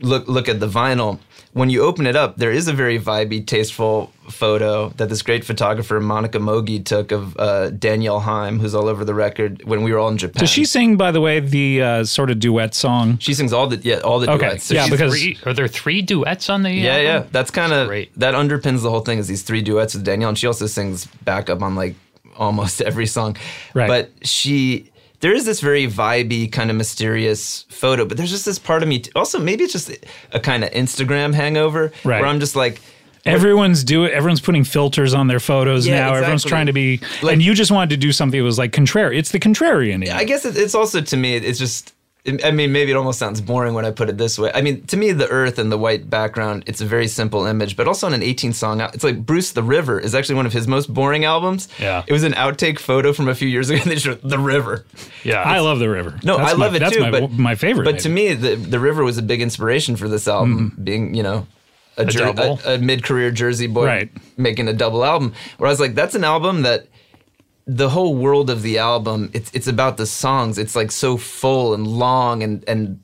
Speaker 4: look look at the vinyl, when you open it up, there is a very vibey, tasteful photo that this great photographer Monica Mogi took of uh, Danielle Heim, who's all over the record. When we were all in Japan,
Speaker 1: Does she sing, by the way, the uh, sort of duet song?
Speaker 4: She sings all the yeah all the
Speaker 1: Okay,
Speaker 4: duets. So
Speaker 1: yeah,
Speaker 4: she's-
Speaker 1: because-
Speaker 2: Three, are there three duets on the?
Speaker 4: yeah,
Speaker 2: album?
Speaker 1: Oh.
Speaker 4: yeah. That's kind of
Speaker 2: great.
Speaker 4: that underpins the whole thing is these three duets with Danielle, and she also sings backup on like almost every song.
Speaker 1: Right.
Speaker 4: But she there is this very vibey kind of mysterious photo, but there's just this part of me. T- also, maybe it's just a kind of Instagram hangover
Speaker 1: Right.
Speaker 4: where I'm just like.
Speaker 1: Everyone's do it. Everyone's putting filters on their photos
Speaker 4: Yeah,
Speaker 1: now. Everyone's
Speaker 4: exactly.
Speaker 1: trying to be,
Speaker 4: Like-
Speaker 1: and you just wanted to do something that was like contrary. It's the contrarian. in you.
Speaker 4: I guess it, it's also to me, it's just. I mean, maybe it almost sounds boring when I put it this way. I mean, to me, the Earth and the white background, it's a very simple image, but also on an 18 song, al- it's like Bruce the River is actually one of his most boring albums.
Speaker 2: Yeah.
Speaker 4: It was an outtake photo from a few years ago, and they just wrote, The River.
Speaker 2: yeah.
Speaker 1: I love the river.
Speaker 4: No,
Speaker 1: That's
Speaker 4: I
Speaker 1: my-
Speaker 4: love it
Speaker 1: that's
Speaker 4: too.
Speaker 1: my,
Speaker 4: but
Speaker 1: my favorite. Mm-hmm.
Speaker 4: But to
Speaker 1: maybe.
Speaker 4: me, the the river was a big inspiration for this album, being you know a, jer-
Speaker 2: double.
Speaker 4: a, a mid career Jersey boy
Speaker 1: Right.
Speaker 4: making a double album. Where I was like, that's an album that the whole world of the album it's it's about the songs. It's like so full and long and and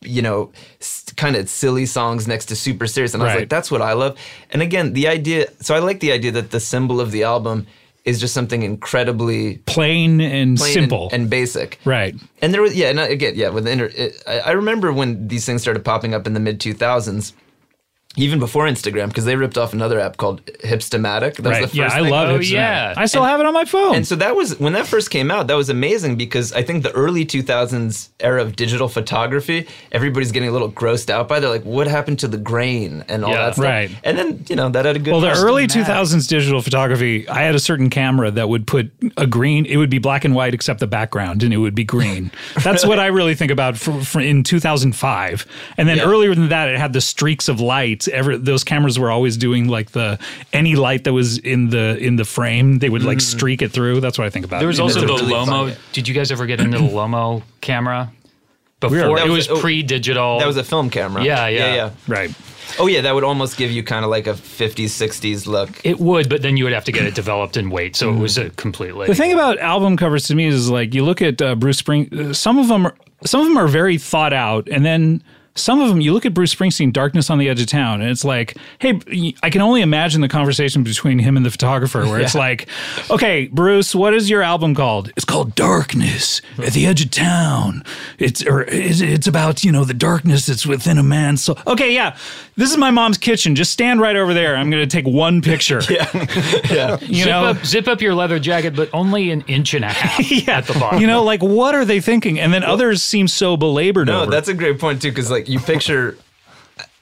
Speaker 4: you know s- kind of silly songs next to super serious. And I was
Speaker 1: Right.
Speaker 4: like, that's what I love. And again, the idea. So I like the idea that the symbol of the album is just something incredibly
Speaker 1: plain and
Speaker 4: plain and-
Speaker 1: simple.
Speaker 4: and, basic.
Speaker 1: right.
Speaker 4: And there was yeah, and I- again yeah, with the inter- it, I, I remember when these things started popping up in the mid two thousands, even before Instagram, because they ripped off another app called Hipstamatic. That was the
Speaker 1: Right.
Speaker 4: first
Speaker 1: Yeah, I
Speaker 4: thing.
Speaker 1: love
Speaker 2: Oh,
Speaker 1: it. Hipster
Speaker 2: yeah.
Speaker 1: Matter. I still have it on my phone.
Speaker 4: And so that was when that first came out. That was amazing because I think the early 2000s era of digital photography, everybody's getting a little grossed out by. They're like, "What happened to the grain and all
Speaker 2: Yeah.
Speaker 4: that stuff?"
Speaker 1: Right.
Speaker 4: And then you know that had a good.
Speaker 1: Well, the
Speaker 4: first
Speaker 1: early
Speaker 4: mad.
Speaker 1: 2000s digital photography, I had a certain camera that would put a green, it would be black and white except the background, and it would be green. That's what I really think about for, for in 2005. And then
Speaker 4: Yeah.
Speaker 1: earlier than that, it had the streaks of light. Ever those cameras were always doing like the any light that was in the in the frame, they would like streak it through. That's what I think about.
Speaker 2: Mm. There was
Speaker 1: in
Speaker 2: also the
Speaker 4: they're really
Speaker 2: Lomo.
Speaker 4: fun.
Speaker 2: Did you guys ever get into the Lomo camera? Before
Speaker 4: That
Speaker 2: it was
Speaker 4: was a- oh,
Speaker 2: pre-digital.
Speaker 4: That was a film camera.
Speaker 2: Yeah, yeah.
Speaker 4: yeah, yeah.
Speaker 1: right.
Speaker 4: Oh yeah, that would almost give you kind of like a 50s, 60s look.
Speaker 2: It would, but then you would have to get it developed and wait. So it was a
Speaker 1: Mm.
Speaker 2: completely.
Speaker 1: The thing about album covers to me is like you look at uh, Bruce Spring. uh, Some of them, are, some of them are very thought out, and then some of them you look at Bruce Springsteen, "Darkness on the Edge of Town," and it's like, hey, I can only imagine the conversation between him and the photographer, where it's like, okay, Bruce, what is your album called? It's called Darkness at the Edge of Town. It's or it's, it's about you know the darkness that's within a man's soul. Okay, yeah, this is my mom's kitchen. Just stand right over there. I'm gonna take one picture. yeah, You
Speaker 2: zip,
Speaker 1: know,
Speaker 2: up, zip up your leather jacket, but only an inch and a half at the bottom.
Speaker 1: you know, like what are they thinking? And then others seem so belabored.
Speaker 4: No,
Speaker 1: over.
Speaker 4: that's a great point too, because like you picture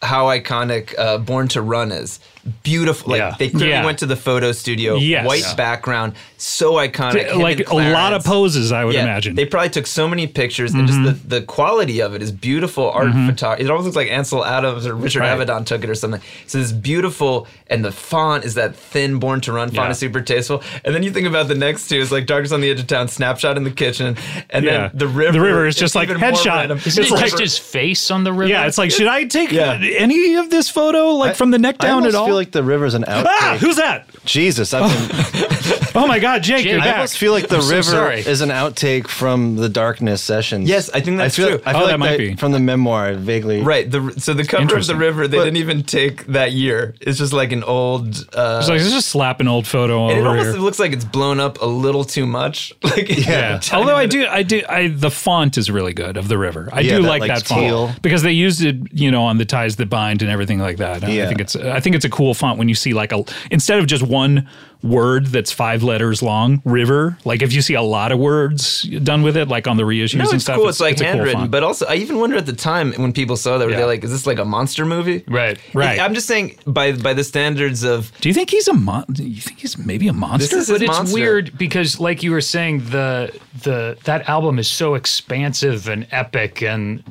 Speaker 4: how iconic uh, "Born to Run" is. Beautiful, like
Speaker 2: Yeah.
Speaker 4: they clearly
Speaker 1: Yeah.
Speaker 4: went to the photo studio.
Speaker 1: Yes.
Speaker 4: White
Speaker 1: Yeah.
Speaker 4: background, so iconic. Him and
Speaker 1: like a lot of
Speaker 4: Clarence.
Speaker 1: poses, I would imagine. Mm-hmm.
Speaker 4: They probably took so many pictures, and just the, the quality of it is beautiful art photography. It almost looks like Ansel Adams or Richard
Speaker 1: Right.
Speaker 4: Avedon took it or something. So it's beautiful, and the font is that thin Born to Run font,
Speaker 2: Yeah.
Speaker 4: is super tasteful. And then you think about the next two, it's like Darkness on the Edge of Town, Snapshot in the Kitchen, and
Speaker 1: Yeah.
Speaker 4: then the river.
Speaker 1: The river is just like
Speaker 4: even more
Speaker 1: headshot.
Speaker 4: random.
Speaker 1: It's
Speaker 2: Isn't it
Speaker 1: like-
Speaker 2: just his face on the river?
Speaker 1: yeah, it's like, should I take
Speaker 5: Yeah.
Speaker 1: any of this photo, like from the neck down
Speaker 5: I
Speaker 1: at
Speaker 5: almost
Speaker 1: all?
Speaker 5: feel like the river's an outtake.
Speaker 1: ah, who's that?
Speaker 5: Jesus, I've been,
Speaker 1: Oh my God, Jake,
Speaker 2: Jake,
Speaker 1: you're
Speaker 2: I
Speaker 5: I
Speaker 1: back.
Speaker 5: almost feel like the
Speaker 2: I'm so
Speaker 5: river
Speaker 2: sorry.
Speaker 5: is an outtake from the darkness sessions.
Speaker 4: Yes, I think that's
Speaker 5: I feel,
Speaker 4: true.
Speaker 5: I feel
Speaker 1: Oh,
Speaker 5: like
Speaker 1: that might be.
Speaker 5: from the memoir I vaguely.
Speaker 4: Right. The, so the cover of the
Speaker 1: interesting.
Speaker 4: river, they
Speaker 5: But-
Speaker 4: didn't even take that year. It's just like an old. Uh,
Speaker 1: It's like, let's just slap an old photo
Speaker 4: and it
Speaker 1: over
Speaker 4: almost
Speaker 1: here.
Speaker 4: looks like it's blown up a little too much. Like
Speaker 1: Yeah. Although I do, I do, I the font is really good of the river. I
Speaker 5: Yeah,
Speaker 1: do
Speaker 5: that,
Speaker 1: like
Speaker 5: like,
Speaker 1: that font
Speaker 5: teal.
Speaker 1: because they used it, you know, on the ties that bind and everything like that. I- I
Speaker 5: Yeah.
Speaker 1: think it's, I think it's a cool font when you see like a instead of just one word that's five letters long, river. Like if you see a lot of words done with it, like on the reissues
Speaker 4: No,
Speaker 1: and
Speaker 4: it's
Speaker 1: stuff.
Speaker 4: cool. It's, like
Speaker 1: a cool
Speaker 4: handwritten,
Speaker 1: font.
Speaker 4: but also I even wonder at the time when people saw that, were
Speaker 2: Yeah.
Speaker 4: they like, "Is this like a monster movie?"
Speaker 2: Right.
Speaker 1: Right.
Speaker 4: I'm just saying by by the standards of
Speaker 1: do you think he's a mon? do You think he's maybe a monster?
Speaker 4: is his
Speaker 2: but it's
Speaker 4: monster.
Speaker 2: weird because, like you were saying, the the that album is so expansive and epic, and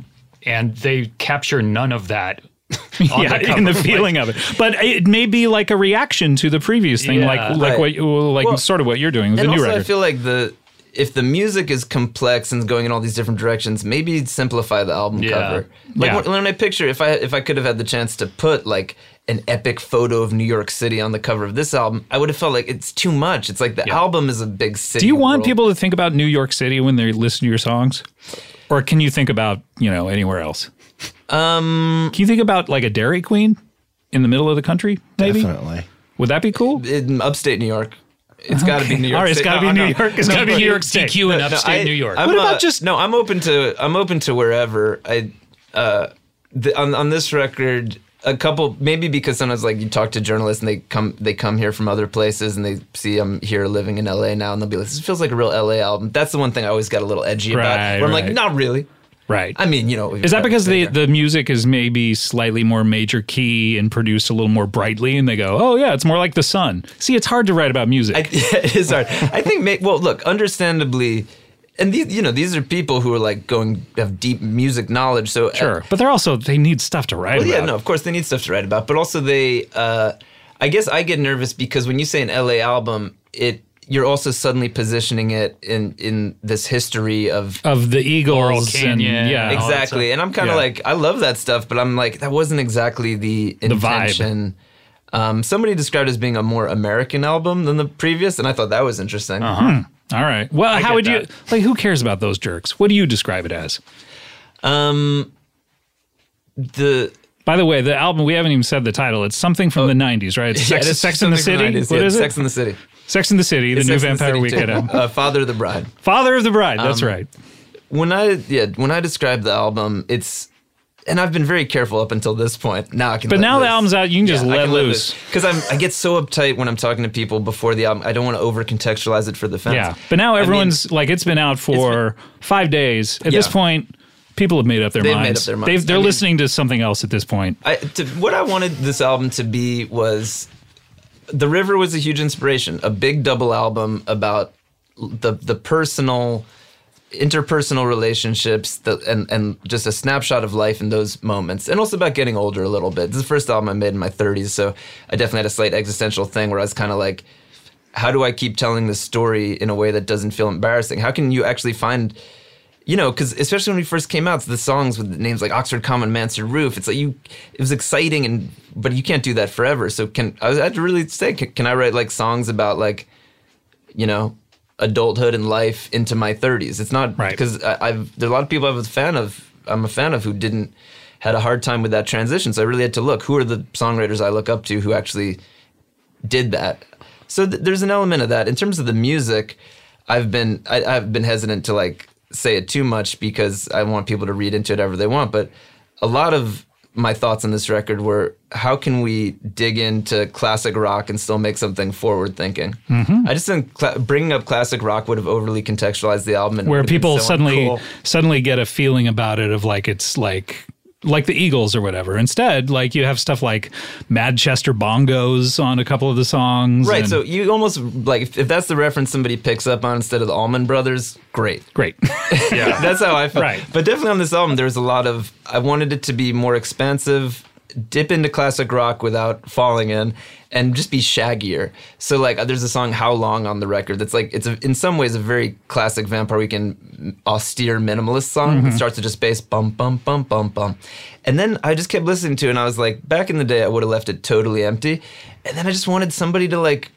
Speaker 2: and they capture none of that. on
Speaker 1: yeah,
Speaker 2: the cover.
Speaker 1: in the
Speaker 2: Like,
Speaker 1: feeling of it, but it may be like a reaction to the previous thing,
Speaker 2: Yeah.
Speaker 1: like like
Speaker 4: Right.
Speaker 1: what, you- like
Speaker 4: Well,
Speaker 1: sort of what you're doing with the
Speaker 4: and
Speaker 1: new
Speaker 4: also
Speaker 1: record.
Speaker 4: I feel like the if the music is complex and going in all these different directions, maybe simplify the album
Speaker 2: Yeah.
Speaker 4: cover. Like
Speaker 2: Yeah.
Speaker 4: when, when I picture if I if I could have had the chance to put like an epic photo of New York City on the cover of this album, I would have felt like it's too much. It's like the album is a big city.
Speaker 1: Do you want
Speaker 4: world.
Speaker 1: people to think about New York City when they listen to your songs? Or can you think about, you know, anywhere else? Um, can you think about like a Dairy Queen in the middle of the country? Maybe
Speaker 5: Definitely.
Speaker 1: would that be cool?
Speaker 4: in upstate New York? It's got to be New York.
Speaker 1: All right, it's
Speaker 4: City.
Speaker 1: got to
Speaker 4: No,
Speaker 1: be
Speaker 4: no.
Speaker 1: New York.
Speaker 2: It's got to be New York State. DQ in
Speaker 4: No,
Speaker 2: upstate
Speaker 4: I-
Speaker 2: New York.
Speaker 4: I'm,
Speaker 1: What about
Speaker 4: uh,
Speaker 1: just-
Speaker 4: no? I'm open to I'm open to wherever. I uh, the, on on this record, a couple maybe because sometimes like you talk to journalists and they come they come here from other places and they see I'm here living in LA now and they'll be like, this feels like a real LA album. That's the one thing I always got a little edgy about.
Speaker 1: Right,
Speaker 4: Where I'm
Speaker 1: right.
Speaker 4: like, not really.
Speaker 1: right.
Speaker 4: I mean, you know,
Speaker 1: is that because the, the music is maybe slightly more major key and produced a little more brightly, and they go, "Oh yeah, it's more like the sun." See, it's hard to write about music.
Speaker 4: I, it is hard. I think. ma- Well, look, understandably, and these, you know, these are people who are like going have deep music knowledge. So uh,
Speaker 1: sure, but they're also they need stuff to write
Speaker 4: Well,
Speaker 1: about.
Speaker 4: yeah, no, of course they need stuff to write about, but also they, uh, I guess I get nervous because when you say an LA album, it you're also suddenly positioning it in in this history of
Speaker 1: Of the Eagles, and-
Speaker 2: Canyon,
Speaker 1: Oh, yeah,
Speaker 2: all that
Speaker 4: exactly, and I'm kind of
Speaker 1: Yeah.
Speaker 4: like I love that stuff, but I'm like that wasn't exactly the
Speaker 1: vibe.
Speaker 4: intention. Um, somebody described it as being a more American album than the previous, and I thought that was interesting.
Speaker 1: Uh-huh. All right. Well, how
Speaker 2: get
Speaker 1: would you
Speaker 2: that.
Speaker 1: like? Who cares about those jerks? What do you describe it as?
Speaker 4: The
Speaker 1: By the way, the album we haven't even said the title. It's something from the '90s, right? It's Sex,
Speaker 4: Oh. it is
Speaker 1: Sex in the
Speaker 4: something
Speaker 1: City.
Speaker 4: from
Speaker 1: What
Speaker 4: 90s,
Speaker 1: is
Speaker 4: yeah,
Speaker 1: it?
Speaker 4: Sex in the City.
Speaker 1: Sex in the City, the
Speaker 4: It's
Speaker 1: new
Speaker 4: Sex in the
Speaker 1: Vampire
Speaker 4: City too. Um,
Speaker 1: Weekend album.
Speaker 4: Uh, Father of the Bride.
Speaker 1: Father of the Bride. That's right.
Speaker 4: when I yeah when I describe the album, it's and I've been very careful up until this point. Now I can.
Speaker 1: But
Speaker 4: let
Speaker 1: now the
Speaker 4: loose.
Speaker 1: album's out. You can just
Speaker 4: Yeah, I
Speaker 1: let
Speaker 4: can
Speaker 1: loose.
Speaker 4: because I'm I get so uptight when I'm talking to people before the album. I don't want to over contextualize it for the fans.
Speaker 1: Yeah. But now
Speaker 4: I mean,
Speaker 1: everyone's like, it's been out for five days. At this
Speaker 4: Yeah.
Speaker 1: point, people have made up their
Speaker 4: They've made
Speaker 1: minds.
Speaker 4: up their minds.
Speaker 1: They've, they're
Speaker 4: I mean-
Speaker 1: listening to something else at this point.
Speaker 4: I, to, what I wanted this album to be was The River was a huge inspiration, a big double album about l- the the personal interpersonal relationships the, and and just a snapshot of life in those moments and also about getting older a little bit. This is the first album I made in my 30s, so I definitely had a slight existential thing where I was kind of like how do I keep telling this story in a way that doesn't feel embarrassing? How can you actually find you know, because especially when we first came out, the songs with names like Oxford Common, Mansard Roof, it's like you, it was exciting, and but you can't do that forever. So can I was- I had to really say, can, can I write like songs about like, you know, adulthood and life into my thirties? It's not
Speaker 1: Right.
Speaker 4: because I I've there are a lot of people I was a fan of. I'm a fan of who didn't had a hard time with that transition. So I really had to look who are the songwriters I look up to who actually did that. So th- there's an element of that. In terms of the music, I've been I, I've been hesitant to like say it too much because I want people to read into it however they want. But a lot of my thoughts on this record were how can we dig into classic rock and still make something forward thinking?
Speaker 1: Mm-hmm.
Speaker 4: I just think cla bringing up classic rock would have overly contextualized the album. And
Speaker 1: Where
Speaker 4: would've been
Speaker 1: people
Speaker 4: so
Speaker 1: suddenly
Speaker 4: uncool.
Speaker 1: suddenly get a feeling about it of like, it's like. Like the Eagles or whatever. Instead, like you have stuff like Madchester bongos on a couple of the songs.
Speaker 4: Right,
Speaker 1: and-
Speaker 4: so you almost like if, if that's the reference somebody picks up on instead of the Allman Brothers, great.
Speaker 1: great.
Speaker 2: Yeah.
Speaker 4: That's how I felt.
Speaker 1: Right.
Speaker 4: But definitely on this album, there was a lot of. I wanted it to be more expansive, dip into classic rock without falling in, and just be shaggier. So like, uh, there's a song "How Long" on the record that's like it's a, in some ways a very classic Vampire Weekend austere minimalist song.
Speaker 2: Mm-hmm.
Speaker 4: It starts with just bass bum bum bum bum bum, and then I just kept listening to, it and I was like, back in the day, I would have left it totally empty, and then I just wanted somebody to like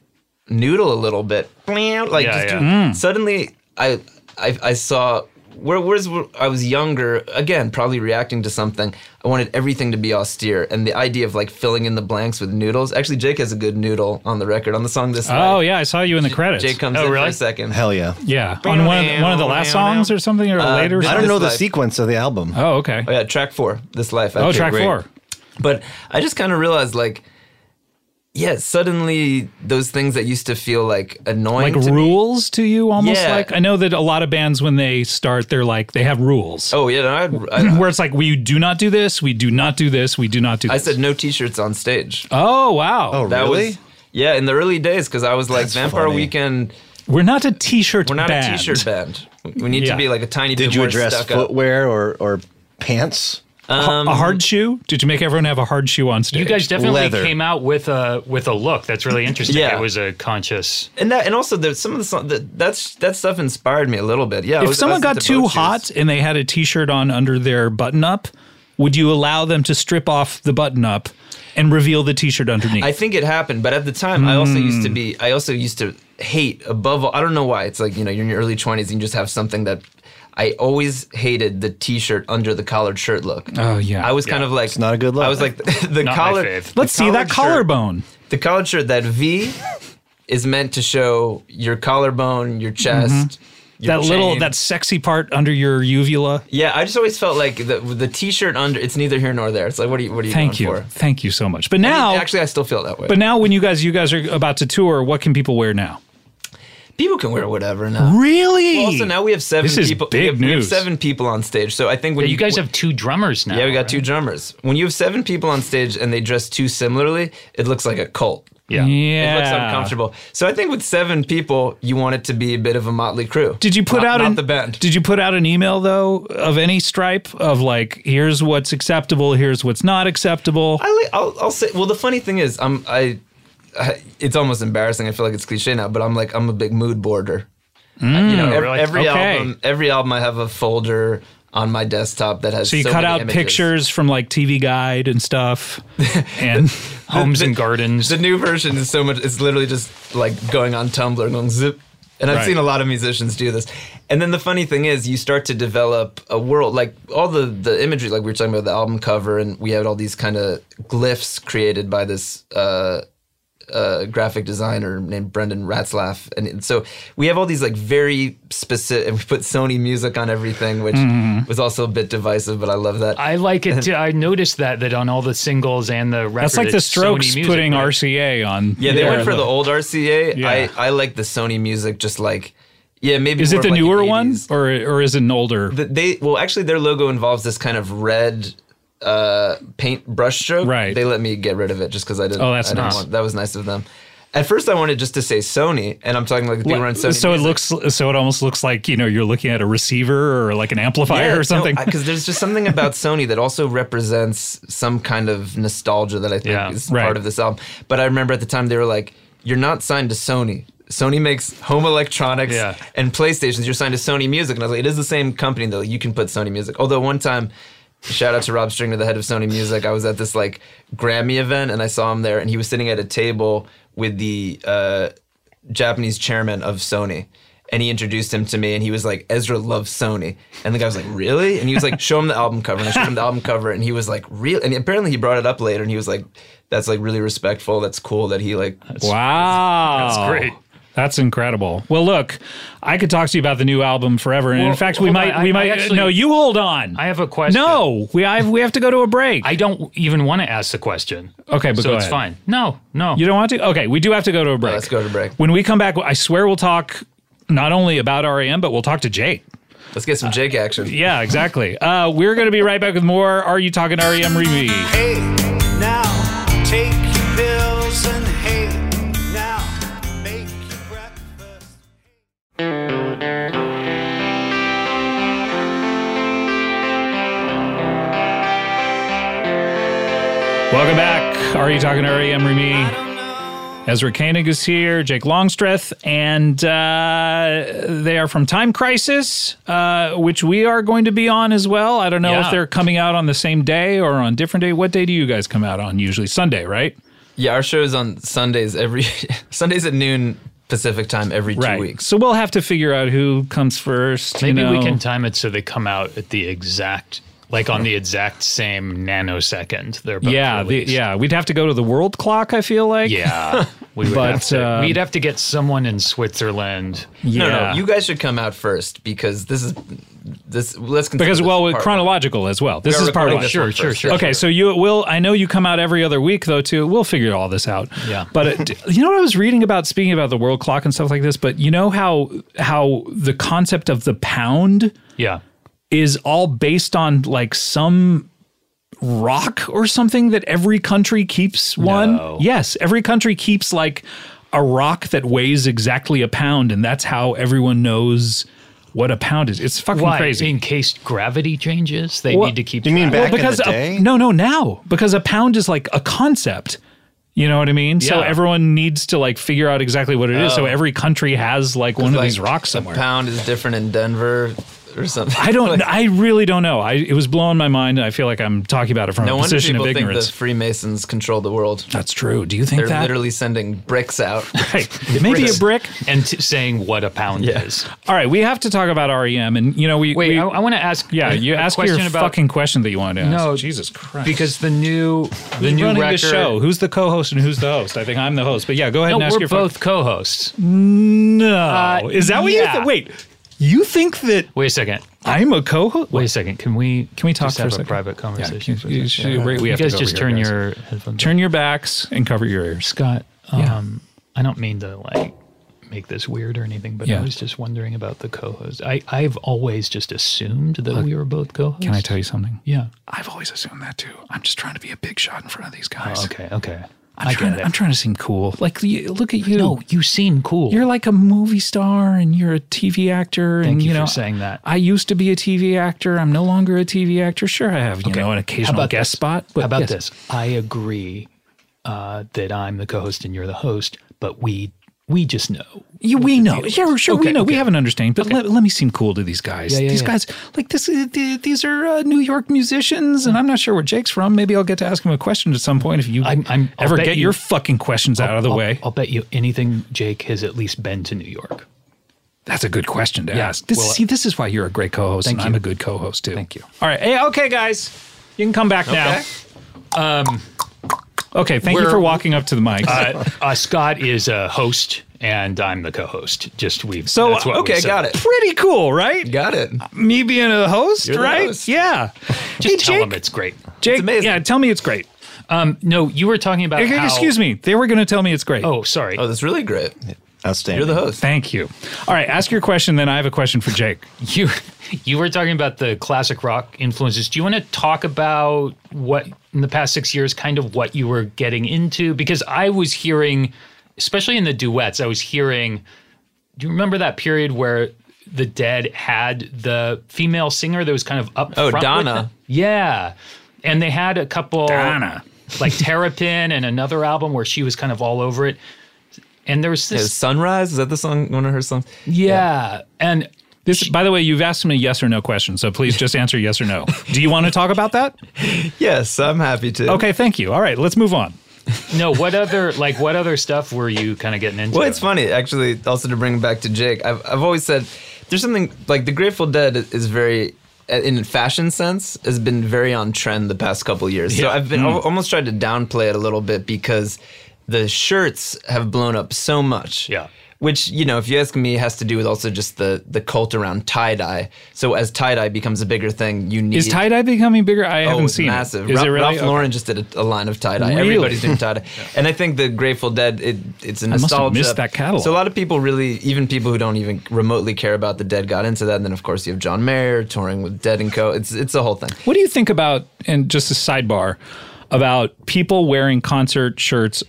Speaker 4: noodle a little bit, like
Speaker 2: Yeah,
Speaker 4: just
Speaker 2: yeah.
Speaker 4: do
Speaker 1: Mm.
Speaker 4: suddenly I, I I saw where where's where I was younger again probably reacting to something I wanted everything to be austere and the idea of like filling in the blanks with noodles actually Jake has a good noodle on the record on the song this
Speaker 1: oh yeah, I saw you in the credits.
Speaker 4: Jake comes
Speaker 2: Oh,
Speaker 4: in for
Speaker 2: really?
Speaker 4: a second
Speaker 5: Hell yeah.
Speaker 1: Yeah, on one of the, one of the last songs or something, or
Speaker 4: Uh,
Speaker 1: later.
Speaker 4: this-
Speaker 5: I
Speaker 1: Something?
Speaker 5: don't know the
Speaker 4: Like-
Speaker 5: sequence of the album.
Speaker 1: Oh, okay.
Speaker 4: oh yeah track four this life
Speaker 1: Oh,
Speaker 4: actually.
Speaker 1: track
Speaker 5: great.
Speaker 1: four.
Speaker 4: But I just kind of realized, like, yeah, suddenly those things that used to feel like annoying,
Speaker 1: Like
Speaker 4: to me-
Speaker 1: rules to you, almost
Speaker 4: Yeah.
Speaker 1: like I know that a lot of bands when they start, they're like they have rules
Speaker 4: Oh yeah, no, I, I,
Speaker 1: where it's like we do not do this, we do not do this, we do not do.
Speaker 4: I
Speaker 1: this.
Speaker 4: said no t-shirts on stage.
Speaker 1: oh wow,
Speaker 5: Oh,
Speaker 4: That
Speaker 5: really?
Speaker 4: was yeah, in the early days because I was like
Speaker 5: That's
Speaker 4: Vampire
Speaker 5: funny.
Speaker 4: Weekend.
Speaker 1: we're not a t-shirt.
Speaker 4: We're not
Speaker 1: band.
Speaker 4: a t-shirt band. We need
Speaker 1: Yeah.
Speaker 4: to be like a tiny
Speaker 5: Did
Speaker 4: bit
Speaker 5: you
Speaker 4: more
Speaker 5: address
Speaker 4: stuck up.
Speaker 5: footwear or, or pants?
Speaker 1: a hard shoe? Did you make everyone have a hard shoe on stage?
Speaker 2: You guys definitely
Speaker 5: Leather.
Speaker 2: came out with a with a look that's really interesting.
Speaker 4: Yeah.
Speaker 2: It was a conscious.
Speaker 4: and that and also the, some of the song that that's that stuff inspired me a little bit. Yeah, I
Speaker 1: if
Speaker 4: was- I
Speaker 1: someone
Speaker 4: was
Speaker 1: got
Speaker 4: into
Speaker 1: too
Speaker 4: boat shoes.
Speaker 1: hot and they had a t-shirt on under their button up, would you allow them to strip off the button up and reveal the t-shirt underneath?
Speaker 4: I think it happened, but at the time, I also used to be.
Speaker 1: Hmm.
Speaker 4: I also used to hate above all. I don't know why. It's like you know, you're in your early twenties and you just have something that. I always hated the T-shirt under the collared shirt look.
Speaker 1: Oh, yeah.
Speaker 4: I was kind
Speaker 2: Yeah.
Speaker 4: of like
Speaker 5: It's not a good look.
Speaker 4: I was like the, the
Speaker 2: Not my
Speaker 4: collar.
Speaker 2: fave.
Speaker 4: the
Speaker 1: Let's see that
Speaker 4: collared shirt-
Speaker 1: collarbone.
Speaker 4: The collared shirt that V is meant to show your collarbone, your chest,
Speaker 1: Mm-hmm.
Speaker 4: your
Speaker 1: That little
Speaker 4: chain.
Speaker 1: that sexy part under your uvula.
Speaker 4: Yeah, I just always felt like the the T-shirt under. It's neither here nor there. It's like what are you what are you
Speaker 1: Thank
Speaker 4: going
Speaker 1: you.
Speaker 4: for?
Speaker 1: Thank you so much. But now
Speaker 4: Actually, I still feel that way.
Speaker 1: but now when you guys you guys are about to tour, what can people wear now?
Speaker 4: people can wear whatever now.
Speaker 1: Really?
Speaker 4: Well, also now we have seven
Speaker 1: This is
Speaker 4: people.
Speaker 1: big
Speaker 4: we have, we have
Speaker 1: news.
Speaker 4: seven people on stage. So I think when
Speaker 2: You guys
Speaker 4: when-
Speaker 2: have two drummers now.
Speaker 4: yeah, we got
Speaker 2: right?
Speaker 4: two drummers. When you have seven people on stage and they dress too similarly, it looks like a cult.
Speaker 2: Yeah.
Speaker 1: yeah.
Speaker 4: It looks uncomfortable. So I think with seven people, you want it to be a bit of a motley crew.
Speaker 1: Did you put
Speaker 4: Not-
Speaker 1: out
Speaker 4: not
Speaker 1: an,
Speaker 4: the band?
Speaker 1: Did you put out an email though of any stripe of like here's what's acceptable, here's what's not acceptable?
Speaker 4: I li- I'll, I'll say. Well, the funny thing is, I'm I, I. It's almost embarrassing. I feel like it's cliche now, but I'm like I'm a big mood boarder. you know, ev- every,
Speaker 2: really?
Speaker 1: Mm, Okay.
Speaker 4: album, every album, I have a folder on my desktop that has.
Speaker 1: So you cut
Speaker 4: many
Speaker 1: out
Speaker 4: images.
Speaker 1: pictures from like TV Guide and stuff, and
Speaker 2: Homes and gardens.
Speaker 4: The new version is so much. It's literally just like going on Tumblr and going zip. And I've
Speaker 2: Right.
Speaker 4: seen a lot of musicians do this. And then the funny thing is, you start to develop a world like all the the imagery, like we were talking about the album cover, and we had all these kind of glyphs created by this. Uh, uh, graphic designer named Brendan Ratzlaff, and it- so we have all these like very specific. And we put Sony Music on everything, which was also a bit divisive, but I love that.
Speaker 2: I like it too. I noticed that that on all the singles and the record.
Speaker 1: that's like the
Speaker 2: it's
Speaker 1: Strokes
Speaker 2: Sony music,
Speaker 1: putting
Speaker 2: right?
Speaker 1: RCA on.
Speaker 4: Yeah, they
Speaker 1: their
Speaker 4: went for the
Speaker 1: look.
Speaker 4: old RCA.
Speaker 1: Yeah.
Speaker 4: I, I like the Sony music, just like yeah, maybe.
Speaker 1: Is
Speaker 4: more
Speaker 1: it the
Speaker 4: of like
Speaker 1: newer one
Speaker 4: 80s.
Speaker 1: or or is it an older?
Speaker 4: The- They well, actually, their logo involves this kind of red uh, paint brush stroke.
Speaker 1: Right.
Speaker 4: They let me get rid of it just because I didn't.
Speaker 1: Oh, that's
Speaker 4: I didn't
Speaker 1: nice.
Speaker 4: want- that was nice of them. At first, I wanted just to say Sony, and I'm talking like the people who run Sony.
Speaker 1: so it
Speaker 4: music.
Speaker 1: looks so it almost looks like you know you're looking at a receiver or like an amplifier or something.
Speaker 4: Because there's just something about Sony that also represents some kind of nostalgia that I think
Speaker 2: Yeah,
Speaker 4: is
Speaker 1: right.
Speaker 4: part of this album. But I remember at the time they were like, "You're not signed to Sony. Sony makes home electronics
Speaker 2: Yeah.
Speaker 4: and PlayStations. You're signed to Sony Music." And I was like, "It is the same company though. You can put Sony Music." Although one time. Shout out to Rob Stringer, the head of Sony Music. I was at this like Grammy event and I saw him there, and he was sitting at a table with the uh, Japanese chairman of Sony. And he introduced him to me and he was like, Ezra loves Sony. And the guy was like, Really? And he was like, Show him the album cover. And I showed him the album cover and he was like, Real? And apparently he brought it up later and he was like, That's like really respectful. That's cool that he like.
Speaker 1: Wow.
Speaker 2: That's great.
Speaker 1: That's incredible. Well, look, I could talk to you about the new album forever, and in
Speaker 2: Well,
Speaker 1: fact, we
Speaker 2: hold on,
Speaker 1: might,
Speaker 2: I-
Speaker 1: we
Speaker 2: I
Speaker 1: might.
Speaker 2: actually-
Speaker 1: no, you hold on.
Speaker 2: I have a question.
Speaker 1: No, we I have, we have to go to a break.
Speaker 2: I don't even want to ask the question.
Speaker 1: Okay, but
Speaker 2: so
Speaker 1: go
Speaker 2: it's
Speaker 1: ahead.
Speaker 2: fine. No, no.
Speaker 1: you don't want to? Okay, we do have to go to a break.
Speaker 4: let's go to break.
Speaker 1: When we come back, I swear we'll talk not only about REM, but we'll talk to Jake.
Speaker 4: Let's get some Jake action.
Speaker 1: Yeah, exactly. uh, we're going to be right back with more. Are you talking E REM review?
Speaker 6: Hey, now take your bills and hey, now make your breakfast.
Speaker 1: Welcome back. Are you talking E REM Remy? Ezra Koenig is here, Jake Longstreth, and uh, they are from Time Crisis, uh, which we are going to be on as well. I don't know
Speaker 2: Yeah.
Speaker 1: if they're coming out on the same day or on different day. What day do you guys come out on? Usually Sunday, right?
Speaker 4: Yeah, our show is on Sundays every. Sundays at noon Pacific time every two
Speaker 1: right.
Speaker 4: weeks.
Speaker 1: So we'll have to figure out who comes first. you
Speaker 2: Maybe we
Speaker 1: know.
Speaker 2: can time it so they come out at the exact, like on the exact same nanosecond. They're both
Speaker 1: yeah, the,
Speaker 2: released.
Speaker 1: yeah. We'd have to go to the world clock. I feel like.
Speaker 2: yeah. We would
Speaker 1: But,
Speaker 2: have to,
Speaker 1: uh,
Speaker 2: we'd have to get someone in Switzerland.
Speaker 1: yeah.
Speaker 4: No, no, you guys should come out first because this is. this. Let's consider
Speaker 1: because
Speaker 4: this
Speaker 1: well,
Speaker 4: part one.
Speaker 1: chronological as well. This
Speaker 4: We are
Speaker 1: is part
Speaker 4: recording
Speaker 1: one.
Speaker 4: this
Speaker 2: Sure,
Speaker 4: one
Speaker 2: sure,
Speaker 4: first.
Speaker 2: sure.
Speaker 1: Okay, so you will. I know you come out every other week though too. We'll figure all this out.
Speaker 2: Yeah.
Speaker 1: But it, you know what I was reading about speaking about the world clock and stuff like this. But you know how how the concept of the pound
Speaker 2: Yeah.
Speaker 1: is all based on like some rock or something that every country keeps one.
Speaker 2: No.
Speaker 1: Yes, every country keeps like a rock that weighs exactly a pound, and that's how everyone knows what a pound is. It's fucking
Speaker 2: Why?
Speaker 1: crazy.
Speaker 2: In case gravity changes, they
Speaker 1: Well,
Speaker 2: need to keep.
Speaker 5: You mean
Speaker 2: track.
Speaker 5: back
Speaker 1: because
Speaker 5: in the
Speaker 1: a-
Speaker 5: day?
Speaker 1: no, no, now because a pound is like a concept. You know what I mean? So
Speaker 2: Yeah.
Speaker 1: everyone needs to like figure out exactly what it is. So
Speaker 2: Oh.
Speaker 1: every country has like one of
Speaker 4: Like,
Speaker 1: these rocks
Speaker 4: A
Speaker 1: somewhere.
Speaker 4: pound is different in Denver or something.
Speaker 1: I don't.
Speaker 4: Like,
Speaker 1: I really don't know. I it was blowing my mind. and I feel like I'm talking about it from
Speaker 4: no
Speaker 1: a
Speaker 4: wonder
Speaker 1: position
Speaker 4: people
Speaker 1: of
Speaker 4: think the
Speaker 1: ignorance.
Speaker 4: Freemasons control the world.
Speaker 1: That's true. Do you think
Speaker 4: They're
Speaker 1: that?
Speaker 4: literally sending bricks out.
Speaker 1: Right. Maybe a
Speaker 4: Bricks.
Speaker 1: brick.
Speaker 2: and t- saying what a pound
Speaker 4: Yeah.
Speaker 2: is.
Speaker 1: All right, we have to talk about REM, and you know we
Speaker 2: Wait,
Speaker 1: we-
Speaker 2: I, I want to ask.
Speaker 1: yeah, you
Speaker 2: a
Speaker 1: ask your
Speaker 2: question about
Speaker 1: fucking question that you want to ask.
Speaker 2: No,
Speaker 1: Jesus Christ.
Speaker 2: because the new the
Speaker 1: Who's
Speaker 2: new
Speaker 1: running
Speaker 2: record.
Speaker 1: the show. Who's the co-host and who's the host? I think I'm the host. But yeah, go ahead
Speaker 2: No,
Speaker 1: and ask
Speaker 2: we're
Speaker 1: your
Speaker 2: both co-hosts.
Speaker 1: Fucking, no,
Speaker 2: Uh,
Speaker 1: is that what you
Speaker 2: yeah.
Speaker 1: think? Wait, you think that
Speaker 2: Wait a second.
Speaker 1: I'm a co-host?
Speaker 2: Wait a second. Can we
Speaker 1: Can we talk
Speaker 2: just
Speaker 1: for
Speaker 2: have
Speaker 1: a second?
Speaker 2: private conversation?
Speaker 1: you-
Speaker 2: for a
Speaker 1: you
Speaker 2: second?
Speaker 1: should- we- we
Speaker 2: you
Speaker 1: have to
Speaker 2: guys
Speaker 1: go
Speaker 2: just
Speaker 1: over
Speaker 2: turn
Speaker 1: here,
Speaker 2: your headphones.
Speaker 1: Turn your backs and cover your ears.
Speaker 2: Scott.
Speaker 1: Yeah.
Speaker 2: Um, I don't mean to like make this weird or anything, but
Speaker 1: Yeah.
Speaker 2: I was just wondering about the co-host. I I've always just assumed that we were both co-hosts.
Speaker 1: Can I tell you something?
Speaker 2: Yeah.
Speaker 1: I've always assumed that too. I'm just trying to be a big shot in front of these guys.
Speaker 2: Oh, Okay. Okay.
Speaker 1: I'm
Speaker 2: I
Speaker 1: trying,
Speaker 2: get it.
Speaker 1: I'm trying to seem cool. Like, you- look at you.
Speaker 2: no, you seem cool.
Speaker 1: you're like a movie star and you're a TV actor. and
Speaker 2: Thank you
Speaker 1: you
Speaker 2: for
Speaker 1: know,
Speaker 2: saying that.
Speaker 1: I used to be a TV actor. I'm no longer a TV actor. Sure, I have you know an occasional
Speaker 2: about
Speaker 1: guest
Speaker 2: this?
Speaker 1: spot.
Speaker 2: How about
Speaker 1: yes.
Speaker 2: this? I agree uh, that I'm the co-host and you're the host, but we we just know.
Speaker 1: You, we know. Yeah, sure, we
Speaker 2: Okay,
Speaker 1: know. We
Speaker 2: okay.
Speaker 1: have an understanding. But let, let me seem cool to these guys.
Speaker 2: Yeah, yeah,
Speaker 1: these
Speaker 2: yeah.
Speaker 1: guys, like this, uh, th- these are uh, New York musicians, and I'm not sure where Jake's from. Maybe I'll get to ask him a question at some point if you
Speaker 2: I'm- I'm- I'll
Speaker 1: ever
Speaker 2: bet
Speaker 1: get
Speaker 2: you-
Speaker 1: your fucking questions out of the
Speaker 2: I'll-
Speaker 1: way.
Speaker 2: I'll bet you anything Jake has at least been to New York.
Speaker 1: That's a good question to
Speaker 2: Yeah,
Speaker 1: ask. This,
Speaker 2: well,
Speaker 1: see, this is why you're a great co-host, and
Speaker 2: thank
Speaker 1: I'm
Speaker 2: you.
Speaker 1: a good co-host too.
Speaker 2: Thank you.
Speaker 1: All right. Hey, okay, guys, you can come back now.
Speaker 4: Okay.
Speaker 1: Okay. Thank you
Speaker 2: We're-
Speaker 1: for walking up to the mic.
Speaker 2: Uh, uh, Scott is a host and I'm the co-host. Just we've
Speaker 1: so
Speaker 2: that's what we
Speaker 4: okay,
Speaker 2: said.
Speaker 4: got it.
Speaker 1: pretty cool, right?
Speaker 4: Got it.
Speaker 1: Me being a host,
Speaker 4: You're the
Speaker 1: right?
Speaker 4: host.
Speaker 1: Yeah.
Speaker 2: Just
Speaker 1: hey,
Speaker 2: tell
Speaker 1: Jake,
Speaker 2: him it's great.
Speaker 1: Jake,
Speaker 4: amazing.
Speaker 1: yeah, tell me it's great.
Speaker 2: Um, no, you were talking about
Speaker 1: Okay,
Speaker 2: how-
Speaker 1: Excuse me. They were going to tell me it's great.
Speaker 2: Oh, sorry.
Speaker 4: Oh, that's really great.
Speaker 5: Outstanding.
Speaker 4: You're the host.
Speaker 1: thank you. All right, ask your question. Then I have a question for Jake.
Speaker 2: You you were talking about the classic rock influences. Do you want to talk about what in the past six years, kind of what you were getting into? Because I was hearing, especially in the duets, I was hearing. Do you remember that period where the Dead had the female singer that was kind of up?
Speaker 4: Oh,
Speaker 2: front with
Speaker 4: Donna.
Speaker 2: them? Yeah, and they had a couple
Speaker 1: Donna.
Speaker 2: like Terrapin and another album where she was kind of all over it. And there was
Speaker 4: Yeah,
Speaker 2: this,
Speaker 4: Sunrise is that the song? One of her songs?
Speaker 2: yeah, and
Speaker 1: This, by the way, you've asked me a yes or no question, so please just answer yes or no. Do you want to talk about that?
Speaker 4: Yes, I'm happy to.
Speaker 1: Okay, thank you. All right, let's move on.
Speaker 2: No, what other like what other stuff were you kind of getting into?
Speaker 4: Well, it's funny actually. Also to bring it back to Jake, I've I've always said there's something like the Grateful Dead is very in fashion sense has been very on trend the past couple years. So I've been
Speaker 2: Hmm.
Speaker 4: al- almost tried to downplay it a little bit because the shirts have blown up so much.
Speaker 2: Yeah.
Speaker 4: Which you know, if you ask me, has to do with also just the the cult around tie dye. So as tie dye becomes a bigger thing, you need
Speaker 1: Is tie dye becoming bigger? I
Speaker 4: Oh,
Speaker 1: haven't
Speaker 4: it's
Speaker 1: seen
Speaker 4: massive.
Speaker 1: it. Is
Speaker 4: Ra-
Speaker 1: it really?
Speaker 4: Ralph
Speaker 1: Okay.
Speaker 4: Lauren just did a, a line of tie dye.
Speaker 1: Really?
Speaker 4: Everybody's doing tie dye, and I think the Grateful Dead. It, it's a
Speaker 1: must have
Speaker 4: nostalgia.
Speaker 1: missed that catalog.
Speaker 4: So a lot of people really, even people who don't even remotely care about the Dead, got into that. And then of course you have John Mayer touring with Dead and Co. It's it's a whole thing.
Speaker 1: What do you think about, and just a sidebar, about people wearing concert shirts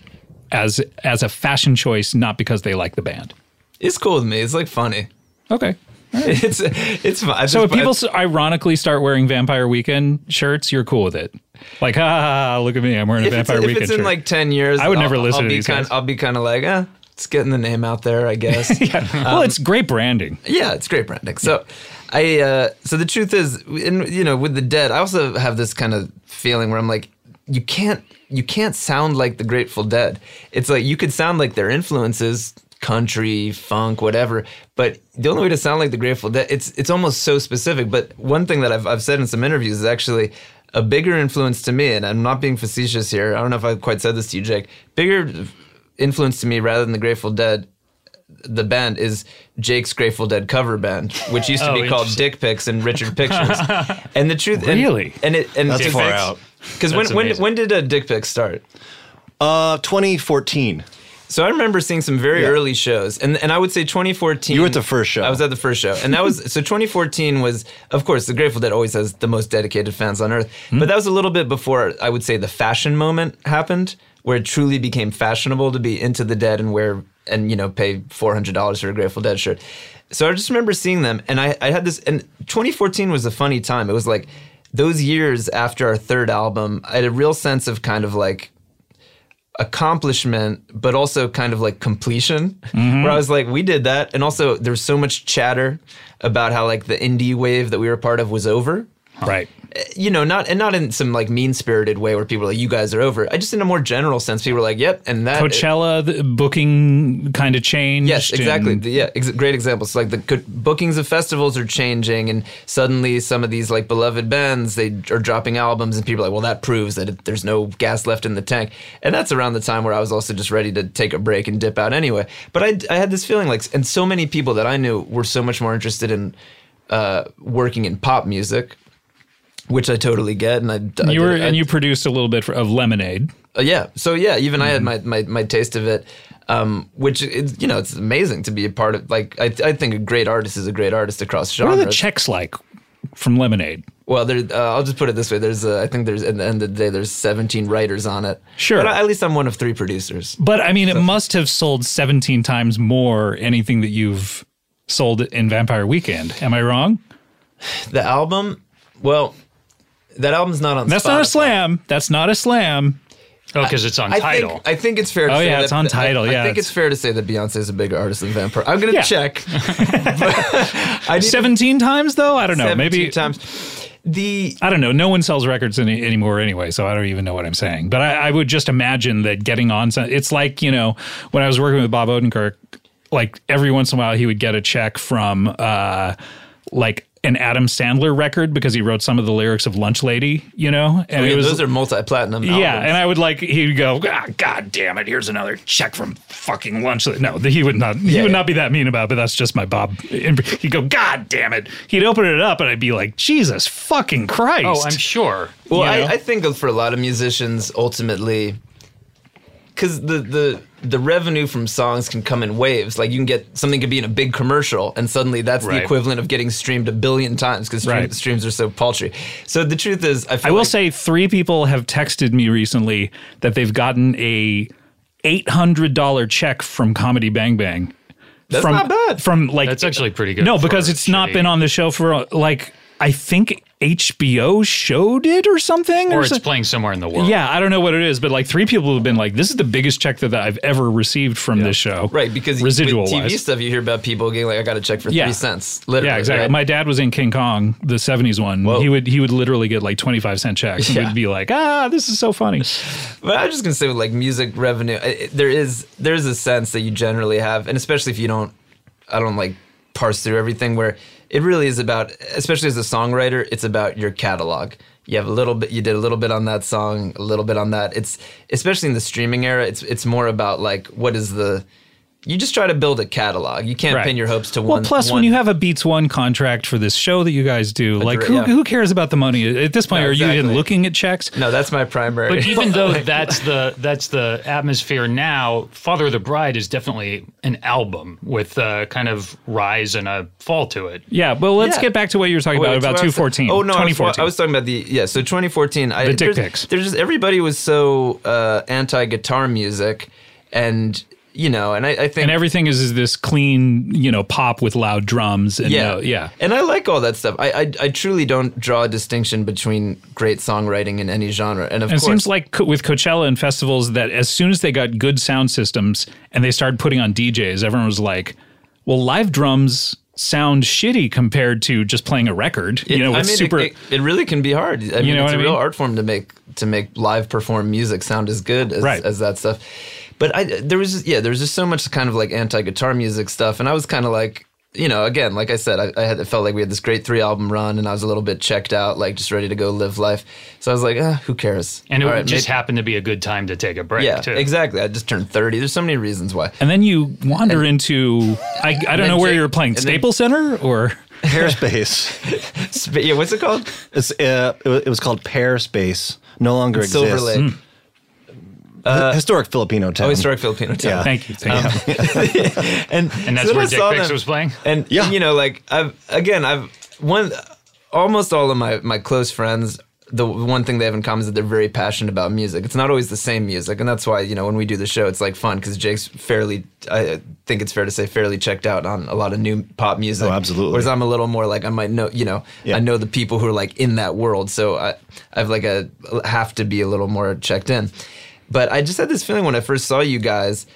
Speaker 1: as as a fashion choice, not because they like the band?
Speaker 4: It's cool with me. It's like funny.
Speaker 1: Okay.
Speaker 4: It's it's fun. I
Speaker 1: So if
Speaker 4: just-
Speaker 1: people s- ironically start wearing Vampire Weekend shirts, you're cool with it. Like, ha, ha, ha look at me, I'm wearing a
Speaker 4: if it's,
Speaker 1: Vampire
Speaker 4: if
Speaker 1: Weekend
Speaker 4: it's in
Speaker 1: shirt.
Speaker 4: like ten years,
Speaker 1: I would never
Speaker 4: I'll,
Speaker 1: listen
Speaker 4: I'll
Speaker 1: to
Speaker 4: be
Speaker 1: these
Speaker 4: kind,
Speaker 1: guys.
Speaker 4: I'll be kind of like, eh, it's getting the name out there, I guess.
Speaker 1: well, it's great branding.
Speaker 4: Yeah, it's great branding. So, I uh, so the truth is, in you know, with the Dead, I also have this kind of feeling where I'm like, you can't you can't sound like the Grateful Dead. It's like you could sound like their influences, country, funk, whatever, but the only way to sound like the Grateful Dead, it's it's almost so specific. But one thing that I've I've said in some interviews is actually. A bigger influence to me, and I'm not being facetious here. I don't know if I quite said this to you, Jake. Bigger influence to me rather than the Grateful Dead the band is Jake's Grateful Dead cover band, which used to
Speaker 2: Oh,
Speaker 4: be called
Speaker 2: interesting.
Speaker 4: Dick Pics and Richard Pictures. and the truth, and-
Speaker 1: Really?
Speaker 4: and, it and
Speaker 5: That's
Speaker 4: Dick
Speaker 5: far
Speaker 4: Pics-
Speaker 5: out.
Speaker 4: Because when uh,
Speaker 2: That's
Speaker 4: when
Speaker 2: amazing.
Speaker 4: when did uh, Dick Pics start?
Speaker 5: Uh, 2014.
Speaker 4: So I remember seeing some very
Speaker 5: Yeah.
Speaker 4: early shows, and and I would say 2014.
Speaker 5: You were at the first show.
Speaker 4: I was at the first show, and that was so 2014 was of course the Grateful Dead always has the most dedicated fans on earth,
Speaker 5: Hmm.
Speaker 4: but that was a little bit before I would say the fashion moment happened, where it truly became fashionable to be into the Dead and wear and you know pay $400 for a Grateful Dead shirt. So I just remember seeing them, and I I had this, and 2014 was a funny time. It was like those years after our third album, I had a real sense of kind of like accomplishment, but also kind of like completion. Where I was like, we did that. And also, there was so much chatter about how like the indie wave that we were part of was over. Eh,
Speaker 1: Right.
Speaker 4: You know, not and not in some like mean spirited way where people are like, you guys are over. I just in a more general sense, people were like, yep, and that
Speaker 1: Coachella the booking kind of changed.
Speaker 4: Yes, exactly.
Speaker 1: and-
Speaker 4: The- yeah, ex- great examples. like the co- bookings of festivals are changing, and suddenly some of these like beloved bands they are dropping albums, and people are like, well, that proves that it, there's no gas left in the tank. And that's around the time where I was also just ready to take a break and dip out anyway. But I, I had this feeling like, and so many people that I knew were so much more interested in uh, working in pop music. Which I totally get, and I, I
Speaker 1: you
Speaker 4: did-
Speaker 1: were
Speaker 4: I-
Speaker 1: and you produced a little bit for, of lemonade.
Speaker 4: uh, yeah. So yeah, even I had my,
Speaker 1: Mm-hmm.
Speaker 4: my, my taste of it, um, which is you know it's amazing to be a part of. Like I, I think a great artist is a great artist across
Speaker 1: What
Speaker 4: genres.
Speaker 1: are the checks like from Lemonade?
Speaker 4: well, there. Uh, I'll just put it this way: there's uh, I think there's at the end of the day there's 17 writers on it.
Speaker 1: Sure.
Speaker 4: But at least I'm one of three producers.
Speaker 1: But I mean, it must have sold 17 times more anything that you've sold in Vampire Weekend. Am I wrong?
Speaker 4: The album, well, that album's not on.
Speaker 1: That's
Speaker 4: Spotify.
Speaker 1: not a slam. That's not a slam.
Speaker 2: Oh, because it's on
Speaker 4: I
Speaker 2: title.
Speaker 4: think, I think it's fair to
Speaker 1: Oh,
Speaker 4: say
Speaker 1: yeah,
Speaker 4: that,
Speaker 1: it's on Tidal, yeah,
Speaker 4: I, I think
Speaker 1: it's-
Speaker 4: it's fair to say that Beyonce's a bigger artist than Vampire. I'm going to
Speaker 1: Yeah.
Speaker 4: check. I need
Speaker 1: 17 times though? I don't know.
Speaker 4: 17
Speaker 1: Maybe
Speaker 4: times. The
Speaker 1: I don't know. No one sells records any, anymore anyway, so I don't even know what I'm saying. But I, I would just imagine that getting on, some, it's like you know when I was working with Bob Odenkirk, like every once in a while he would get a check from uh, like an Adam Sandler record because he wrote some of the lyrics of Lunch Lady, you know, and
Speaker 4: I
Speaker 1: it
Speaker 4: mean,
Speaker 1: was
Speaker 4: Oh, those are multi-platinum.
Speaker 1: yeah,
Speaker 4: albums.
Speaker 1: and I would like he'd go, ah, God damn it! Here's another check from fucking lunch. No, he would not. He
Speaker 4: Yeah,
Speaker 1: would
Speaker 4: yeah.
Speaker 1: not be that mean about. it, But that's just my Bob. He'd go, God damn it! He'd open it up, and I'd be like, Jesus fucking Christ!
Speaker 2: oh, I'm sure.
Speaker 4: Well,
Speaker 1: you know?
Speaker 4: I, I think for a lot of musicians, ultimately, because the, the the revenue from songs can come in waves. Like you can get something could be in a big commercial, and suddenly that's
Speaker 2: Right.
Speaker 4: the equivalent of getting streamed a billion times because
Speaker 1: Right.
Speaker 4: streams are so paltry. So the truth is, I, feel
Speaker 1: I will
Speaker 4: like-
Speaker 1: say three people have texted me recently that they've gotten a eight hundred dollar check from Comedy Bang Bang. That's from,
Speaker 4: not bad.
Speaker 1: From like
Speaker 2: That's actually pretty good
Speaker 1: No,
Speaker 2: for
Speaker 1: because it's not
Speaker 2: shitty-
Speaker 1: been on the show for uh, like I think HBO showed it or something,
Speaker 2: Or it's
Speaker 1: so-
Speaker 2: playing somewhere in the world.
Speaker 1: Yeah, I don't know what it is, but like three people have been like, "This is the biggest check that I've ever received from this show."
Speaker 4: right because
Speaker 1: residual
Speaker 4: with TV
Speaker 1: wise.
Speaker 4: stuff, you hear about people getting like, I got a check for
Speaker 1: Yeah.
Speaker 4: three cents. Literally,
Speaker 1: yeah, exactly.
Speaker 4: right?
Speaker 1: My dad was in King Kong, the '70s one. He would he would literally get like 25 cent checks and
Speaker 4: Yeah.
Speaker 1: would be like, "Ah, this is so funny."
Speaker 4: But I was just gonna say, with like music revenue, I- I- there is there is a sense that you generally have, and especially if you don't, I don't like parse through everything. Where it really is about, especially as a songwriter, it's about your catalog. You have a little bit, you did a little bit on that song, a little bit on that. It's especially in the streaming era, it's it's more about like what is the, you just try to build a catalog. You can't
Speaker 1: Right.
Speaker 4: pin your hopes to
Speaker 1: well,
Speaker 4: one.
Speaker 1: plus,
Speaker 4: one-
Speaker 1: when you have a Beats One contract for this show that you guys do, like
Speaker 4: direct-
Speaker 1: who,
Speaker 4: yeah.
Speaker 1: who cares about the money at this point?
Speaker 4: No,
Speaker 1: are you even
Speaker 4: exactly.
Speaker 1: looking at checks?
Speaker 4: no, that's my primary.
Speaker 2: But even though that's the that's the atmosphere now, Father of the Bride is definitely an album with a kind of rise and a fall to it.
Speaker 1: Yeah, well, let's
Speaker 4: Yeah.
Speaker 1: get back to what you were talking
Speaker 4: Wait,
Speaker 1: about about
Speaker 4: so I was-
Speaker 1: 214.
Speaker 4: Oh no, I was-
Speaker 1: 2014.
Speaker 4: I was talking about the yeah. So 2014, I,
Speaker 1: The dick
Speaker 4: there's,
Speaker 1: pics.
Speaker 4: There's just everybody was so uh, anti guitar music, and you know, and I, I think
Speaker 1: and everything is, is this clean, you know, pop with loud drums and
Speaker 4: yeah,
Speaker 1: no- yeah.
Speaker 4: And I like all that stuff. I, I I truly don't draw a distinction between great songwriting in any genre. And of
Speaker 1: And it
Speaker 4: course,
Speaker 1: seems like co- with Coachella and festivals that as soon as they got good sound systems and they started putting on DJs, everyone was like, "Well, live drums sound shitty compared to just playing a record." you know,
Speaker 4: I
Speaker 1: with
Speaker 4: mean, it-
Speaker 1: super.
Speaker 4: It, it really can be hard. I mean,
Speaker 1: know what
Speaker 4: it's a
Speaker 1: I
Speaker 4: real
Speaker 1: mean?
Speaker 4: art form to make to make live perform music sound as good as,
Speaker 1: Right.
Speaker 4: as that stuff. But I there was just, yeah, there was just so much kind of like anti guitar music stuff, and I was kind of like. You know, again, like I said, I, I had it felt like we had this great three album run, and I was a little bit checked out, like just ready to go live life. So I was like, ah, who cares?
Speaker 2: And it
Speaker 4: All right,
Speaker 2: just
Speaker 4: maybe-
Speaker 2: happened to be a good time to take a break.
Speaker 4: Yeah,
Speaker 2: too.
Speaker 4: exactly. I just turned thirty. There's so many reasons why.
Speaker 1: and then you wander into I, I don't
Speaker 4: then
Speaker 1: know where
Speaker 4: Jake-
Speaker 1: you're playing
Speaker 4: and then-
Speaker 1: Staples Center or
Speaker 5: Pear Space.
Speaker 4: Sp- yeah, what's it called?
Speaker 5: It's, uh, it wa- it was called Pear Space. No longer
Speaker 4: Silver
Speaker 5: exists.
Speaker 4: Lake.
Speaker 5: historic Filipino town.
Speaker 4: Oh, historic Filipino town.
Speaker 5: Yeah.
Speaker 1: Thank you.
Speaker 4: um,
Speaker 1: Thank you.
Speaker 4: and
Speaker 2: And that's
Speaker 4: so then
Speaker 2: where
Speaker 4: I
Speaker 2: Dick
Speaker 4: saw
Speaker 2: Bix
Speaker 4: them-
Speaker 2: was playing.
Speaker 4: And
Speaker 5: Yeah.
Speaker 4: you know, like I've again, I've one almost all of my my close friends. The one thing they have in common is that they're very passionate about music. It's not always the same music, and that's why you know when we do the show, it's like fun because Jake's fairly. I think it's fair to say fairly checked out on a lot of new pop music.
Speaker 5: Oh, absolutely.
Speaker 4: Whereas I'm a little more like I might know, you know,
Speaker 5: Yeah.
Speaker 4: I know the people who are like in that world, so I I've like a have to be a little more checked in. But I just had this feeling when I first saw you guys,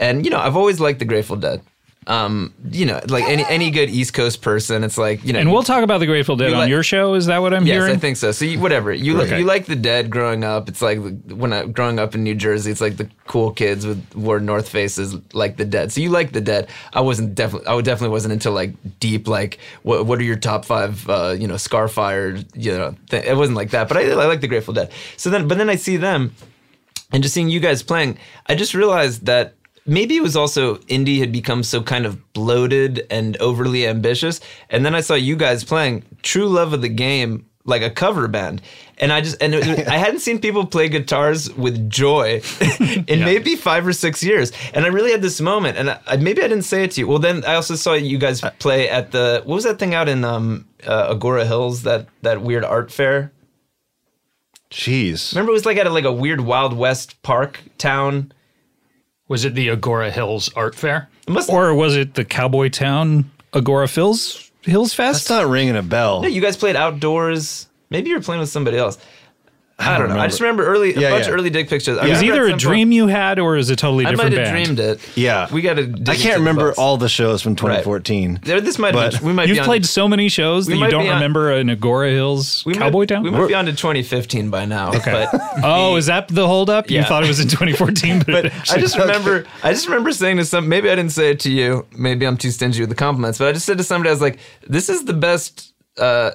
Speaker 4: and you know, I've always liked the Grateful Dead. Um, you know, like any any good East Coast person, it's like you know,
Speaker 1: And we'll talk about the Grateful Dead
Speaker 4: You
Speaker 1: on
Speaker 4: like-
Speaker 1: your show. Is that what I'm
Speaker 4: Yes,
Speaker 1: hearing?
Speaker 4: I think so. So you, whatever you like,
Speaker 1: Okay.
Speaker 4: you like the Dead growing up. It's like when I growing up in New Jersey, it's like the cool kids with wore North faces like the Dead. So you like the Dead. I wasn't definitely. I would- definitely wasn't into like deep like what what are your top five uh, you know Scarfire you know th- it wasn't like that. But I, I like the Grateful Dead. So then, but then I see them and just seeing you guys playing, I just realized that maybe it was also indie had become so kind of bloated and overly ambitious. And then I saw you guys playing True Love of the Game like a cover band. And I just and it, I hadn't seen people play guitars with joy in maybe 5 or 6 years. And I really had this moment and I, I- maybe I didn't say it to you. Well then I also saw you guys play at the what was that thing out in um uh, Agora Hills that that weird art fair?
Speaker 5: Jeez.
Speaker 4: Remember it was like at a, like a weird Wild West park town.
Speaker 2: Was it the Agora Hills Art Fair?
Speaker 4: It must
Speaker 1: Or was it the Cowboy Town Agora Phil's Hills
Speaker 5: That's
Speaker 1: Fest?
Speaker 5: not ringing a bell.
Speaker 4: Yeah, you guys played outdoors. Maybe you were playing with somebody else. I, don't, know. I
Speaker 5: remember.
Speaker 4: just remember early a
Speaker 5: Yeah,
Speaker 4: bunch
Speaker 5: yeah.
Speaker 4: of early dick pictures. I
Speaker 5: It
Speaker 1: it was
Speaker 4: remember
Speaker 1: either
Speaker 4: at
Speaker 1: a
Speaker 4: some
Speaker 1: dream you had or is a totally
Speaker 4: Point, I
Speaker 1: different
Speaker 4: might have
Speaker 1: band.
Speaker 4: dreamed it.
Speaker 5: Yeah.
Speaker 4: we got to.
Speaker 5: I can't remember all the shows from 2014.
Speaker 4: There, this might. Have
Speaker 5: but-
Speaker 4: been, we might. be
Speaker 1: You've
Speaker 4: on-
Speaker 1: played so many shows
Speaker 4: we
Speaker 1: that you
Speaker 4: might
Speaker 1: don't
Speaker 4: be on-
Speaker 1: remember an Agora Hills
Speaker 4: we might-
Speaker 1: Cowboy Town?
Speaker 4: We might be on to 2015 by now. But
Speaker 1: oh, is that the holdup? You
Speaker 4: Yeah.
Speaker 1: thought it was in 2014, but,
Speaker 4: but
Speaker 1: it
Speaker 4: I
Speaker 1: actually-
Speaker 4: just remember I just remember saying to some maybe I didn't say it to you maybe I'm too stingy with the compliments but I just said to somebody I was like this is the best uh,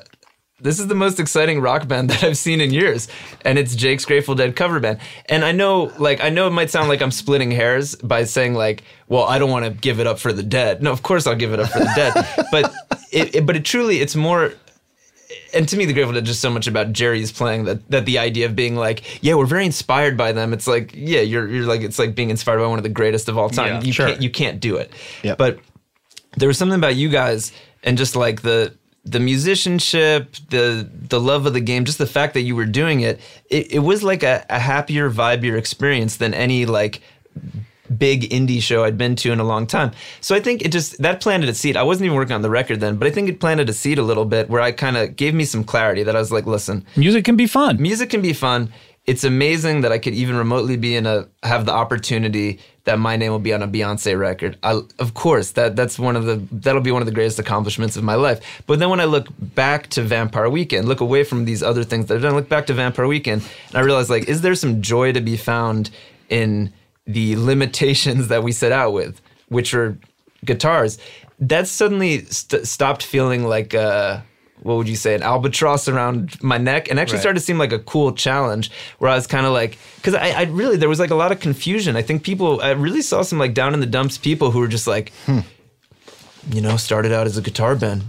Speaker 4: this is the most exciting rock band that I've seen in years and it's Jake's Grateful Dead cover band and I know like I know it might sound like I'm splitting hairs by saying like well I don't want to give it up for the dead no of course I'll give it up for the dead but it, it but it truly it's more and to me, the Grateful Dead is just so much about Jerry's playing that that the idea of being like, yeah, we're very inspired by them. It's like, yeah, you're you're like it's like being inspired by one of the greatest of all time.
Speaker 2: Yeah,
Speaker 4: you
Speaker 2: sure.
Speaker 4: can't you can't do it.
Speaker 5: Yep.
Speaker 4: But there was something about you guys and just like the the musicianship, the the love of the game, just the fact that you were doing it, it, it was like a, a happier, vibier experience than any like big indie show I'd been to in a long time. So I think it just that planted a seed. I wasn't even working on the record then, but I think it planted a seed a little bit where I kind of gave me some clarity that I was like, listen,
Speaker 1: music can be fun.
Speaker 4: music can be fun. It's amazing that I could even remotely be in a have the opportunity that my name will be on a Beyonce record. I, of course, that that's one of the that'll be one of the greatest accomplishments of my life. But then when I look back to Vampire Weekend, look away from these other things that I've done, look back to Vampire Weekend, and I realize like, is there some joy to be found in the limitations that we set out with, which are guitars? That suddenly st- stopped feeling like. Uh, what would you say, an albatross around my neck, and actually started to seem like a cool challenge. Where I was kind of like, because I, I really there was like a lot of confusion. I think people, I really saw some like down in the dumps people who were just like, "Hmm, you know, started out as a guitar band,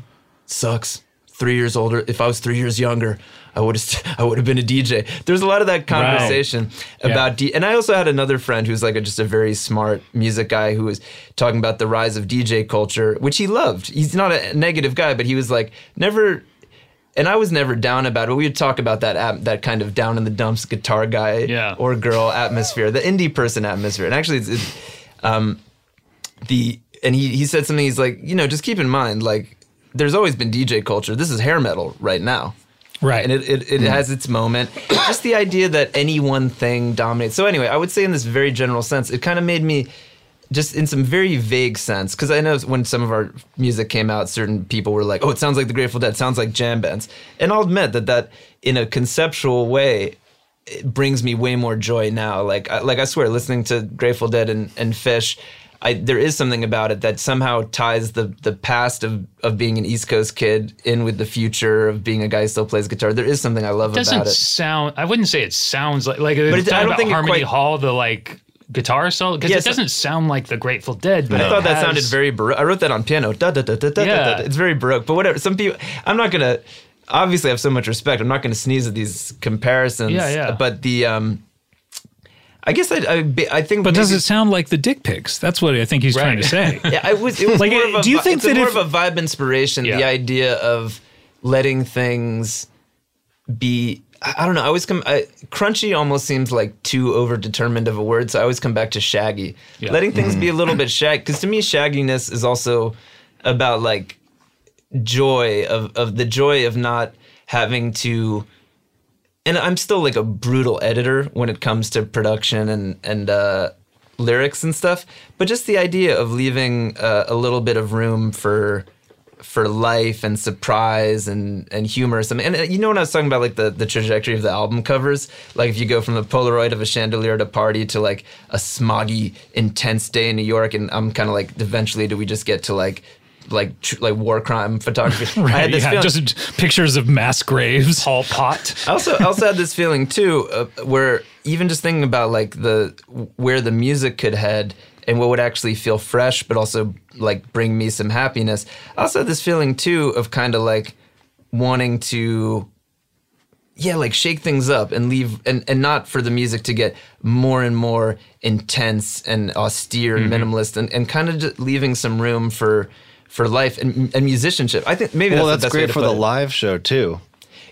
Speaker 4: sucks. Three years older. If I was three years younger, I would have I would have been a DJ. There's a lot of that conversation about D. And I also had another friend who's like a, just a very smart music guy who was talking about the rise of DJ culture, which he loved. He's not a negative guy, but he was like never and I was never down about it. We would talk about that at, that kind of down in the dumps guitar guy
Speaker 2: Yeah.
Speaker 4: or girl atmosphere, the indie person atmosphere. And actually, it's, it's, um, the and he he said something. He's like, you know, just keep in mind, like, there's always been DJ culture. This is hair metal right now.
Speaker 1: right.
Speaker 4: And it, it, it has its moment. Just the idea that any one thing dominates. So, anyway, I would say in this very general sense, it kind of made me just in some very vague sense because i know when some of our music came out certain people were like oh it sounds like the grateful dead sounds like jam bands and i'll admit that that in a conceptual way it brings me way more joy now. Like, I, like I swear, listening to Grateful Dead and, and Fish, I, there is something about it that somehow ties the the past of, of being an East Coast kid in with the future of being a guy who still plays guitar. There is something I love
Speaker 2: Doesn't
Speaker 4: about it.
Speaker 2: sound. I wouldn't say it sounds like like. But
Speaker 4: it- I
Speaker 2: I
Speaker 4: don't
Speaker 2: about
Speaker 4: think it
Speaker 2: Harmony
Speaker 4: quite-
Speaker 2: Hall, the like guitar solo, because
Speaker 4: Yes.
Speaker 2: it doesn't sound like the Grateful Dead. But
Speaker 4: I
Speaker 2: it
Speaker 4: thought that
Speaker 2: has-
Speaker 4: sounded very baroque. I wrote that on piano. Da, da, da, da, da, da, da,
Speaker 2: Yeah.
Speaker 4: da. It's very baroque, but whatever. Some people, I'm not gonna. Obviously, I have so much respect. I'm not gonna sneeze at these comparisons.
Speaker 2: Yeah, yeah.
Speaker 4: But the um, I guess I I, be- I think.
Speaker 1: But does
Speaker 4: maybe-
Speaker 1: it sound like the dick pics? That's what I think he's trying to say.
Speaker 4: Yeah, I was. It was
Speaker 1: Like, uh,
Speaker 4: more of a
Speaker 1: do you
Speaker 4: vi-
Speaker 1: think
Speaker 4: it's
Speaker 1: that
Speaker 4: more
Speaker 1: if-
Speaker 4: of a vibe inspiration? The
Speaker 2: Yeah.
Speaker 4: idea of letting things be. I I don't know. I always come. I, crunchy almost seems like too overdetermined of a word, so I always come back to shaggy. Letting things be a little bit shaggy, because to me, shagginess is also about like joy of of the joy of not having to and I'm still like a brutal editor when it comes to production and and uh, lyrics and stuff. But just the idea of leaving uh, a little bit of room for for life and surprise and and humor. Some and uh, you know when I was talking about like the the trajectory of the album covers, like if you go from the Polaroid of a chandelier to party to like a smoggy, intense day in New York, and I'm kind of like eventually do we just get to like like tr- like war crime photography? I had this
Speaker 1: yeah,
Speaker 4: feeling-
Speaker 1: just pictures of mass graves.
Speaker 2: Paul Pot.
Speaker 4: I also I also had this feeling too, uh, where even just thinking about like the where the music could head and what would actually feel fresh, but also like bring me some happiness. I also had this feeling too of kind of like wanting to yeah, like shake things up and leave, and, and not for the music to get more and more intense and austere and
Speaker 5: Mm-hmm.
Speaker 4: minimalist, and, and kind of just leaving some room for for life and, and musicianship. I think maybe
Speaker 5: well,
Speaker 4: that's,
Speaker 5: that's,
Speaker 4: the best way
Speaker 5: great
Speaker 4: to
Speaker 5: for
Speaker 4: put
Speaker 5: the
Speaker 4: it.
Speaker 5: live show too.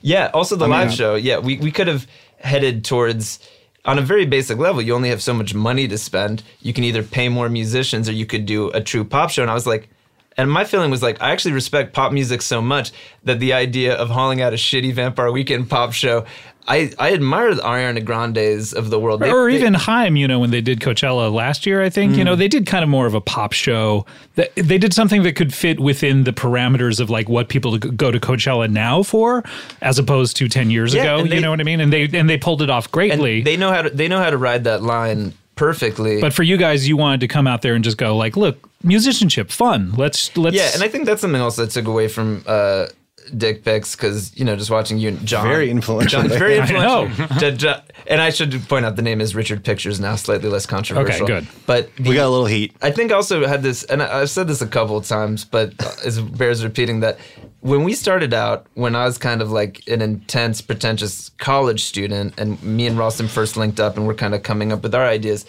Speaker 4: Yeah, also the
Speaker 1: uh,
Speaker 4: live show. Yeah, we, we could have headed towards on a very basic level, you only have so much money to spend. You can either pay more musicians or you could do a true pop show. And I was like, and my feeling was like, I actually respect pop music so much that the idea of hauling out a shitty Vampire Weekend pop show, I, I admire the Ariana Grandes of the world. They-
Speaker 1: or
Speaker 4: they- Mm.
Speaker 1: even Haim, you know, when they did Coachella last year, I think, you know, they did kind of more of a pop show. That They did something that could fit within the parameters of like what people go to Coachella now for, as opposed to 10 years
Speaker 4: Yeah,
Speaker 1: ago.
Speaker 4: and
Speaker 1: you
Speaker 4: they-
Speaker 1: know what I mean? And they and they pulled it off
Speaker 4: and
Speaker 1: greatly.
Speaker 4: they know how to they know how to ride that line perfectly.
Speaker 1: but for you guys, you wanted to come out there and just go like, look, musicianship, fun. Let's let's
Speaker 4: yeah, and I think that's something else that took away from uh, dick pics because you know just watching you and John
Speaker 5: Very influential.
Speaker 4: John, very influential.
Speaker 1: know.
Speaker 4: Ja- ja- and I should point out the name is Richard Pictures now, slightly less controversial.
Speaker 1: good.
Speaker 4: But
Speaker 5: We
Speaker 4: the-
Speaker 5: got a little heat.
Speaker 4: I think I also had this, and I- I've said this a couple of times, but it bears repeating that when we started out, when I was kind of like an intense, pretentious college student, and me and Ralston first linked up and we're kind of coming up with our ideas,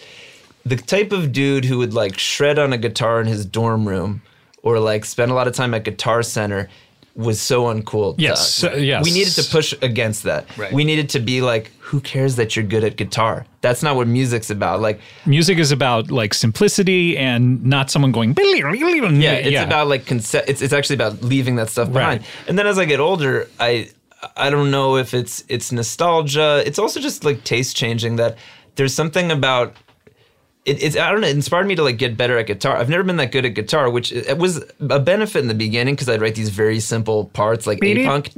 Speaker 4: the type of dude who would like shred on a guitar in his dorm room or like spend a lot of time at Guitar Center was so uncool. to
Speaker 1: Yes,
Speaker 4: us.
Speaker 1: uh, yes.
Speaker 4: We needed to push against that.
Speaker 2: Right.
Speaker 4: We needed to be like, who cares that you're good at guitar? That's not what music's about. Like,
Speaker 1: music is about like simplicity and not someone going.
Speaker 4: yeah, it's about like concept. It's, it's actually about leaving that stuff behind.
Speaker 1: Right.
Speaker 4: And then as I get older, I I don't know if it's it's nostalgia. It's also just like taste changing. That there's something about it, it's I don't know. It inspired me to like get better at guitar. I've never been that good at guitar, which it it was a benefit in the beginning because I'd write these very simple parts like a punk.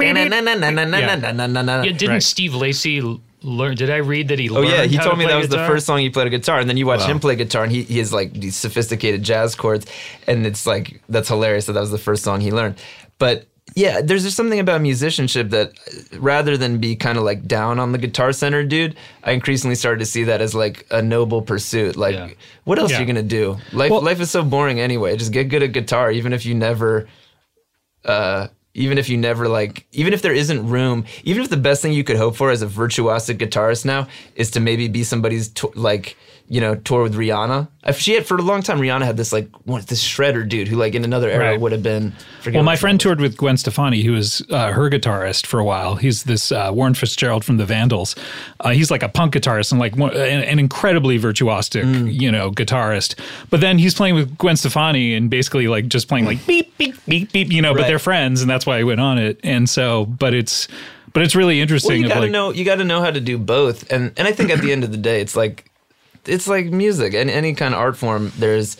Speaker 2: Yeah, didn't
Speaker 1: Right.
Speaker 2: Steve Lacy l- learn? Did I read that he
Speaker 4: Oh
Speaker 2: learned?
Speaker 4: yeah, he
Speaker 2: how
Speaker 4: told
Speaker 2: to
Speaker 4: me
Speaker 2: play
Speaker 4: that was
Speaker 2: guitar?
Speaker 4: the first song he played a guitar, and then you watch him play guitar, and he, he has like these sophisticated jazz chords, and it's like that's hilarious that that was the first song he learned. But yeah, there's just something about musicianship that uh, rather than be kind of like down on the guitar center dude, I increasingly started to see that as like a noble pursuit. Like,
Speaker 2: Yeah.
Speaker 4: what else
Speaker 1: Yeah.
Speaker 4: are you gonna do? Life
Speaker 1: Well-
Speaker 4: life is so boring anyway. Just get good at guitar, even if you never uh, even if you never like, even if there isn't room, even if the best thing you could hope for as a virtuosic guitarist now is to maybe be somebody's to- like, you know, tour with Rihanna. If she had for a long time, Rihanna had this like one this shredder dude who like in another era
Speaker 1: Right.
Speaker 4: would have been. forget
Speaker 1: Well, my
Speaker 4: what-
Speaker 1: friend toured with Gwen Stefani, who was uh, her guitarist for a while. He's this uh, Warren Fitzgerald from the Vandals. Uh, he's like a punk guitarist and like one, an, an incredibly virtuosic,
Speaker 2: Mm.
Speaker 1: you know, guitarist. But then he's playing with Gwen Stefani and basically like just playing like beep beep beep beep, you know. But
Speaker 4: Right.
Speaker 1: they're friends, and that's why I went on it. And so, but it's but it's really interesting.
Speaker 4: Well, you
Speaker 1: of,
Speaker 4: gotta
Speaker 1: like,
Speaker 4: know, you gotta know how to do both, and and I think at the end of the day, it's like, it's like music and any kind of art form. There's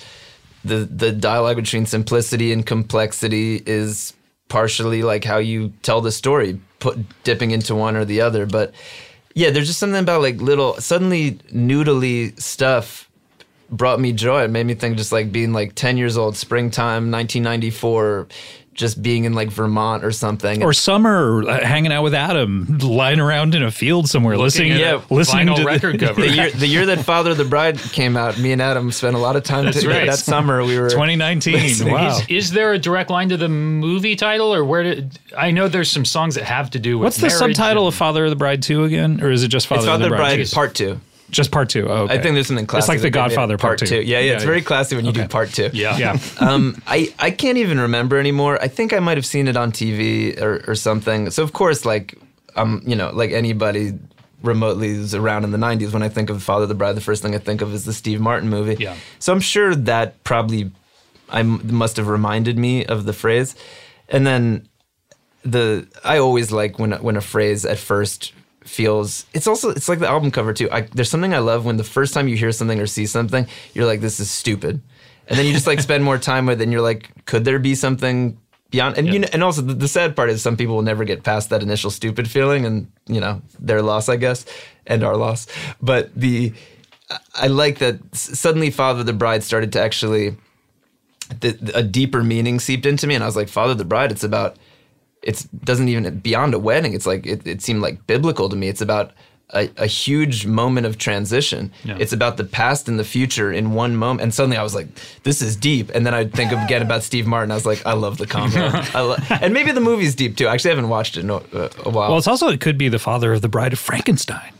Speaker 4: the the dialogue between simplicity and complexity is partially like how you tell the story, put dipping into one or the other. But yeah, there's just something about like little suddenly noodly stuff brought me joy. It made me think just like being like 10 years old, springtime 1994, just being in like Vermont or something.
Speaker 1: or summer uh, hanging out with Adam, lying around in a field somewhere, listening,
Speaker 2: Looking at
Speaker 4: yeah,
Speaker 2: a
Speaker 1: listening
Speaker 2: vinyl
Speaker 1: to the-
Speaker 2: record cover.
Speaker 4: the year the year that Father of the Bride came out, me and Adam spent a lot of time
Speaker 2: That's
Speaker 4: to,
Speaker 2: right.
Speaker 4: that summer. We were
Speaker 1: 2019. Wow.
Speaker 2: Is, is there a direct line to the movie title, or where? Did, I know there's some songs that have to do with.
Speaker 1: What's the
Speaker 2: marriage
Speaker 1: subtitle
Speaker 2: and-
Speaker 1: of Father of the Bride 2 again? Or is it just Father,
Speaker 4: It's Father
Speaker 1: of the Bride?
Speaker 4: Bride Part Two.
Speaker 1: Just part two. Oh, okay.
Speaker 4: I think there's something classic.
Speaker 1: It's like
Speaker 4: that
Speaker 1: The
Speaker 4: they did
Speaker 1: Godfather part, two.
Speaker 4: Yeah, yeah, it's very classy when you do part two.
Speaker 2: Yeah.
Speaker 1: Yeah.
Speaker 4: um, I, I can't even remember anymore. I think I might have seen it on TV or, or something. So of course, like um, you know, like anybody remotely is around in the '90s. When I think of Father of the Bride, the first thing I think of is the Steve Martin movie.
Speaker 2: Yeah.
Speaker 4: So I'm sure that probably I m- must have reminded me of the phrase, and then the I always like when when a phrase at first feels it's also it's like the album cover too. I, there's something I love when the first time you hear something or see something, you're like, this is stupid, and then you just like spend more time with, it and you're like, could there be something beyond? And you know, and also the, the sad part is some people will never get past that initial stupid feeling, and you know, their loss, I guess, and our loss. But the I- I like that s- suddenly Father of the Bride started to actually the, a deeper meaning seeped into me, and I was like, Father of the Bride, it's about it's doesn't even beyond a wedding. It's like it, it seemed like biblical to me. It's about a, a huge moment of transition. It's about the past and the future in one moment. And suddenly I was like, this is deep. And then I'd think again about Steve Martin. I was like, I love the combo. I lo- and maybe the movie's deep too. Actually, I haven't watched it in a, uh, a while.
Speaker 1: well, it's also it could be the father of the bride of Frankenstein.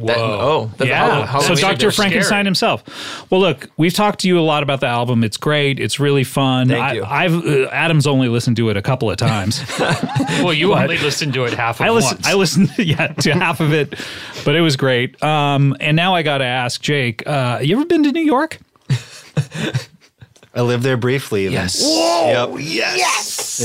Speaker 4: That- oh, that's
Speaker 1: Yeah.
Speaker 4: how,
Speaker 1: so Dr. Frankenstein
Speaker 2: scary.
Speaker 1: himself. Well, look, we've talked to you a lot about the album. It's great. It's really fun.
Speaker 4: Thank
Speaker 1: I,
Speaker 4: you.
Speaker 1: I've uh, Adam's only listened to it a couple of times.
Speaker 2: Well, you only listened to it half of
Speaker 1: I listened.
Speaker 2: once.
Speaker 1: I listened. Yeah, to half of it, but it was great. Um, and now I got to ask Jake. Uh, you ever been to New York?
Speaker 5: I lived there briefly. Even.
Speaker 4: Yes.
Speaker 5: Whoa. Yep. Yes.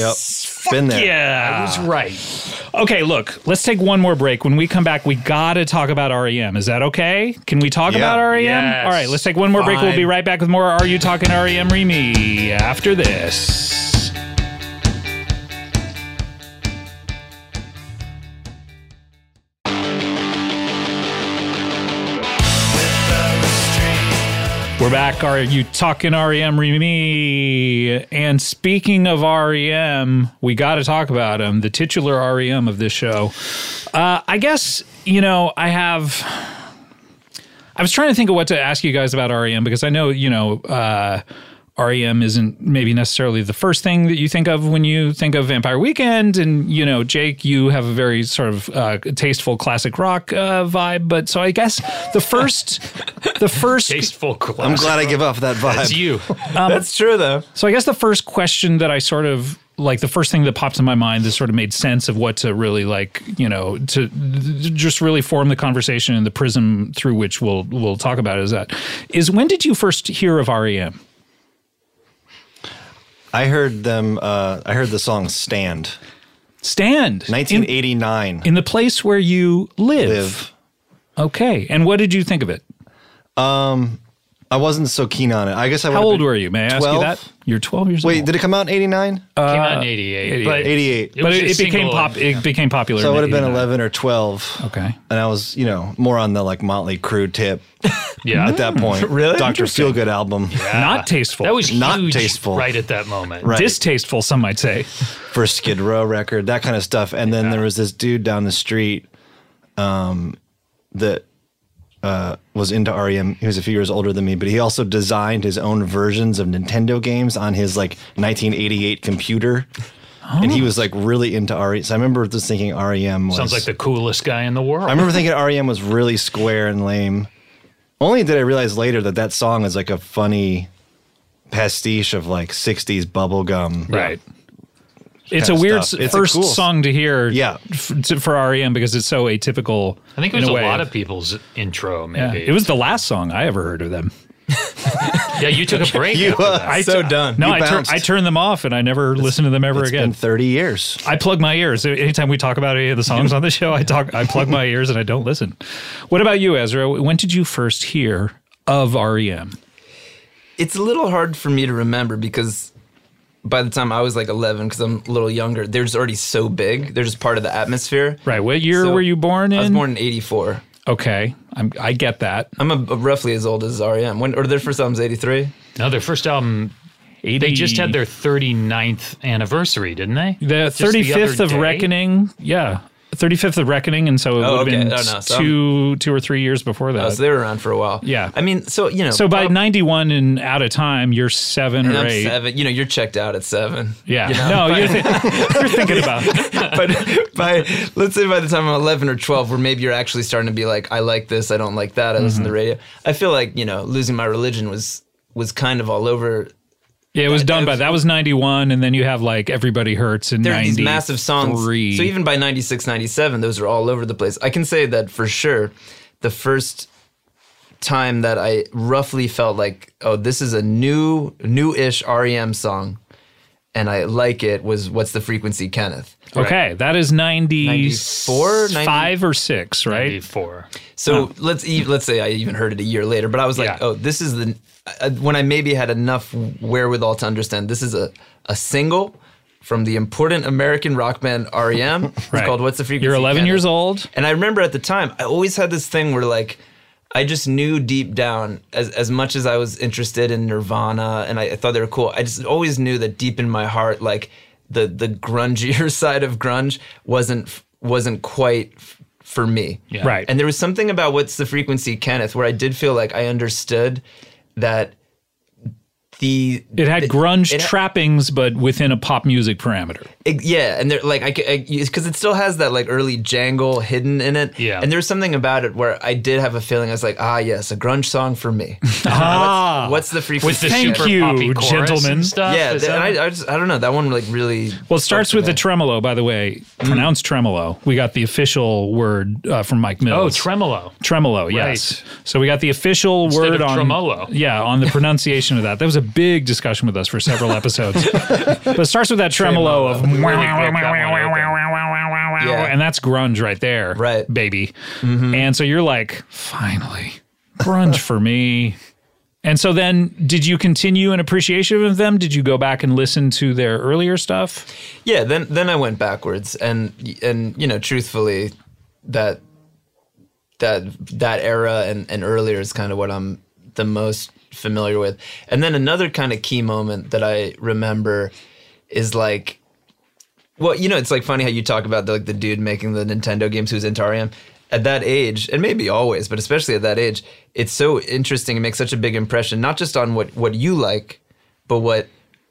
Speaker 5: Yep. Been there.
Speaker 1: Yeah.
Speaker 2: was right.
Speaker 1: Okay, look, let's take one more break. When we come back, we gotta talk about REM. Is that okay? Can we talk
Speaker 5: Yeah.
Speaker 1: about REM?
Speaker 2: Yes.
Speaker 1: All right, let's take one more break. We'll be
Speaker 2: Fine.
Speaker 1: right back with more Are You Talking REM Remy after this. We're back. Are you talking REM Remy? And speaking of REM, we got to talk about him, the titular REM of this show. Uh, I guess, you know, I have. I was trying to think of what to ask you guys about REM because I know, you know, uh, REM isn't maybe necessarily the first thing that you think of when you think of Vampire Weekend. And, you know, Jake, you have a very sort of uh, tasteful classic rock uh, vibe. But so I guess the first, the first
Speaker 2: Tasteful class.
Speaker 5: I'm glad I give off that vibe.
Speaker 2: It's you.
Speaker 4: That's true though.
Speaker 1: so I guess the first question that I sort of like the first thing that pops in my mind that sort of made sense of what to really like, you know, to th- just really form the conversation and the prism through which we'll we'll talk about it is that is when did you first hear of E REM?
Speaker 5: I heard them. Uh, I heard the song "Stand."
Speaker 1: Stand in,
Speaker 5: 1989.
Speaker 1: in the place where you live.
Speaker 5: live.
Speaker 1: Okay, and what did you think of it?
Speaker 5: I wasn't so keen on it. I guess I.
Speaker 1: How old were you? May I ask you
Speaker 5: 12?
Speaker 1: that? You're 12 years
Speaker 5: Wait,
Speaker 1: old.
Speaker 5: did it come out in '89?
Speaker 2: Came out in 88. But
Speaker 5: 88.
Speaker 2: was
Speaker 1: Uh, but it,
Speaker 2: a
Speaker 1: it became
Speaker 2: single,
Speaker 1: pop. It became popular.
Speaker 5: So I
Speaker 1: in
Speaker 5: would have been
Speaker 1: 89.
Speaker 5: 11 or 12.
Speaker 1: Okay.
Speaker 5: And I was, you know, more on the like Motley Crue tip
Speaker 2: Yeah.
Speaker 5: at that point.
Speaker 4: Really?
Speaker 5: Dr. Feelgood album.
Speaker 1: Not tasteful.
Speaker 2: That was
Speaker 5: Not
Speaker 2: huge
Speaker 5: tasteful.
Speaker 2: right at that moment.
Speaker 5: Ah. Right.
Speaker 1: distasteful. Some might say.
Speaker 5: First Skid Row record, that kind of stuff. And then there was this dude down the street um, that uh, was into REM. He was a few years older than me, but he also designed his own versions of Nintendo games on his like 1988 computer. And he was like really into REM. So I remember just thinking REM was
Speaker 2: Sounds like the coolest guy in the world.
Speaker 5: I remember thinking REM was really square and lame. Only did I realize later that that song is like a funny pastiche of like 60s bubblegum.
Speaker 1: Right. It's a
Speaker 5: Kinda
Speaker 1: weird
Speaker 5: stuff. It's a
Speaker 1: first
Speaker 5: cool-
Speaker 1: song to hear
Speaker 5: Yeah.
Speaker 1: f- to, for REM because it's so atypical.
Speaker 2: I think it was
Speaker 1: in
Speaker 2: a,
Speaker 1: a, way.
Speaker 2: lot of people's intro,
Speaker 1: Yeah.
Speaker 2: maybe.
Speaker 1: It was the last song I ever heard of them.
Speaker 2: Yeah, you took a break.
Speaker 5: You,
Speaker 2: after
Speaker 5: uh,
Speaker 2: that.
Speaker 1: I
Speaker 4: So done.
Speaker 1: No,
Speaker 5: You
Speaker 1: I, tur-
Speaker 5: bounced.
Speaker 1: I turned them off and I never listened to them ever
Speaker 5: It's
Speaker 1: again.
Speaker 5: been 30 years.
Speaker 1: I plug my ears. Anytime we talk about any of the songs on the show, I talk. I plug my ears and I don't listen. What about you, Ezra? When did you first hear of E REM?
Speaker 4: it's a little hard for me to remember because by the time I was like 11, because I'm a little younger, they're just already so big. They're just part of the atmosphere.
Speaker 1: Right. What year
Speaker 4: So,
Speaker 1: were you born in?
Speaker 4: I was born in 84.
Speaker 1: Okay, I'm, I get that.
Speaker 4: I'm a, a- roughly as old as REM. When, or their first album's 83.
Speaker 2: no, their first album,
Speaker 1: 80,
Speaker 2: they just had their 39th anniversary, didn't they?
Speaker 1: The
Speaker 2: Just the
Speaker 1: thirty fifth
Speaker 2: other
Speaker 1: of
Speaker 2: day?
Speaker 1: Reckoning. Yeah. 35th of Reckoning, and so it
Speaker 4: Oh,
Speaker 1: would have
Speaker 4: okay.
Speaker 1: been
Speaker 4: Oh, no, so I'm-
Speaker 1: two two or three years before that.
Speaker 4: Oh, so they were around for a while.
Speaker 1: Yeah.
Speaker 4: I mean, so you know,
Speaker 1: so by
Speaker 4: prob-
Speaker 1: 91 and out of time, you're seven or
Speaker 4: I'm
Speaker 1: eight.
Speaker 4: seven. You know, you're checked out at seven.
Speaker 1: Yeah. no, you're, you're thinking about it.
Speaker 4: but by let's say by the time I'm 11 or 12, where maybe you're actually starting to be like, I like this, I don't like that, I listen
Speaker 1: Mm-hmm.
Speaker 4: to the radio. I feel like you know, losing my religion was was kind of all over.
Speaker 1: Yeah, it was done by that was 91, and then you have like Everybody Hurts and
Speaker 4: There are
Speaker 1: 93.
Speaker 4: these massive songs. So even by 96, 97, those are all over the place. I can say that for sure. The first time that I roughly felt like, oh, this is a new, new-ish REM song, and I like it was "What's the Frequency, Kenneth."
Speaker 1: okay, that is 94,
Speaker 4: 94, 90
Speaker 1: five or six, right?
Speaker 2: Before.
Speaker 4: So let's e- let's say I even heard it a year later, but I was like,
Speaker 2: Yeah.
Speaker 4: oh, this is the uh, when I maybe had enough wherewithal to understand this is a a single from the important American rock band REM. It's
Speaker 1: Right.
Speaker 4: called "What's the Frequency."
Speaker 1: You're 11
Speaker 4: Kenneth.
Speaker 1: years old.
Speaker 4: and I remember at the time I always had this thing where like. I just knew deep down, as as much as I was interested in Nirvana and I, I thought they were cool, I just always knew that deep in my heart, like the the grungier side of grunge wasn't f- wasn't quite f- for me.
Speaker 2: Yeah.
Speaker 1: Right.
Speaker 4: And there was something about what's the frequency, Kenneth, where I did feel like I understood that the
Speaker 1: It had grunge
Speaker 4: it ha-
Speaker 1: trappings, but within a pop music parameter.
Speaker 4: it- yeah, and there like I because it still has that like early jangle hidden in it.
Speaker 2: Yeah.
Speaker 4: And there was something about it where I did have a feeling I was like, ah, yes, a grunge song for me.
Speaker 1: Ah.
Speaker 4: What's the
Speaker 2: With
Speaker 4: frequency?
Speaker 2: the
Speaker 1: Thank
Speaker 2: super
Speaker 1: you,
Speaker 2: poppy chorus
Speaker 1: gentlemen.
Speaker 2: and stuff.
Speaker 4: yeah,
Speaker 2: is
Speaker 4: th- and
Speaker 2: that-
Speaker 4: I, I just I don't know that one like really
Speaker 1: Well, it starts with the
Speaker 4: me.
Speaker 1: tremolo, by the way. Pronounced tremolo. We got the official word uh, from Mike
Speaker 2: oh,
Speaker 1: Mills.
Speaker 2: tremolo.
Speaker 1: Tremolo, yes. So we got the official
Speaker 2: Instead
Speaker 1: word
Speaker 2: of
Speaker 1: on
Speaker 2: tremolo.
Speaker 1: Yeah, on the pronunciation of that. That was a big discussion with us for several episodes. but it starts with that tremolo, of
Speaker 2: Really broke that one open.
Speaker 4: Yeah.
Speaker 1: and that's grunge right there,
Speaker 4: Right.
Speaker 1: baby.
Speaker 2: Mm-hmm.
Speaker 1: And so you're like, finally, grunge for me. And so then, did you continue an appreciation of them? Did you go back and listen to their earlier stuff?
Speaker 4: yeah then then i went backwards and and you know truthfully that that that era and, and earlier is kind of what i'm the most familiar with and then another kind of key moment that i remember is like well you know it's like funny how you talk about the, like the dude making the nintendo games who's into rem at that age and maybe always but especially at that age it's so interesting it makes such a big impression not just on what what you like but what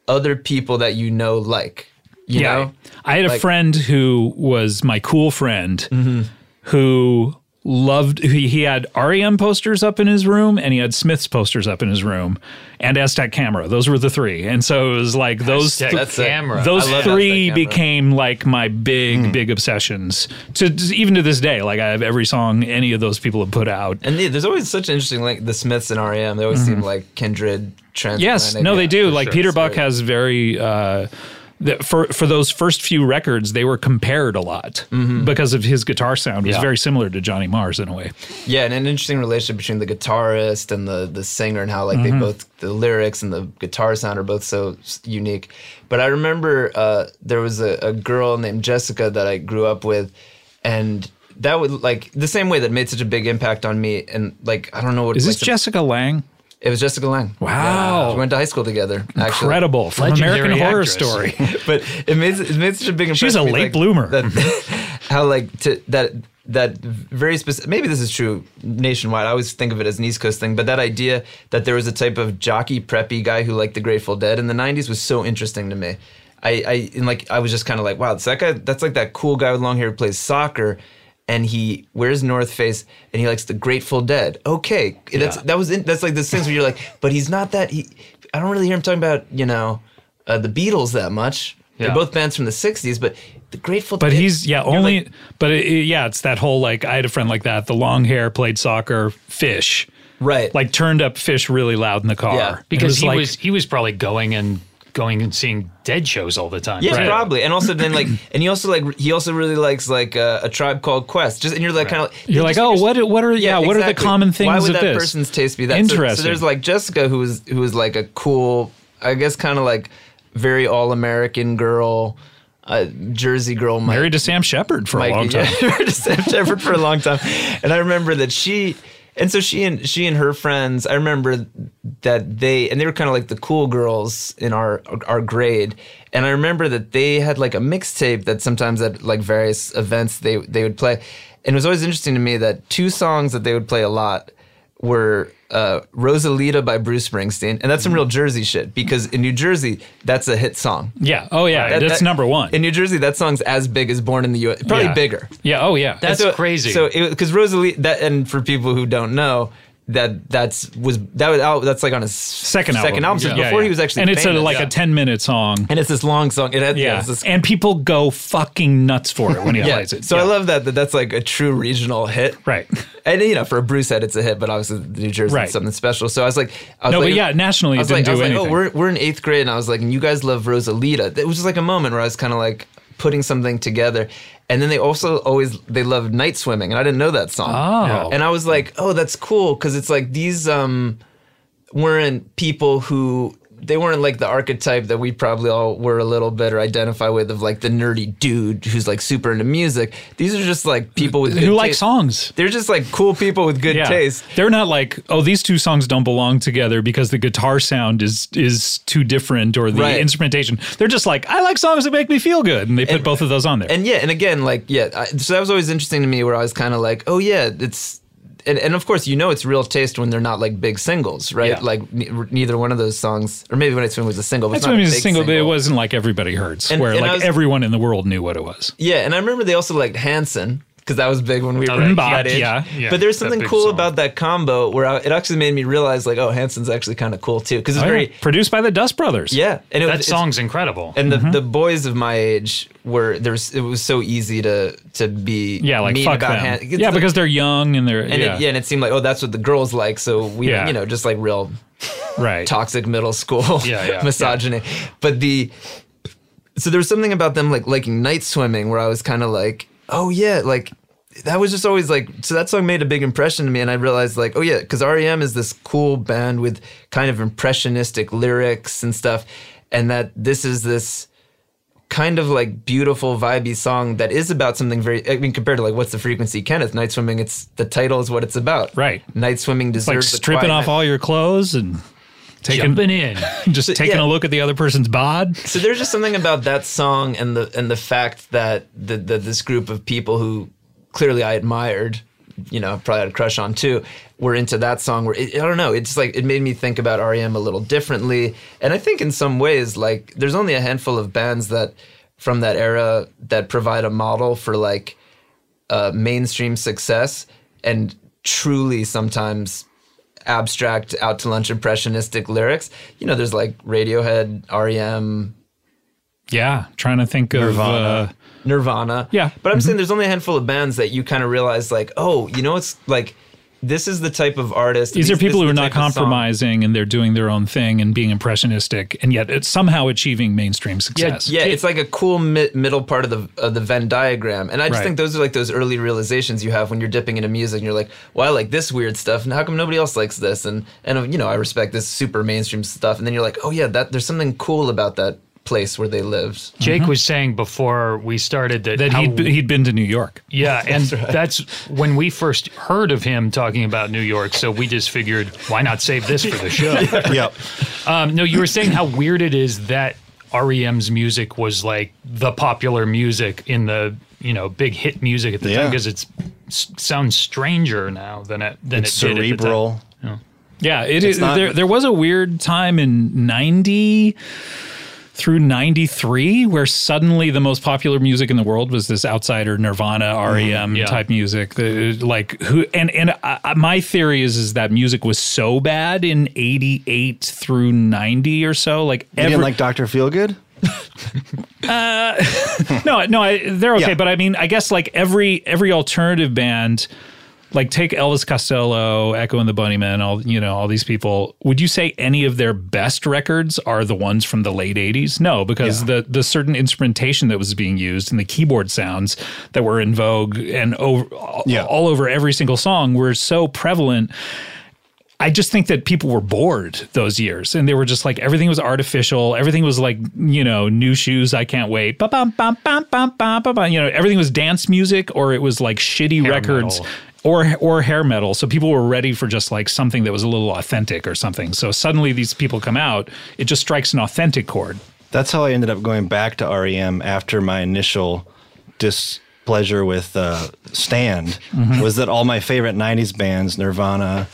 Speaker 4: other people that you know like you know
Speaker 1: I had a
Speaker 4: Like- Mm-hmm.
Speaker 1: friend who was my cool friend who loved he, he had REM posters up in his room and he had Smith's posters up in his room and Aztec camera. Those were the three. And so it was like those
Speaker 2: Aztec
Speaker 1: th-
Speaker 4: That's it.
Speaker 2: camera.
Speaker 1: those
Speaker 4: I love
Speaker 1: three
Speaker 4: Aztec camera. Hmm.
Speaker 1: became like my big big obsessions. To even to this day like I have every song any of those people have put out.
Speaker 4: And the, there's always such an interesting link. The Smiths and REM, they always seem like kindred.
Speaker 1: Mm-hmm. Yes,
Speaker 4: transatlantic.
Speaker 1: no, they
Speaker 4: Yeah,
Speaker 1: do.
Speaker 4: for
Speaker 1: Like
Speaker 4: sure.
Speaker 1: Peter
Speaker 4: It's
Speaker 1: Buck
Speaker 4: great.
Speaker 1: has very. Uh, the, for for those first few records, they were compared a lot
Speaker 4: Mm-hmm.
Speaker 1: because of his guitar sound was
Speaker 2: Yeah.
Speaker 1: very similar to Johnny Mars in a way.
Speaker 4: Yeah, and an interesting relationship between the guitarist and the the singer, and how like
Speaker 1: Mm-hmm.
Speaker 4: they both the lyrics and the guitar sound are both so s- unique. But I remember uh, there was a, a girl named Jessica that I grew up with, and that would like the same way that made such a big impact on me. And like I don't know what
Speaker 1: Is this
Speaker 4: like,
Speaker 1: Jessica Lang?
Speaker 4: It was Jessica Lang.
Speaker 1: Wow.
Speaker 4: we went to high school together. Actually.
Speaker 1: Incredible from
Speaker 2: Legendary
Speaker 1: American Horror
Speaker 2: actress.
Speaker 1: Story.
Speaker 4: but it made it made such a big impression.
Speaker 1: She's a
Speaker 4: to me,
Speaker 1: late
Speaker 4: like,
Speaker 1: bloomer.
Speaker 4: That, how like to, that that very specific. Maybe this is true nationwide. I always think of it as an East Coast thing, but that idea that there was a type of jockey preppy guy who liked the Grateful Dead in the '90s was so interesting to me. I, I and like I was just kind of like, wow, so that guy. That's like that cool guy with long hair who plays soccer. And he wears North Face, and he likes the Grateful Dead. Okay, that's that was in, that's like those things where you're like, but he's not that. He, I don't really hear him talking about you know uh, the Beatles that much.
Speaker 2: Yeah.
Speaker 4: They're both bands from the '60s, but the Grateful.
Speaker 1: But
Speaker 4: Dead-
Speaker 1: he's yeah
Speaker 4: you're
Speaker 1: only
Speaker 4: like,
Speaker 1: but it, it- yeah it's that whole like I had a friend like that the long hair played soccer fish
Speaker 4: right.
Speaker 1: like turned up fish really loud in the car
Speaker 4: Yeah.
Speaker 1: And it
Speaker 2: because he
Speaker 1: like-
Speaker 2: was he was probably going and going and seeing dead shows all the time.
Speaker 4: yeah,
Speaker 2: right?
Speaker 4: probably. And also then like, and he also like he also really likes like uh, a tribe called Quest. Just and you're like kind of
Speaker 1: you're like oh what what are yeah, what are the
Speaker 4: exactly.
Speaker 1: common things
Speaker 4: Why would
Speaker 1: of
Speaker 4: that
Speaker 1: this
Speaker 4: person's taste be that? So- So,
Speaker 1: Interesting.
Speaker 4: there's like Jessica, who was who was like a cool, I guess, kind of like very all American girl, uh, Jersey girl. Might,
Speaker 1: married to Sam Shepard for a long time.
Speaker 4: yeah, we were just Sam Shepard for a long time, and I remember that she, and so she and she and her friends. I remember that they and they were kind of like the cool girls in our our grade. And I remember that they had like a mixtape that sometimes at like various events they they would play. And it was always interesting to me that two songs that they would play a lot were uh, Rosalita by Bruce Springsteen, and
Speaker 1: Mm.
Speaker 4: that's some real Jersey shit because in New Jersey that's a hit song.
Speaker 1: Yeah. Oh yeah.
Speaker 4: That-
Speaker 1: that's
Speaker 4: that-
Speaker 1: number one.
Speaker 4: in New Jersey. That song's as big as "Born in the U.S." Probably
Speaker 1: Yeah.
Speaker 4: bigger.
Speaker 1: Yeah. Oh yeah.
Speaker 2: That's
Speaker 4: so,
Speaker 2: crazy.
Speaker 4: So because Rosalie, that and for people who don't know, that that's was that was out. That's like on his
Speaker 1: second album.
Speaker 4: Second album. So
Speaker 1: Yeah.
Speaker 4: before
Speaker 1: Yeah,
Speaker 4: he was
Speaker 1: yeah.
Speaker 4: actually,
Speaker 1: And it's a,
Speaker 4: famous.
Speaker 1: like a ten minute song.
Speaker 4: and it's this long song. It had yeah.
Speaker 1: Yeah.
Speaker 4: it's this-
Speaker 1: And people go fucking nuts for it when he
Speaker 4: yeah.
Speaker 1: plays it.
Speaker 4: So I
Speaker 1: Yeah.
Speaker 4: love that, that that's like a true regional hit.
Speaker 1: Right.
Speaker 4: And you know, for a Bruce head, it's a hit, but obviously the New Jersey
Speaker 1: Right.
Speaker 4: is something special. So I was like, I was
Speaker 1: No,
Speaker 4: like,
Speaker 1: but yeah, nationally
Speaker 4: I
Speaker 1: it
Speaker 4: was
Speaker 1: didn't
Speaker 4: like, I
Speaker 1: do
Speaker 4: was like,
Speaker 1: anything.
Speaker 4: oh, we're we're in eighth grade, and I was like, and you guys love Rosalita. It was just like a moment where I was kind of like putting something together. And then they also always they loved night swimming, and I didn't know that song.
Speaker 1: Oh. Yeah.
Speaker 4: and I was like, oh, that's cool because it's like these um weren't people who they weren't like the archetype that we probably all were a little bit or identify with of like the nerdy dude who's like super into music. These are just like people with good
Speaker 1: Who like
Speaker 4: taste.
Speaker 1: songs?
Speaker 4: They're just like cool people with good
Speaker 1: Yeah.
Speaker 4: taste.
Speaker 1: They're not like, oh, these two songs don't belong together because the guitar sound is is too different or the
Speaker 4: Right.
Speaker 1: instrumentation. They're just like, I like songs that make me feel good, and they put both of those on there.
Speaker 4: And yeah, and again, like yeah, I, so that was always interesting to me where I was kind of like, oh yeah, it's. And, and of course, you know it's real taste when they're not like big singles, right?
Speaker 1: Yeah.
Speaker 4: Like ne- neither one of those songs, or maybe when I swim was a single. But
Speaker 1: That's
Speaker 4: it's not
Speaker 1: when it was
Speaker 4: big
Speaker 1: a single, but it wasn't like everybody hurts,
Speaker 4: And-
Speaker 1: where
Speaker 4: and I
Speaker 1: like
Speaker 4: was-
Speaker 1: everyone in the world knew what it was.
Speaker 4: Yeah, and I remember they also liked Hanson because that was big when we were
Speaker 1: Mm,
Speaker 4: that
Speaker 1: Bob,
Speaker 4: age.
Speaker 1: yeah.
Speaker 2: Yeah,
Speaker 4: but there's
Speaker 2: that
Speaker 4: something
Speaker 2: big
Speaker 4: cool
Speaker 2: song.
Speaker 4: about that combo where I, it actually made me realize like, oh, Hanson's actually kind of cool too because it's
Speaker 1: Oh, yeah.
Speaker 4: very
Speaker 1: Produced by the Dust Brothers.
Speaker 4: yeah. And it,
Speaker 2: That
Speaker 4: it's-
Speaker 2: song's incredible.
Speaker 4: and the,
Speaker 1: mm-hmm.
Speaker 4: the boys of my age were there's it was so easy to to be
Speaker 1: Yeah, like
Speaker 4: mean
Speaker 1: fuck
Speaker 4: about
Speaker 1: them.
Speaker 4: Han-
Speaker 1: yeah, because they're young and they're
Speaker 4: and
Speaker 1: yeah,
Speaker 4: It, yeah, and it seemed like oh that's what the girls like so we
Speaker 1: Yeah.
Speaker 4: you know just like real
Speaker 1: right.
Speaker 4: toxic middle school
Speaker 2: Yeah, yeah,
Speaker 4: misogyny. But the so there was something about them like liking night swimming where I was kind of like, oh yeah, like that was just always like so that song made a big impression to me and I realized like, oh yeah, because REM is this cool band with kind of impressionistic lyrics and stuff, and that this is this kind of like beautiful vibey song that is about something very I mean compared to like what's the frequency Kenneth night swimming it's the title is what it's about
Speaker 1: Right.
Speaker 4: night swimming
Speaker 1: It's like
Speaker 4: deserves a
Speaker 1: stripping
Speaker 4: quiet
Speaker 1: off
Speaker 4: night.
Speaker 1: all your clothes and taking
Speaker 2: Jumping in.
Speaker 1: just taking
Speaker 4: yeah.
Speaker 1: a look at the other person's bod.
Speaker 4: So there's just something about that song and the and the fact that the, the this group of people who clearly I admired, you know, probably had a crush on too, were into that song. Where it, I don't know, it's like it made me think about REM a little differently. And I think in some ways, like there's only a handful of bands that from that era that provide a model for like uh, mainstream success and truly sometimes abstract out to lunch impressionistic lyrics you know there's like radiohead E rem
Speaker 1: Yeah, trying to think of uh,
Speaker 4: Nirvana.
Speaker 1: Yeah. Mm-hmm.
Speaker 4: But I'm saying there's only a handful of bands that you kind of realize, like, oh, you know, it's like, this is the type of artist.
Speaker 1: these are
Speaker 4: this- this
Speaker 1: people
Speaker 4: is
Speaker 1: who are
Speaker 4: the
Speaker 1: not
Speaker 4: type of song.
Speaker 1: compromising and they're doing their own thing and being impressionistic and yet it's somehow achieving mainstream success.
Speaker 4: Yeah, it's like a cool mi- middle part of the of the Venn diagram, and I just
Speaker 1: Right.
Speaker 4: think those are like those early realizations you have when you're dipping into music, and you're like, "Well, I like this weird stuff, and how come nobody else likes this?" And and you know, I respect this super mainstream stuff, and then you're like, "Oh yeah, that there's something cool about that place where they lived."
Speaker 2: Jake was saying before we started that,
Speaker 1: That
Speaker 2: how-
Speaker 1: he'd, he'd been to New York.
Speaker 2: yeah, and that's when we first heard of him talking about New York. So we just figured, why not save this for the show?
Speaker 5: Yep.
Speaker 2: Um, no, you were saying how weird it is that REM's music was like the popular music in the you know big hit music at the time
Speaker 5: Yeah.
Speaker 2: because it's s- sounds stranger now than it than
Speaker 5: It's
Speaker 2: it did at the time.
Speaker 5: cerebral.
Speaker 1: Yeah, it is.
Speaker 5: not-
Speaker 1: there, there was a weird time in 90 through 93 where suddenly the most popular music in the world was this outsider
Speaker 5: Mm-hmm.
Speaker 1: Nirvana, REM
Speaker 2: yeah.
Speaker 1: type music. The- like who and and I, I- my theory is is that music was so bad in 88 through 90 or so like
Speaker 5: You
Speaker 1: every-
Speaker 5: didn't like Doctor Feelgood?
Speaker 1: no, no, I, they're okay.
Speaker 5: Yeah.
Speaker 1: But I mean, I guess like every every alternative band, like take Elvis Costello, Echo and the Bunnymen, all you know, all these people. Would you say any of their best records are the ones from the late '80s? No, because the the certain instrumentation that was being used and the keyboard sounds that were in vogue and over
Speaker 5: Yeah.
Speaker 1: all over every single song were so prevalent I just think that people were bored those years and they were just like everything was artificial. Everything was like, you know, new shoes, I can't wait. Ba-bum, bum, bum, bum, bum, bum, bum. You know, everything was dance music or it was like shitty records.
Speaker 2: metal.
Speaker 1: or or hair metal. So people were ready for just like something that was a little authentic or something. So suddenly these people come out, it just strikes an authentic chord.
Speaker 5: That's how I ended up going back to REM after my initial displeasure with uh, Stand
Speaker 1: Mm-hmm.
Speaker 5: was that all my favorite '90s bands, Nirvana,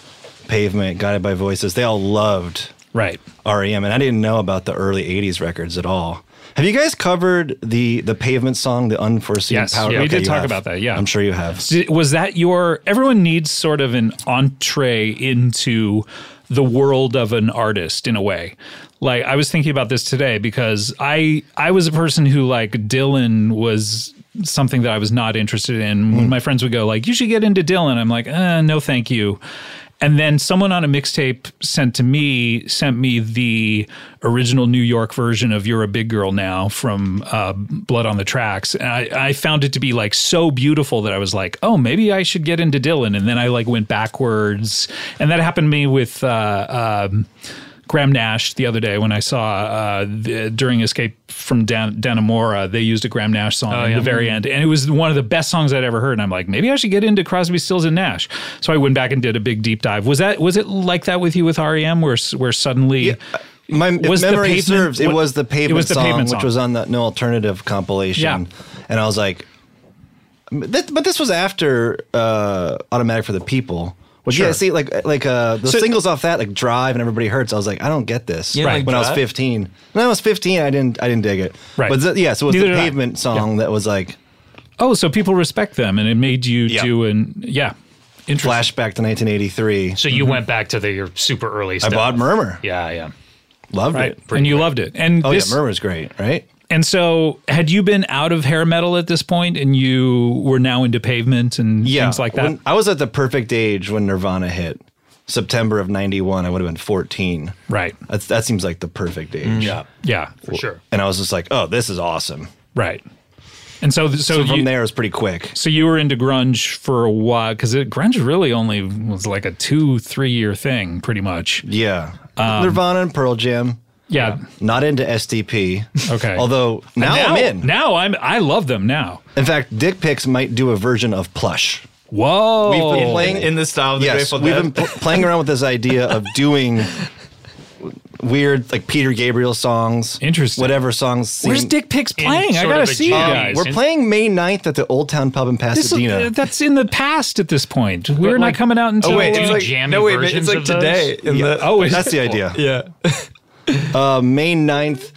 Speaker 5: Pavement, Guided by Voices, they all loved
Speaker 1: Right.
Speaker 5: REM, E and I didn't know about the early '80s records at all. Have you guys covered the the Pavement song, "The Unforeseen
Speaker 1: Yes,
Speaker 5: Power"?
Speaker 1: yeah, we did
Speaker 5: you
Speaker 1: talk
Speaker 5: have.
Speaker 1: about that, yeah.
Speaker 5: I'm sure you have.
Speaker 1: Did- was that your everyone needs sort of an entree into the world of an artist in a way like i was thinking about this today because i i was a person who like dylan was something that i was not interested in when my friends would go like you should get into dylan i'm like uh, no thank you and then someone on a mixtape sent to me sent me the original New York version of "You're a Big Girl Now" from uh, Blood on the Tracks, and I, I found it to be like so beautiful that I was like, "Oh, maybe I should get into Dylan." And then I like went backwards, and that happened to me with uh, um, Graham Nash the other day when I saw uh, the, during Escape from Dan- Danamora, they used a Graham Nash song at the very end, and it was one of the best songs I'd ever heard. And I'm like, maybe I should get into Crosby, Stills, and Nash. So I went back and did a big deep dive. Was that was it like that with you with REM, where s- where suddenly?
Speaker 5: uh, My if
Speaker 1: Was the
Speaker 5: memory
Speaker 1: pavement-
Speaker 5: serves. It
Speaker 1: what-
Speaker 5: was the pavement,
Speaker 1: it was the
Speaker 5: song,
Speaker 1: pavement
Speaker 5: which
Speaker 1: song.
Speaker 5: was on the No Alternative compilation.
Speaker 1: Yeah.
Speaker 5: And I was like, that, but this was after uh, Automatic for the People. Which yeah,
Speaker 1: Sure.
Speaker 5: see, like like uh, the
Speaker 1: So-
Speaker 5: singles off that, like Drive and Everybody Hurts. I was like, I don't get this.
Speaker 4: You don't like
Speaker 5: When I was
Speaker 4: Drive?
Speaker 5: fifteen, when I was fifteen, I didn't I didn't dig it.
Speaker 1: Right.
Speaker 5: But the, yeah, so it was
Speaker 1: Neither
Speaker 5: the
Speaker 1: did I.
Speaker 5: pavement song that was like
Speaker 1: Oh, so people respect them, and it made you do an yeah, interesting.
Speaker 5: flashback to 1983.
Speaker 2: So you went back to the, your super early
Speaker 5: I
Speaker 2: stuff.
Speaker 5: bought Murmur.
Speaker 2: Yeah, yeah.
Speaker 5: Loved
Speaker 1: right,
Speaker 5: it.
Speaker 1: and you loved it. And
Speaker 5: Oh
Speaker 1: this,
Speaker 5: yeah, Murmur's great, right?
Speaker 1: and so had you been out of hair metal at this point, and you were now into pavement and things like that.
Speaker 5: When- I was at the perfect age when Nirvana hit. September of 91, I would have been 14.
Speaker 1: right.
Speaker 5: That's, that seems like the perfect age.
Speaker 2: Yeah,
Speaker 1: Mm. Yeah.
Speaker 2: for sure.
Speaker 5: And I was just like, oh, this is awesome.
Speaker 1: Right. And so, th- so,
Speaker 5: So from
Speaker 1: you,
Speaker 5: there, it was pretty quick.
Speaker 1: so you were into grunge for a while because grunge really only was like a two, three year thing, pretty much.
Speaker 5: Yeah.
Speaker 1: Um,
Speaker 5: Nirvana and Pearl Jam.
Speaker 1: Yeah.
Speaker 5: Not into SDP.
Speaker 1: Okay.
Speaker 5: Although now,
Speaker 1: now
Speaker 5: I'm in.
Speaker 1: Now I'm. I love them now.
Speaker 5: in fact, Dick Pics might do a version of Plush.
Speaker 1: Whoa.
Speaker 5: We've been
Speaker 4: In,
Speaker 5: playing
Speaker 4: in the style of the
Speaker 5: Oh. yes,
Speaker 4: Grateful
Speaker 5: we've
Speaker 4: Dead.
Speaker 5: been pl- playing around with this idea of doing weird like Peter Gabriel songs.
Speaker 1: Interesting.
Speaker 5: Whatever songs. Seem, Um,
Speaker 1: Where's Dick Picks playing? I
Speaker 2: sort
Speaker 1: gotta
Speaker 2: of a
Speaker 1: see you
Speaker 2: jam.
Speaker 1: guys.
Speaker 5: We're playing May 9th at the Old Town Pub in
Speaker 1: This uh, is-
Speaker 5: Pasadena.
Speaker 1: that's in the past at this point. We're not
Speaker 2: like-
Speaker 1: coming out until.
Speaker 4: Oh wait,
Speaker 2: Do
Speaker 4: it's
Speaker 2: you
Speaker 4: like
Speaker 2: jammy
Speaker 4: no wait, but
Speaker 2: versions
Speaker 4: it's like
Speaker 2: of those?
Speaker 4: today. In the,
Speaker 1: oh, is-
Speaker 5: That's the idea.
Speaker 4: yeah.
Speaker 5: Uh, May 9th,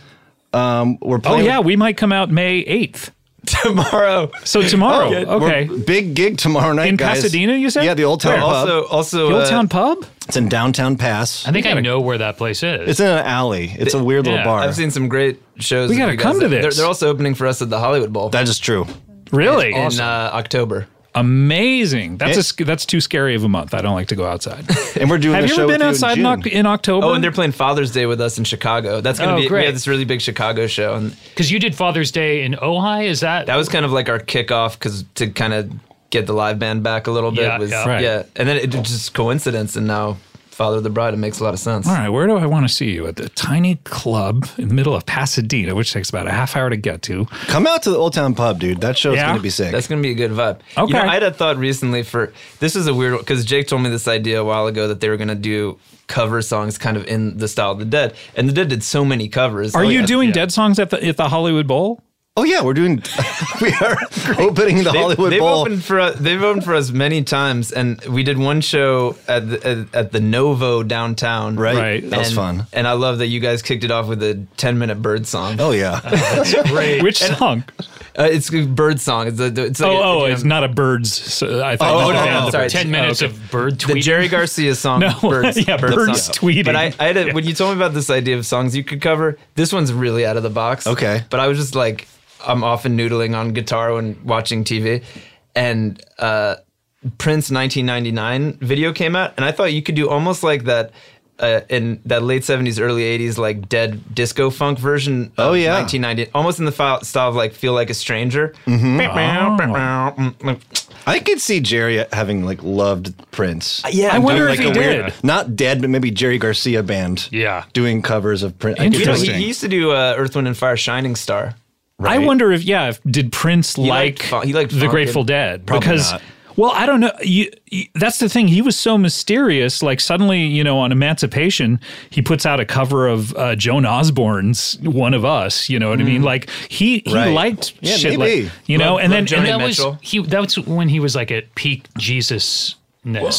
Speaker 5: um, we're
Speaker 1: oh
Speaker 5: playing.
Speaker 1: yeah, we might come out May eighth.
Speaker 4: Tomorrow.
Speaker 1: So tomorrow,
Speaker 4: yeah, we're-
Speaker 1: okay.
Speaker 5: we're- Big gig tomorrow night,
Speaker 1: In
Speaker 5: guys.
Speaker 1: Pasadena, you said?
Speaker 5: Yeah, the Old Town Pub.
Speaker 4: Also, also,
Speaker 1: The Old
Speaker 4: uh,
Speaker 1: Town Pub.
Speaker 5: it's in downtown Pass.
Speaker 2: I think I know where that place is.
Speaker 5: It's in an alley. It's a weird
Speaker 2: Yeah,
Speaker 5: little bar.
Speaker 4: I've seen some great shows.
Speaker 1: We
Speaker 4: with
Speaker 1: gotta
Speaker 4: you guys.
Speaker 1: come to
Speaker 4: They're-
Speaker 1: this.
Speaker 4: They're, also opening for us at the Hollywood Bowl
Speaker 5: that is true.
Speaker 1: Really?
Speaker 4: in uh, October.
Speaker 1: Amazing. That's
Speaker 5: It-
Speaker 1: a, sc- that's too scary of a month. I don't like to go outside.
Speaker 5: And we're doing
Speaker 1: Have
Speaker 5: a
Speaker 1: you
Speaker 5: show
Speaker 1: ever
Speaker 5: with
Speaker 1: been outside in,
Speaker 5: you in
Speaker 1: Oc-
Speaker 5: June.
Speaker 1: in October?
Speaker 4: Oh, and they're playing Father's Day with us in Chicago. That's gonna
Speaker 1: Oh,
Speaker 4: be we
Speaker 1: great.
Speaker 4: had this really big Chicago show, and
Speaker 2: Because you did Father's Day in Ojai, is that?
Speaker 4: that was kind of like our kickoff because to kind of get the live band back a little bit
Speaker 2: Yeah,
Speaker 4: was
Speaker 2: yeah.
Speaker 4: yeah,
Speaker 1: Right.
Speaker 4: and then it was just coincidence, and now Father of the Bride. It makes a lot of sense.
Speaker 1: All right, where do I want to see you? At the tiny club in the middle of Pasadena, which takes about a half hour to get to.
Speaker 5: Come out to the Old Town Pub, dude. That show's
Speaker 1: Yeah?
Speaker 5: going to be sick.
Speaker 4: That's gonna be a good vibe. You
Speaker 1: Okay.
Speaker 4: know, I had a thought recently for this is a weird because Jake told me this idea a while ago that they were gonna do cover songs kind of in the style of the Dead, and the Dead did so many covers.
Speaker 1: Are
Speaker 4: Oh,
Speaker 1: you
Speaker 4: yeah.
Speaker 1: doing dead songs at the at the Hollywood Bowl?
Speaker 5: oh, yeah, we're doing. we are opening the
Speaker 4: They-
Speaker 5: Hollywood
Speaker 4: they've
Speaker 5: Bowl.
Speaker 4: Opened for us, they've opened for us many times, and we did one show at the, at, at the Novo downtown.
Speaker 5: right?
Speaker 1: Right.
Speaker 5: That was
Speaker 4: And-
Speaker 5: fun.
Speaker 4: And I love that you guys kicked it off with a 10 minute bird song.
Speaker 5: Oh, yeah.
Speaker 2: great.
Speaker 1: Which song?
Speaker 4: Uh, it's a bird song. It's, a, it's like a-
Speaker 1: Oh, oh,
Speaker 4: you know,
Speaker 1: it's not a birds. So I thought.
Speaker 4: Oh,
Speaker 1: that
Speaker 4: no,
Speaker 1: was
Speaker 4: no,
Speaker 1: the-
Speaker 4: sorry.
Speaker 2: 10 minutes of bird tweeting.
Speaker 4: The Jerry Garcia song,
Speaker 1: No,
Speaker 4: birds,
Speaker 1: yeah,
Speaker 4: bird
Speaker 1: birds
Speaker 4: song.
Speaker 1: tweeting.
Speaker 4: But I, I had a, when you told me about this idea of songs you could cover, this one's really out of the box.
Speaker 5: Okay.
Speaker 4: but I was just like, I'm often noodling on guitar when watching TV, and uh, Prince 1999 video came out, and I thought you could do almost like that. Uh, in that late 70s, early 80s, like dead disco funk version. Of
Speaker 5: Oh, yeah.
Speaker 4: 1990, almost in the fi- style of like "Feel Like a Stranger."
Speaker 5: Mm-hmm.
Speaker 4: mm,
Speaker 5: I could see Jerry having like loved Prince.
Speaker 4: Uh, Yeah,
Speaker 1: I wonder
Speaker 5: like
Speaker 1: if he
Speaker 5: a
Speaker 1: did.
Speaker 5: weird, not dead, but maybe Jerry Garcia band.
Speaker 2: Yeah.
Speaker 5: doing covers of Prince. I
Speaker 4: You
Speaker 5: could
Speaker 4: know,
Speaker 5: totally-
Speaker 4: he, he used to do uh, Earth, Wind, and Fire, Shining Star.
Speaker 1: I wonder if yeah, if, did Prince
Speaker 4: liked
Speaker 1: like
Speaker 4: fu- he liked
Speaker 1: the
Speaker 4: funk
Speaker 1: Grateful
Speaker 4: and-
Speaker 1: Dead
Speaker 5: Probably
Speaker 1: because
Speaker 5: not.
Speaker 1: Well, I don't know. You, you- that's the thing. He was so mysterious. Like suddenly, you know, on Emancipation, he puts out a cover of uh, Joan Osborne's "One of Us." You know what I
Speaker 4: Mm.
Speaker 1: mean? Like he he
Speaker 5: Right.
Speaker 1: liked
Speaker 5: Yeah,
Speaker 1: shit
Speaker 5: maybe.
Speaker 1: like you know,
Speaker 4: Love-
Speaker 1: and
Speaker 4: love
Speaker 1: then
Speaker 4: Johnny
Speaker 1: and
Speaker 2: that
Speaker 1: then
Speaker 2: was
Speaker 4: Mitchell.
Speaker 2: he. That's when he was like at peak Jesusness,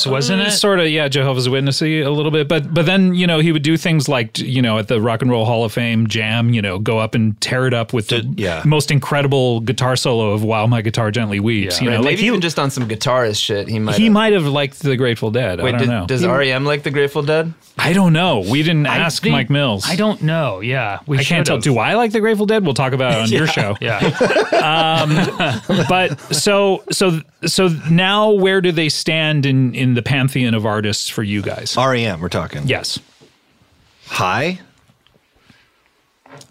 Speaker 2: wasn't it?
Speaker 1: Mm, sort of yeah jehovah's witnessy a little bit but but then you know he would do things like you know at the rock and roll hall of fame jam you know go up and tear it up with the
Speaker 5: yeah.
Speaker 1: most incredible guitar solo of while my guitar gently weeps
Speaker 2: Yeah.
Speaker 1: you know
Speaker 4: Maybe
Speaker 1: like he,
Speaker 4: even just on some guitarist shit, he might.
Speaker 1: he
Speaker 4: have-
Speaker 1: might have liked the grateful dead i
Speaker 4: Wait,
Speaker 1: don't
Speaker 4: did-
Speaker 1: know
Speaker 4: does REM like the Grateful Dead?
Speaker 1: i don't know we didn't
Speaker 2: I
Speaker 1: ask
Speaker 2: think-
Speaker 1: mike mills
Speaker 2: I don't know. Yeah, we
Speaker 1: I can't tell.
Speaker 2: should've.
Speaker 1: Do I like the Grateful Dead? We'll talk about it on your show.
Speaker 2: Yeah,
Speaker 1: But so so so now, where do they stand in in the pantheon of artists for you guys?
Speaker 5: REM, E we're talking.
Speaker 1: Yes.
Speaker 5: High?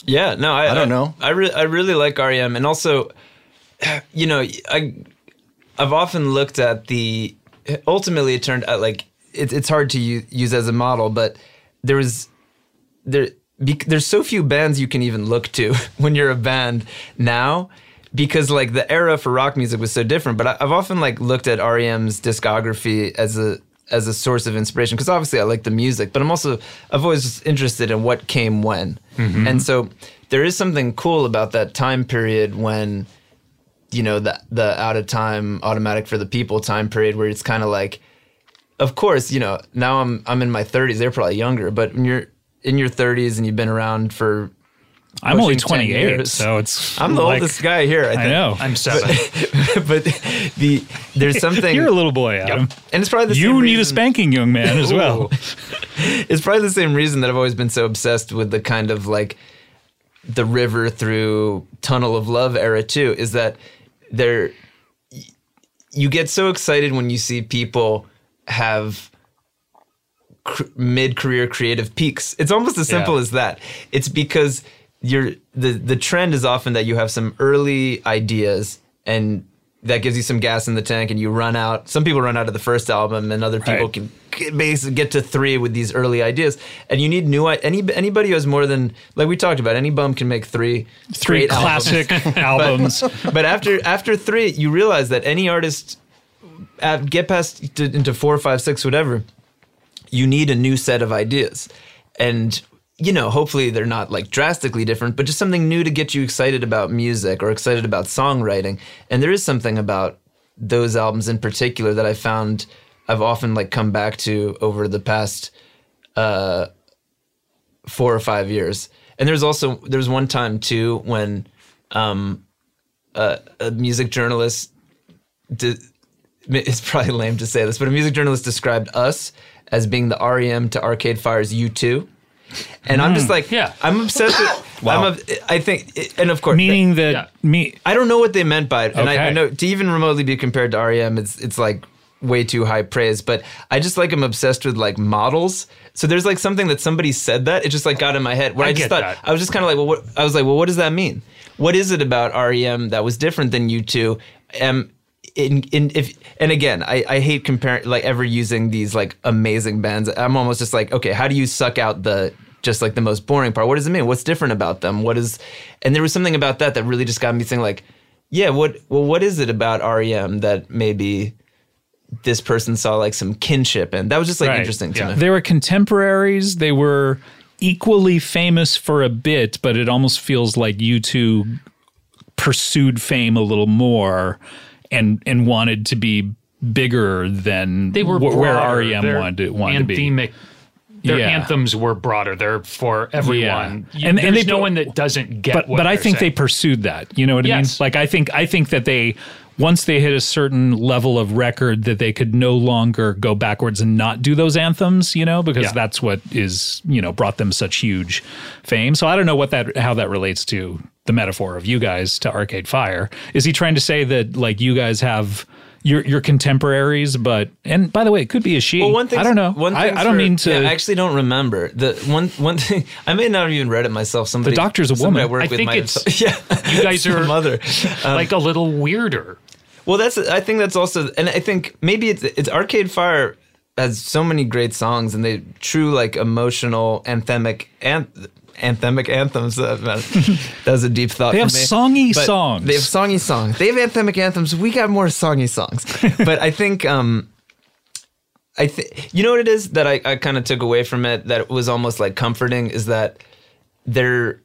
Speaker 4: Yeah, no, I,
Speaker 5: I don't know.
Speaker 4: I re- I really like REM, and also, you know, I I've often looked at the. Ultimately, it turned out like it, it's hard to u- use as a model, but there was there bec there's so few bands you can even look to when you're a band now because like the era for rock music was so different but I, i've often like looked at rem's discography as a as a source of inspiration because obviously i like the music but i'm also i've always just interested in what came when and so there is something cool about that time period when you know the the out of time automatic for the people time period where it's kind of like of course, you know, now I'm I'm in my 30s. They're probably younger, but when you're in your 30s and you've been around for
Speaker 1: I'm only
Speaker 4: Pushing 10
Speaker 1: 28,
Speaker 4: years.
Speaker 1: so it's
Speaker 4: I'm the
Speaker 1: like-
Speaker 4: oldest guy here. I, think.
Speaker 1: I know.
Speaker 2: I'm seven.
Speaker 4: but the there's something
Speaker 1: You're a little boy, Adam.
Speaker 4: and it's probably the
Speaker 1: You
Speaker 4: same
Speaker 1: need a
Speaker 4: reason-
Speaker 1: spanking, young man, as well.
Speaker 4: It's probably the same reason that I've always been so obsessed with the kind of like the river through tunnel of love era too is that there y- you get so excited when you see people have cr- mid-career creative peaks. It's almost as simple as that. It's because you're the the trend is often that you have some early ideas and that gives you some gas in the tank and you run out. Some people run out of the first album and other people
Speaker 1: Right.
Speaker 4: can get, basically get to 3 with these early ideas. And you need new i- any anybody who has more than like we talked about any bum can make 3
Speaker 1: Three
Speaker 4: great albums
Speaker 1: classic albums.
Speaker 4: but after after three, you realize that any artist uh, get past to, into four, five, six, whatever, you need a new set of ideas, and you know hopefully they're not like drastically different, but just something new to get you excited about music or excited about songwriting. And there is something about those albums in particular that I found I've often like come back to over the past uh, four or five years. And there's also there's one time too when um, uh, a music journalist de- it's probably lame to say this but a music journalist described us as being the REM to Arcade Fire's U2 and I'm just like
Speaker 2: yeah.
Speaker 4: I'm obsessed with
Speaker 5: Wow.
Speaker 4: I'm a, I think and of course
Speaker 1: Meaning that
Speaker 2: Yeah.
Speaker 1: me.
Speaker 4: I don't know what they meant by it, and I, I
Speaker 1: Okay.
Speaker 4: know to even remotely be compared to REM, it's it's like way too high praise. But I just like am obsessed with like models. So there's like something that somebody said that it just like got in my head. Where
Speaker 2: I
Speaker 4: I,
Speaker 2: get
Speaker 4: just thought
Speaker 2: that.
Speaker 4: I was just kind of like, well, what, I was like, well, what does that mean? What is it about REM that was different than you two? Um, in, in if and again, I, I hate comparing like ever using these like amazing bands. I'm almost just like, okay, how do you suck out the just like the most boring part? What does it mean? What's different about them? What is and there was something about that that really just got me thinking like, yeah, what well what is it about REM that maybe this person saw like some kinship in? That was just like
Speaker 1: Right,
Speaker 4: interesting to
Speaker 2: yeah.
Speaker 4: me.
Speaker 1: They were contemporaries. They were equally famous for a bit, but it almost feels like you two pursued fame a little more and and wanted to be bigger than
Speaker 2: They were
Speaker 1: wh- where
Speaker 2: broader.
Speaker 1: REM
Speaker 2: Their
Speaker 1: wanted to, wanted to be.
Speaker 2: anthemic- Their
Speaker 1: Yeah.
Speaker 2: anthems were broader. They're for everyone.
Speaker 1: Yeah.
Speaker 2: You-
Speaker 1: And- and
Speaker 2: There's
Speaker 1: they
Speaker 2: no
Speaker 1: put-
Speaker 2: one that doesn't get.
Speaker 1: but
Speaker 2: what
Speaker 1: but I
Speaker 2: they're
Speaker 1: think
Speaker 2: saying.
Speaker 1: they pursued that. You know what
Speaker 2: Yes.
Speaker 1: I mean? Like I think I think that they once they hit a certain level of record that they could no longer go backwards and not do those anthems, you know, because
Speaker 2: Yeah.
Speaker 1: that's what is, you know, brought them such huge fame. So I don't know what that how that relates to the metaphor of you guys to Arcade Fire. Is he trying to say that like you guys have your your contemporaries, but and by the way, it could be a she.
Speaker 4: Well, one thing
Speaker 1: I don't know.
Speaker 4: One
Speaker 1: I,
Speaker 4: thing's
Speaker 1: I don't
Speaker 4: for-
Speaker 1: mean to.
Speaker 4: Yeah, I actually don't remember the one. One thing I may not have even read it myself. Somebody,
Speaker 1: doctor's a woman.
Speaker 4: somebody I, work
Speaker 2: I
Speaker 4: with
Speaker 2: think
Speaker 4: might have
Speaker 2: it's-
Speaker 4: told- yeah.
Speaker 2: You guys are
Speaker 4: mother.
Speaker 1: um,
Speaker 2: like a little weirder.
Speaker 4: Well, that's. I think that's also, and I think maybe it's it's Arcade Fire has so many great songs and they true like emotional anthemic and anthemic anthems. Uh, that was a deep thought.
Speaker 1: They have
Speaker 4: for me.
Speaker 1: songy
Speaker 4: But
Speaker 1: songs.
Speaker 4: They have songy songs. They have anthemic anthems. We got more songy songs. but I think, um, I think you know what it is that I, I kind of took away from it that was almost like comforting is that there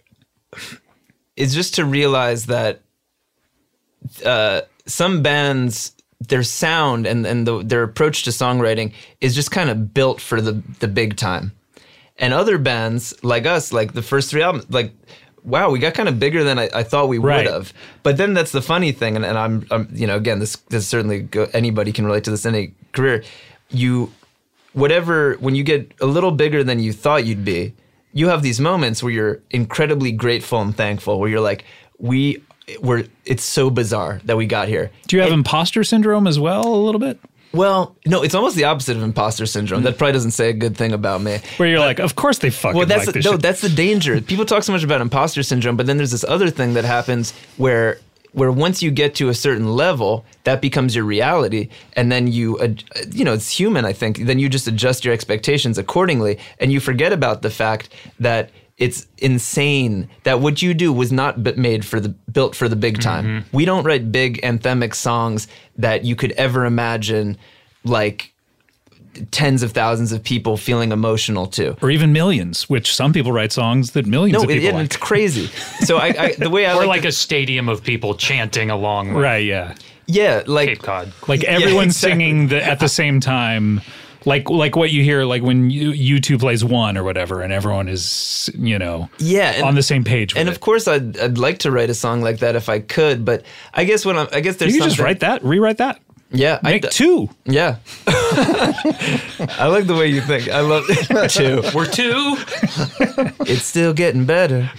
Speaker 4: is just to realize that uh, some bands their sound and and the, their approach to songwriting is just kind of built for the the big time and other bands like us like the first three albums like wow we got kind of bigger than i, I thought we
Speaker 1: Right.
Speaker 4: would have but then that's the funny thing and, and I'm, I'm you know again this this certainly go, anybody can relate to this in any career you whatever when you get a little bigger than you thought you'd be you have these moments where you're incredibly grateful and thankful where you're like we were it's so bizarre that we got here
Speaker 1: Do you have imposter syndrome as well, a little bit?
Speaker 4: well, no, it's almost the opposite of imposter syndrome. That probably doesn't say a good thing about me.
Speaker 1: Where you're like, of course they fucking
Speaker 4: Well, that's
Speaker 1: like this
Speaker 4: no,
Speaker 1: shit.
Speaker 4: that's the danger. People talk so much about imposter syndrome, but then there's this other thing that happens where where once you get to a certain level, that becomes your reality, and then you, ad- you know, it's human. I think then you just adjust your expectations accordingly, and you forget about the fact that it's insane that what you do was not b- made for the built for the big time.
Speaker 1: Mm-hmm.
Speaker 4: We don't write big anthemic songs that you could ever imagine, like tens of thousands of people feeling emotional to.
Speaker 1: or even millions, which some people write songs that millions
Speaker 4: No,
Speaker 1: of
Speaker 4: it,
Speaker 1: people
Speaker 4: it-
Speaker 1: like.
Speaker 4: it's crazy. So I, I the way I
Speaker 2: Or
Speaker 4: like,
Speaker 2: like a stadium of people chanting along with
Speaker 1: Right, yeah.
Speaker 4: yeah, like
Speaker 2: Cape Cod.
Speaker 1: Like
Speaker 4: Yeah,
Speaker 1: everyone
Speaker 4: exactly.
Speaker 1: singing the, at the same time. Like like what you hear like when you you two plays one or whatever and everyone is you know
Speaker 4: Yeah, and-
Speaker 1: on the same page with
Speaker 4: and
Speaker 1: it.
Speaker 4: of course I'd I'd like to write a song like that if I could, but I guess when I'm I guess there's
Speaker 1: you could just
Speaker 4: something-
Speaker 1: write that rewrite that
Speaker 4: yeah I,
Speaker 1: make two
Speaker 4: yeah I like the way you think I love two
Speaker 2: We're two.
Speaker 4: it's still getting better.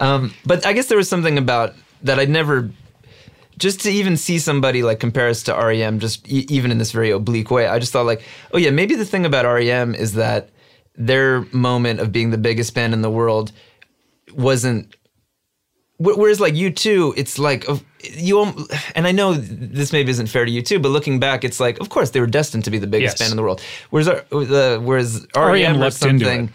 Speaker 4: Um, but I guess there was something about that I'd never. Just to even see somebody like compare us to REM, just e- even in this very oblique way, I just thought like, oh yeah, maybe the thing about REM is that their moment of being the biggest band in the world wasn't Wh- Whereas like you two, it's like of- you. al- And I know this maybe isn't fair to you too, but looking back, it's like of course they were destined to be the biggest
Speaker 2: Yes.
Speaker 4: band in the world. Whereas our- the whereas REM or
Speaker 1: leapt into it.
Speaker 4: something.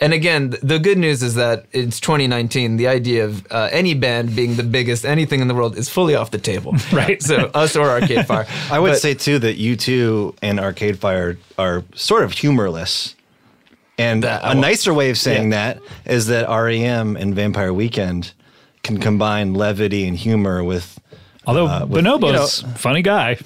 Speaker 4: And again, th- the good news is that it's 2019. The idea of uh, any band being the biggest anything in the world is fully off the table.
Speaker 1: Right.
Speaker 4: So us or Arcade Fire.
Speaker 5: I would
Speaker 4: But-
Speaker 5: say too that you two and Arcade Fire are sort of humorless. And
Speaker 4: That-
Speaker 5: a nicer way of saying that is that REM and Vampire Weekend can combine levity and humor with
Speaker 1: although
Speaker 2: Uh,
Speaker 5: with,
Speaker 1: Bonobos funny guy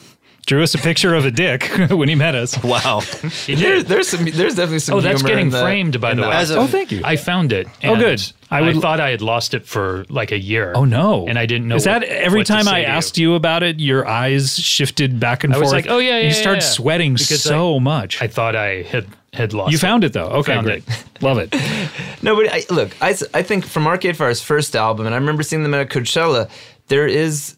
Speaker 1: drew us a picture of a dick when he met us
Speaker 5: wow.
Speaker 2: He
Speaker 4: There-
Speaker 2: did.
Speaker 4: there's some. There's definitely some.
Speaker 2: Oh, that's
Speaker 4: humor
Speaker 2: getting
Speaker 4: in the-
Speaker 2: framed, by
Speaker 4: in
Speaker 2: the way.
Speaker 5: As
Speaker 1: oh
Speaker 5: of,
Speaker 1: thank you
Speaker 2: I found it.
Speaker 1: Oh,
Speaker 2: and
Speaker 1: good. I
Speaker 2: I,
Speaker 1: would-
Speaker 2: thought I had lost it for like a year.
Speaker 1: Oh no!
Speaker 2: And I didn't know.
Speaker 1: Is that
Speaker 2: what-
Speaker 1: every
Speaker 2: what to
Speaker 1: time
Speaker 2: say
Speaker 1: I
Speaker 2: to
Speaker 1: asked you. about it, your eyes shifted back and
Speaker 2: I
Speaker 1: forth?
Speaker 2: was like, oh, yeah,
Speaker 1: and
Speaker 2: yeah,
Speaker 1: You started
Speaker 2: yeah.
Speaker 1: sweating
Speaker 2: Because
Speaker 1: so much.
Speaker 2: I thought I had had lost.
Speaker 1: you found it though. Okay,
Speaker 2: Found
Speaker 1: great. Love it.
Speaker 4: No, but I, look, I, s- I think from Arcade Fire's first album, and I remember seeing them at Coachella. There is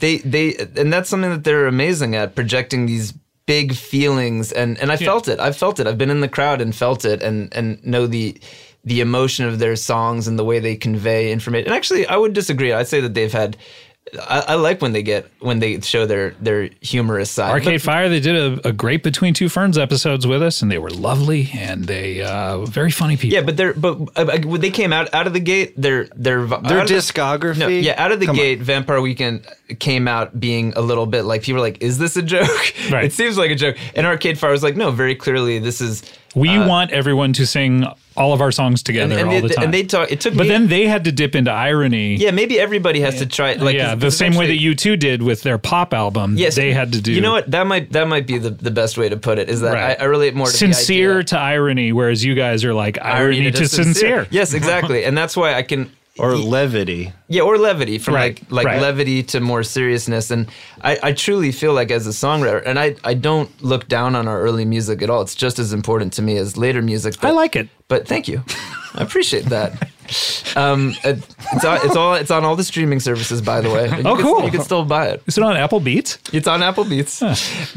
Speaker 4: they they, and that's something that they're amazing at projecting these big feelings, and and I felt it. I felt it. I've been in the crowd and felt it, and and know the the emotion of their songs and the way they convey information. And actually, I would disagree. I'd say that they've had. I, I like when they get when they show their their humorous side. But-
Speaker 1: Arcade Fire. They did a, a great Between Two Ferns episodes with us, and they were lovely and they uh, very funny people.
Speaker 4: Yeah, but they're but uh, uh, when they came out out of the gate, their their
Speaker 5: Their
Speaker 4: out of the-
Speaker 5: discography?
Speaker 4: no, yeah, out of the
Speaker 5: Come on.
Speaker 4: gate, Vampire Weekend came out being a little bit like people were like, "Is this a joke?"
Speaker 1: Right.
Speaker 4: it seems like a joke. And Arcade Fire was like, "No, very clearly this is."
Speaker 1: we want everyone to sing all of our songs together
Speaker 4: uh, and
Speaker 1: all
Speaker 4: they,
Speaker 1: the time.
Speaker 4: and they talk. It took,
Speaker 1: but
Speaker 4: me-
Speaker 1: then they had to dip into irony.
Speaker 4: yeah, maybe everybody has to try. it, Like,
Speaker 1: yeah,
Speaker 4: 'cause-
Speaker 1: the
Speaker 4: 'cause
Speaker 1: same way that
Speaker 4: eventually-
Speaker 1: you two did with their pop album.
Speaker 4: Yes,
Speaker 1: they had to do.
Speaker 4: You know what? That might that might be the, the best way to put it. Is that
Speaker 1: Right.
Speaker 4: I, I relate more to the
Speaker 1: sincere
Speaker 4: idea.
Speaker 1: to irony, whereas you guys are like irony, to, sincere.
Speaker 4: Yes, exactly, and that's why I can.
Speaker 5: or levity.
Speaker 4: Yeah, or levity from
Speaker 1: Right,
Speaker 4: like like
Speaker 1: right.
Speaker 4: levity to more seriousness, and I, I truly feel like as a songwriter, and I, I don't look down on our early music at all. It's just as important to me as later music.
Speaker 1: I
Speaker 4: but-
Speaker 1: like it.
Speaker 4: but thank you, I appreciate that. Um, it- it's on, it's all it's on all the streaming services, by the way. And
Speaker 1: Oh,
Speaker 4: you can-
Speaker 1: cool.
Speaker 4: you can still buy it.
Speaker 1: Is it on Apple Beats?
Speaker 4: It's on Apple Beats,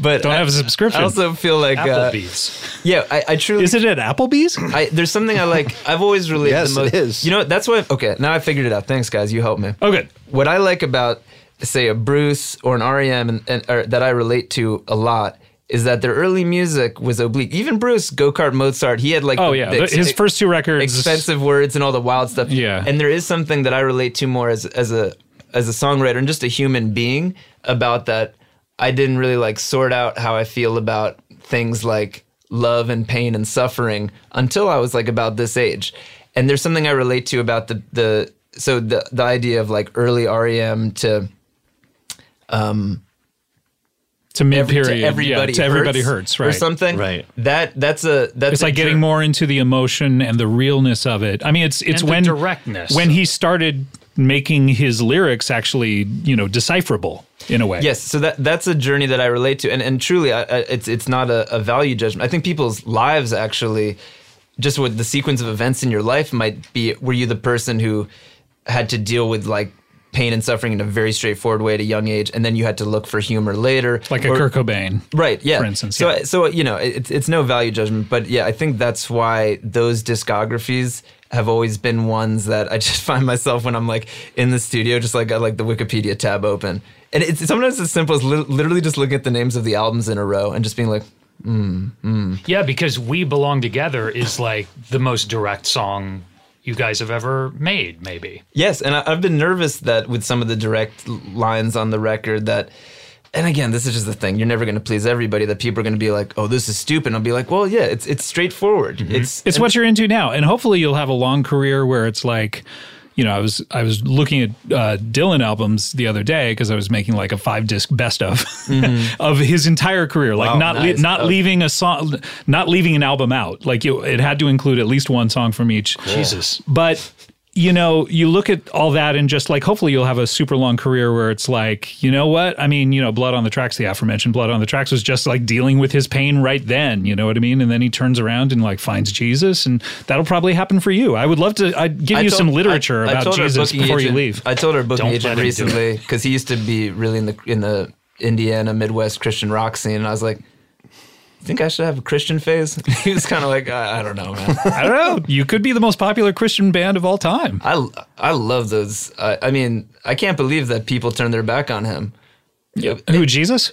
Speaker 4: but
Speaker 1: Don't
Speaker 4: I,
Speaker 1: have a subscription.
Speaker 4: I also feel like uh,
Speaker 2: Applebee's.
Speaker 4: yeah, I, I truly
Speaker 1: Is it at Applebee's?
Speaker 4: I, there's something I like. I've always related
Speaker 5: Yes,
Speaker 4: the most.
Speaker 5: it is.
Speaker 4: You know, what? that's why. Okay, now I figured it out. Thanks, guys. You helped me.
Speaker 1: Oh, good.
Speaker 4: What E I like about, say, a Bruce or an REM and, and or, that I relate to a lot is that their early music was oblique. Even Bruce, Go Kart Mozart, he had like
Speaker 1: Oh
Speaker 4: the-
Speaker 1: yeah,
Speaker 4: the ex-
Speaker 1: The- his first two records.
Speaker 4: expensive words and all the wild stuff.
Speaker 1: Yeah.
Speaker 4: And there is something that I relate to more as as a as a songwriter and just a human being about that I didn't really like sort out how I feel about things like love and pain and suffering until I was like about this age. And there's something I relate to about the the so the the idea of like early REM to
Speaker 1: to mid
Speaker 4: every-
Speaker 1: period.
Speaker 4: to everybody
Speaker 1: to everybody hurts,
Speaker 4: hurts,
Speaker 1: right?
Speaker 4: or something
Speaker 5: Right.
Speaker 4: that that's a that's
Speaker 1: it's
Speaker 4: a
Speaker 1: like
Speaker 4: jour-
Speaker 1: getting more into the emotion and the realness of it. I mean, it's it's
Speaker 2: And the
Speaker 1: when
Speaker 2: directness
Speaker 1: when
Speaker 2: of
Speaker 1: he started making his lyrics actually, you know, decipherable in a way.
Speaker 4: Yes, so that that's a journey that I relate to, and and truly, I, I, it's it's not a, a value judgment. I think people's lives actually, just what the sequence of events in your life might be. Were you the person who had to deal with like pain and suffering in a very straightforward way at a young age, and then you had to look for humor later,
Speaker 1: like a
Speaker 4: or-
Speaker 1: Kurt Cobain.
Speaker 4: Right. Yeah.
Speaker 1: for instance,
Speaker 4: So,
Speaker 1: yeah.
Speaker 4: so you know, it- it's it's no value judgment, but yeah, I think that's why those discographies have always been ones that I just find myself when I'm like in the studio, just like I like the Wikipedia tab open, and it's sometimes as simple as li- literally just looking at the names of the albums in a row and just being like,
Speaker 2: Yeah, because We Belong Together is like the most direct song you guys have ever made, maybe.
Speaker 4: Yes, and I, I've been nervous that with some of the direct l- lines on the record that, and again, this is just the thing. You're never going to please everybody. That people are going to be like, "Oh, this is stupid." And I'll be like, "Well, yeah, it's it's straightforward. It's
Speaker 1: Mm-hmm. It's what you're into now, and hopefully you'll have a long career where it's like, you know, I was I was looking at uh, Dylan albums the other day because I was making like a five disc best of
Speaker 2: Mm-hmm.
Speaker 1: of his entire career, like not le-
Speaker 4: nice.
Speaker 1: not
Speaker 4: Oh.
Speaker 1: leaving a song, not leaving an album out. Like you, it had to include at least one song from each.
Speaker 2: Jesus.
Speaker 1: But you know, you look at all that and just like hopefully you'll have a super long career where it's like, you know what? I mean, you know, Blood on the Tracks, the aforementioned Blood on the Tracks was just like dealing with his pain right then, you know what I mean? And then he turns around and like finds Jesus and that'll probably happen for you. I would love to I'd give
Speaker 4: I
Speaker 1: you
Speaker 4: told-
Speaker 1: some
Speaker 4: I-
Speaker 1: literature
Speaker 4: I
Speaker 1: about
Speaker 4: told our
Speaker 1: Jesus
Speaker 4: booking
Speaker 1: before you
Speaker 4: agent-
Speaker 1: leave.
Speaker 4: I told our booking
Speaker 2: Don't let him
Speaker 4: agent
Speaker 2: do
Speaker 4: recently because he used to be really in the in the Indiana Midwest Christian rock scene, and I was like, "You think I should have a Christian phase?" he was kind of like, I, "I don't know, man.
Speaker 1: I don't know. You could be the most popular Christian band of all time.
Speaker 4: I I love those. I, I mean, I can't believe that people turned their back on him."
Speaker 1: Who, Jesus?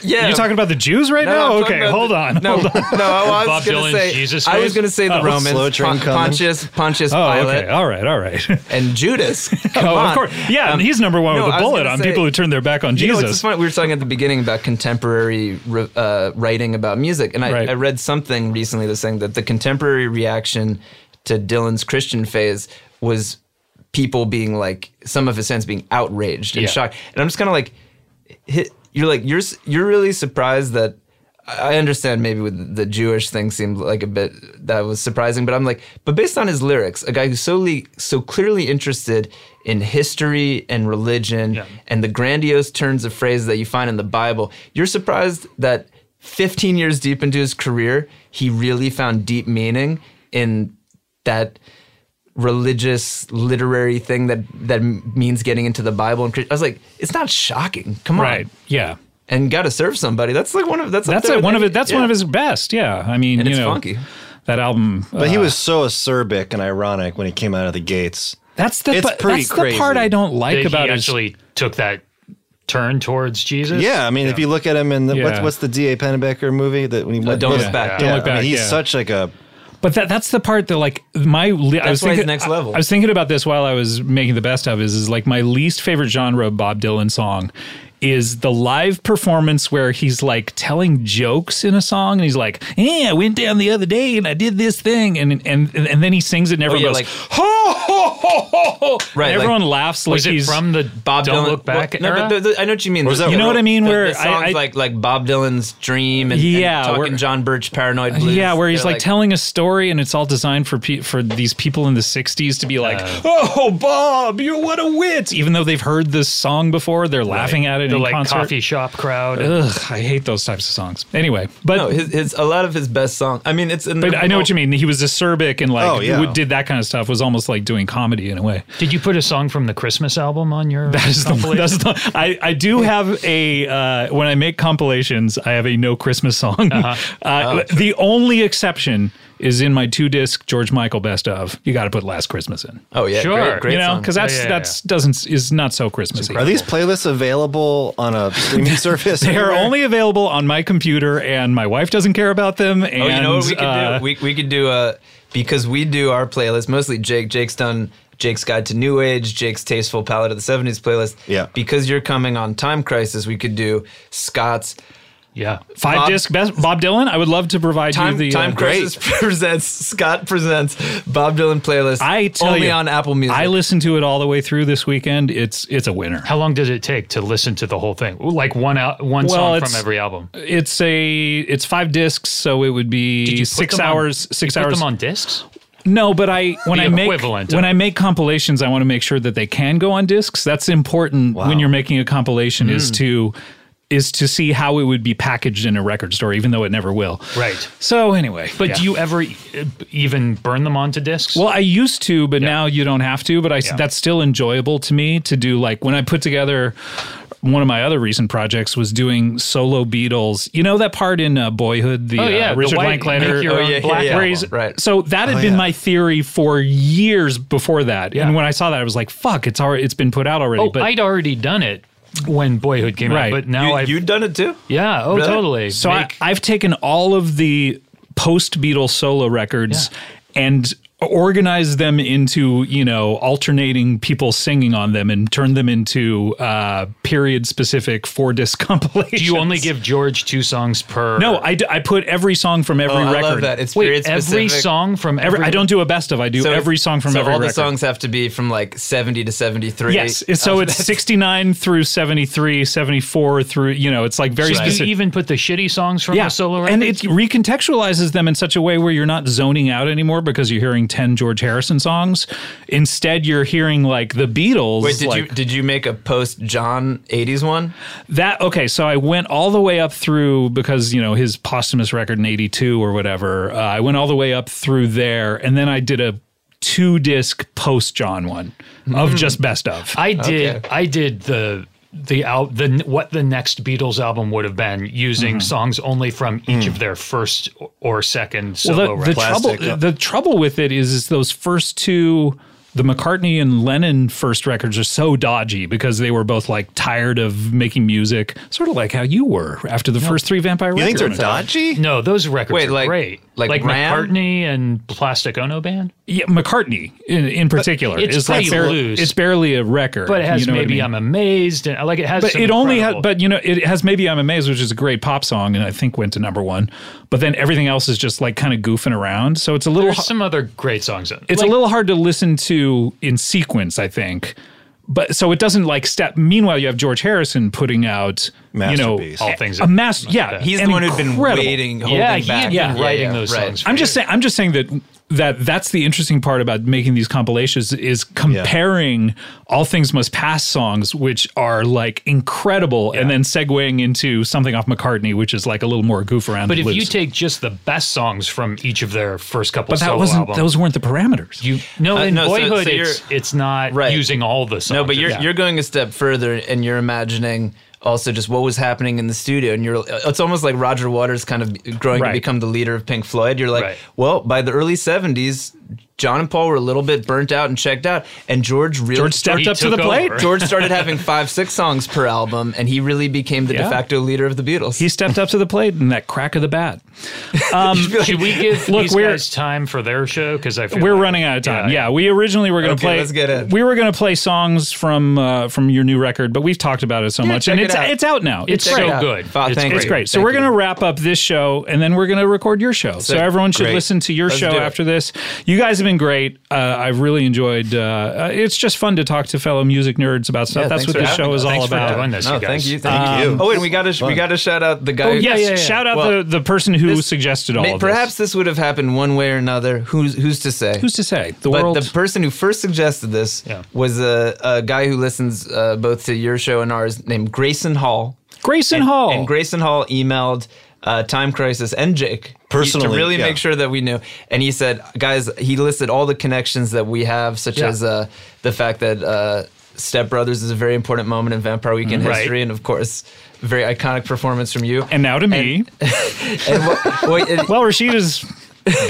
Speaker 4: Yeah,
Speaker 1: You're talking about the Jews right
Speaker 4: I'm
Speaker 1: now?
Speaker 4: talking
Speaker 1: Okay,
Speaker 4: about
Speaker 1: hold
Speaker 4: the-
Speaker 1: on.
Speaker 4: No,
Speaker 1: hold on.
Speaker 4: no, I
Speaker 2: Bob
Speaker 4: was going
Speaker 2: Dylan's
Speaker 4: to say
Speaker 2: Jesus
Speaker 4: I was
Speaker 2: phase?
Speaker 4: going to say the Romans,
Speaker 5: slow train
Speaker 4: Pon-
Speaker 5: coming.
Speaker 4: Pontius, Pontius
Speaker 1: Oh,
Speaker 4: Pilate,
Speaker 1: okay. All right, all right.
Speaker 4: and Judas. Come
Speaker 1: oh,
Speaker 4: on.
Speaker 1: of course. Yeah,
Speaker 4: Um,
Speaker 1: and he's number one
Speaker 4: no,
Speaker 1: with
Speaker 4: I
Speaker 1: a
Speaker 4: was
Speaker 1: bullet
Speaker 4: gonna
Speaker 1: on
Speaker 4: say-
Speaker 1: people who turn their back on
Speaker 4: You know,
Speaker 1: Jesus.
Speaker 4: it's just funny. We were talking at the beginning about contemporary re- uh, writing about music, and I,
Speaker 1: Right.
Speaker 4: I read something recently that's saying that the contemporary reaction to Dylan's Christian phase was people being like, some of his fans being outraged and
Speaker 2: Yeah.
Speaker 4: shocked. And I'm just kind of like, hit, you're like, you're s- you're really surprised that. I I understand maybe with the Jewish thing seemed like a bit that was surprising, but I'm like, but based on his lyrics, a guy who's so le- so clearly interested in history and religion
Speaker 2: Yeah.
Speaker 4: and the grandiose turns of phrase that you find in the Bible, you're surprised that 15 years deep into his career, he really found deep meaning in that religious literary thing that that m- means getting into the Bible and Chris- I was like, it's not shocking. Come on.
Speaker 1: right. Yeah.
Speaker 4: And got to serve somebody. That's like one of that's up
Speaker 1: That's
Speaker 4: there
Speaker 1: like
Speaker 4: with
Speaker 1: one of
Speaker 4: any-
Speaker 1: it. That's
Speaker 4: yeah.
Speaker 1: one of his best. Yeah. I mean,
Speaker 4: And
Speaker 1: you
Speaker 4: it's
Speaker 1: know,
Speaker 4: funky.
Speaker 1: that album.
Speaker 5: But he
Speaker 1: uh,
Speaker 5: was so acerbic and ironic when he came out of the gates.
Speaker 1: That's the.
Speaker 5: it's
Speaker 1: pa-
Speaker 5: pretty
Speaker 1: that's the part
Speaker 5: crazy.
Speaker 1: I don't like
Speaker 2: That he
Speaker 1: about it.
Speaker 2: actually took that turn towards Jesus.
Speaker 5: Yeah, I mean, if you look at him in the,
Speaker 1: Yeah.
Speaker 5: what's, what's the D.A. Pennebaker movie that when he went,
Speaker 4: Don't
Speaker 5: was-
Speaker 4: look back.
Speaker 1: Don't
Speaker 5: Yeah,
Speaker 1: look
Speaker 5: I mean,
Speaker 1: back.
Speaker 5: he's
Speaker 1: yeah.
Speaker 5: such like a
Speaker 1: But that that's the part that like my le- I was
Speaker 4: why he's
Speaker 1: thinking
Speaker 4: next level.
Speaker 1: I, I was thinking about this while I was making the best of is is like my least favorite genre of Bob Dylan song is the live performance where he's like telling jokes in a song and he's like, "Yeah, I went down the other day and I did this thing," and and and then he sings it and everyone
Speaker 4: Oh, yeah,
Speaker 1: goes,
Speaker 4: like-
Speaker 1: "Ho ho ho ho!" ho," and
Speaker 4: Right, like-
Speaker 1: everyone laughs like
Speaker 2: Was it
Speaker 1: he's
Speaker 2: from the Bob
Speaker 4: Bob
Speaker 2: Don't
Speaker 4: Dylan,
Speaker 2: Look Back
Speaker 4: Well, no,
Speaker 2: era?
Speaker 4: but the, the, I know what you mean.
Speaker 5: is that
Speaker 1: You know what I mean?
Speaker 4: The-
Speaker 1: Where
Speaker 4: the
Speaker 1: I-
Speaker 4: songs
Speaker 1: I-
Speaker 4: like like Bob Dylan's Dream and,
Speaker 1: Yeah,
Speaker 4: and
Speaker 1: where-
Speaker 4: talking John Birch, Paranoid Blues.
Speaker 1: Yeah, where he's
Speaker 4: They're
Speaker 1: like, telling a story, and it's all designed for pe- for these people in the '60s to be like, "Oh, Bob, you're what a wit!" Even though they've heard this song before, they're laughing at it
Speaker 2: the
Speaker 1: in
Speaker 2: like
Speaker 1: concert. Uh.
Speaker 2: coffee shop crowd.
Speaker 1: Ugh, I hate those types of songs. Anyway, but.
Speaker 4: no, Oh. his, his a lot of his best songs. I mean, it's in the
Speaker 1: but I know what you mean. He was acerbic and like
Speaker 5: Oh, yeah.
Speaker 1: would- did that kind of stuff. Was almost like doing comedy in a way.
Speaker 2: Did you put a song from the Christmas album on your
Speaker 1: That is the,
Speaker 2: compilation?
Speaker 1: that's the I, I do have a uh,
Speaker 4: Uh-huh. Oh,
Speaker 1: when I make compilations, I have a no Christmas song. uh the only exception is in my two disc George Michael best of. You got to put Last Christmas in.
Speaker 4: Oh yeah,
Speaker 2: Sure.
Speaker 4: Great, great
Speaker 1: you know,
Speaker 4: song.
Speaker 1: because that's
Speaker 2: Yeah, yeah,
Speaker 1: that's doesn't is not so Christmassy.
Speaker 5: Are these playlists available on a streaming service?
Speaker 1: They are
Speaker 5: anywhere?
Speaker 1: only available on my computer, and my wife doesn't care about them. And,
Speaker 4: Oh, you know what we could
Speaker 1: uh,
Speaker 4: do? We, we could do a because we do our playlist mostly Jake. Jake's done Jake's Guide to New Age, Jake's Tasteful Palette of the Seventies playlist.
Speaker 5: Yeah.
Speaker 4: Because you're coming on Time Crisis, we could do Scott's
Speaker 2: Yeah.
Speaker 1: five
Speaker 4: Bob-
Speaker 1: disc best Bob Dylan. I would love to provide
Speaker 4: Time
Speaker 1: you the
Speaker 4: Time
Speaker 1: uh,
Speaker 4: Crisis presents Scott presents Bob Dylan playlist.
Speaker 1: I tell
Speaker 4: only
Speaker 1: you,
Speaker 4: on Apple Music.
Speaker 1: I listened to it all the way through this weekend. It's it's a winner.
Speaker 2: How long does it take to listen to the whole thing? Ooh, Like one out, one
Speaker 1: Well,
Speaker 2: song
Speaker 1: it's-
Speaker 2: from every album.
Speaker 1: It's a it's five discs, so it would
Speaker 2: Did you
Speaker 1: be
Speaker 2: put
Speaker 1: six
Speaker 2: them on-
Speaker 1: hours. six
Speaker 2: you put
Speaker 1: hours.
Speaker 2: them on discs.
Speaker 1: No, but I when
Speaker 2: The
Speaker 1: I make
Speaker 2: equivalent of-
Speaker 1: when I make compilations, I want to make sure that they can go on discs. That's important when you're making a compilation is
Speaker 2: Hmm.
Speaker 1: to is to see how it would be packaged in a record store, even though it never will.
Speaker 2: Right.
Speaker 1: So anyway,
Speaker 2: But
Speaker 1: yeah.
Speaker 2: do you ever e- even burn them onto discs?
Speaker 1: Well, I used to, but now you don't have to. But I s-
Speaker 2: Yeah.
Speaker 1: that's still enjoyable to me to do. Like when I put together one of my other recent projects was doing solo Beatles. You know that part in uh, Boyhood, the
Speaker 2: Oh, yeah,
Speaker 1: uh,
Speaker 2: the
Speaker 1: Richard
Speaker 2: white-
Speaker 1: Linklater.
Speaker 2: make your
Speaker 4: Oh,
Speaker 2: own
Speaker 4: yeah, yeah,
Speaker 2: black Oh,
Speaker 4: yeah.
Speaker 1: where he's-
Speaker 4: Right.
Speaker 1: So that had been
Speaker 5: yeah.
Speaker 1: my theory for years before that.
Speaker 2: Yeah.
Speaker 1: And when I saw that, I was like, "Fuck, it's already it's been put out already."
Speaker 2: Oh,
Speaker 1: but
Speaker 2: I'd already done it when Boyhood came
Speaker 1: Right.
Speaker 2: out, but now
Speaker 4: you,
Speaker 2: I've
Speaker 4: you'd done it too.
Speaker 2: yeah, oh
Speaker 4: Really?
Speaker 2: totally.
Speaker 1: So
Speaker 2: Make-
Speaker 1: I, I've taken all of the post Beatles solo records and organized them into you know alternating people singing on them and turned them into uh, period specific four disc compilations.
Speaker 2: do you only give George two songs per?
Speaker 1: No, I, d- I put every song from every
Speaker 4: Oh, I
Speaker 1: record.
Speaker 4: love that. It's
Speaker 2: wait,
Speaker 4: period
Speaker 2: every
Speaker 4: specific.
Speaker 2: song from every,
Speaker 1: Every- I don't do a best of. I do
Speaker 4: So-
Speaker 1: every song from
Speaker 4: so
Speaker 1: every
Speaker 4: all
Speaker 1: record.
Speaker 4: the songs Oh, have to be from like 70 to Uh, 73
Speaker 1: Yes, it's- so it's 69 through 73, 74 through, you know, it's like very
Speaker 2: Do you
Speaker 1: specific.
Speaker 2: even put the shitty songs from the solo record?
Speaker 1: And it recontextualizes them in such a way where you're not zoning out anymore because you're hearing 10 George Harrison songs. Instead, you're hearing like the Beatles.
Speaker 4: Wait, did you
Speaker 1: like,
Speaker 4: did you make a post John 80s one?
Speaker 1: That, okay, so I went all the way up through because, you know, his posthumous record in 82 or whatever. Uh, I went all the way up through there and then I did a two disc post John one
Speaker 4: Mm-hmm.
Speaker 1: of just best of.
Speaker 2: I did.
Speaker 4: Okay.
Speaker 2: I did the the out the what the next Beatles album would have been
Speaker 4: Mm-hmm.
Speaker 2: using songs only from
Speaker 4: Hmm.
Speaker 2: each of their first or second solo
Speaker 1: well, the, the
Speaker 2: records.
Speaker 1: trouble
Speaker 4: uh,
Speaker 5: Plastic, yeah.
Speaker 1: the trouble with it is, is those first two the McCartney and Lennon first records are so dodgy because they were both like tired of making music, sort of like how you were after the first three Vampire
Speaker 5: You think
Speaker 1: records.
Speaker 5: they're dodgy?
Speaker 2: No, those records
Speaker 4: Wait,
Speaker 2: are
Speaker 4: like-
Speaker 2: great.
Speaker 4: like Ram?
Speaker 2: McCartney and Plastic Ono Band,
Speaker 1: yeah, McCartney in, in particular
Speaker 2: it's
Speaker 1: is like
Speaker 2: pretty
Speaker 1: bare-
Speaker 2: loose.
Speaker 1: it's barely a record,
Speaker 2: but it has
Speaker 1: you know what I
Speaker 2: maybe I
Speaker 1: mean?
Speaker 2: am amazed and like it has.
Speaker 1: But
Speaker 2: some
Speaker 1: it only has,
Speaker 2: incredible-
Speaker 1: but you know, it has maybe I'm amazed, which is a great pop song, and I think went to number one. But then everything else is just like kind of goofing around, so it's a little.
Speaker 2: there's some other great songs. In it.
Speaker 1: it's
Speaker 2: Like,
Speaker 1: a little hard to listen to in sequence, I think. But so it doesn't like step. Meanwhile, you have George Harrison putting out, you know,
Speaker 5: Masterpiece.
Speaker 2: All things
Speaker 1: a
Speaker 2: are-
Speaker 1: mass. Yeah,
Speaker 4: He's
Speaker 1: an
Speaker 4: the one who'd been
Speaker 1: incredible-
Speaker 4: waiting, holding
Speaker 2: yeah, he
Speaker 4: back,
Speaker 2: had
Speaker 1: Yeah.
Speaker 2: been writing those
Speaker 4: right.
Speaker 2: songs.
Speaker 1: I'm
Speaker 2: for
Speaker 1: just
Speaker 2: years.
Speaker 1: saying. I'm just saying that that that's the interesting part about making these compilations is comparing all things must pass songs, which are like incredible, and then segueing into something off McCartney, which is like a little more goof around.
Speaker 2: But
Speaker 1: and
Speaker 2: if you
Speaker 1: loose.
Speaker 2: take just the best songs from each of their first couple,
Speaker 1: but that
Speaker 2: solo
Speaker 1: wasn't
Speaker 2: albums,
Speaker 1: those weren't the parameters.
Speaker 2: You no,
Speaker 4: Uh,
Speaker 2: in
Speaker 4: no, so-
Speaker 2: boyhood,
Speaker 4: so
Speaker 2: it's it's not
Speaker 4: Right.
Speaker 2: using all the songs.
Speaker 4: No, but you're
Speaker 2: Yeah.
Speaker 4: you're going a step further, and you're imagining also just what was happening in the studio, and you're it's almost like Roger Waters kind of growing
Speaker 1: Right.
Speaker 4: to become the leader of Pink Floyd. You're like,
Speaker 2: Right.
Speaker 4: well, by the early '70s, John and Paul were a little bit burnt out and checked out, and George really
Speaker 1: George stepped
Speaker 2: He
Speaker 1: up to
Speaker 2: took
Speaker 1: the plate.
Speaker 2: over.
Speaker 4: George started having five six songs per album, and he really became the
Speaker 1: Yeah.
Speaker 4: de facto leader of the Beatles.
Speaker 1: He stepped up to the plate in that crack of the bat. Um,
Speaker 2: Should we give
Speaker 1: Look,
Speaker 2: these
Speaker 1: we're-
Speaker 2: guys time for their show? Because I feel
Speaker 1: We're
Speaker 2: like-
Speaker 1: running out of time.
Speaker 2: Yeah,
Speaker 1: Yeah, we originally were going to
Speaker 4: Okay,
Speaker 1: play.
Speaker 4: let's get it.
Speaker 1: We were going to play songs from uh, from your new record, but we've talked about it so much,
Speaker 4: check
Speaker 1: and
Speaker 4: it
Speaker 1: it's
Speaker 4: out.
Speaker 1: it's out now. It's
Speaker 2: It's
Speaker 4: Check
Speaker 1: great.
Speaker 4: it
Speaker 2: so
Speaker 4: out.
Speaker 2: good.
Speaker 4: Fa-
Speaker 2: It's
Speaker 4: thank
Speaker 2: great.
Speaker 4: you.
Speaker 1: It's great. So
Speaker 4: Thank
Speaker 1: we're
Speaker 4: you.
Speaker 1: going to wrap up this show, and then we're going to record your show. So
Speaker 4: Sick.
Speaker 1: everyone should
Speaker 4: Great.
Speaker 1: listen to your
Speaker 4: Let's
Speaker 1: show
Speaker 4: do it.
Speaker 1: after this. You guys have been great. Uh, I've really enjoyed. Uh, uh, it's just fun to talk to fellow music nerds about stuff.
Speaker 4: Yeah,
Speaker 1: That's
Speaker 4: thanks
Speaker 1: what
Speaker 4: for
Speaker 1: this
Speaker 4: having
Speaker 1: show
Speaker 4: us.
Speaker 1: is all
Speaker 2: Thanks for
Speaker 1: about.
Speaker 2: doing this,
Speaker 4: Uh, no,
Speaker 2: you guys.
Speaker 4: thank you, thank
Speaker 1: Um,
Speaker 5: Thank
Speaker 4: you.
Speaker 5: you.
Speaker 4: Oh, and we got to we
Speaker 5: Fun.
Speaker 4: got to shout out the guy. who-
Speaker 1: Oh, Yes,
Speaker 2: Yeah, yeah, yeah.
Speaker 1: shout out
Speaker 4: Well,
Speaker 1: the, the person who
Speaker 4: this-
Speaker 1: suggested all
Speaker 4: May-
Speaker 1: of this.
Speaker 4: Perhaps this would have happened one way or another. Who's who's to say?
Speaker 1: who's to say the
Speaker 4: but
Speaker 1: world?
Speaker 4: the person who first suggested this
Speaker 2: Yeah.
Speaker 4: was a, a guy who listens uh, both to your show and ours, named Grayson Hall.
Speaker 1: Grayson Hall.
Speaker 4: And Grayson Hall emailed uh, Time Crisis and Jake
Speaker 5: Personally,
Speaker 4: to really
Speaker 5: yeah.
Speaker 4: make sure that we knew. And he said, guys, he listed all the connections that we have, such
Speaker 2: Yeah.
Speaker 4: as uh, the fact that uh, Step Brothers is a very important moment in Vampire Weekend
Speaker 2: Mm-hmm. Right.
Speaker 4: history, and of course, very iconic performance from you.
Speaker 1: And now to me.
Speaker 4: And what- what-
Speaker 1: Well, Rashida's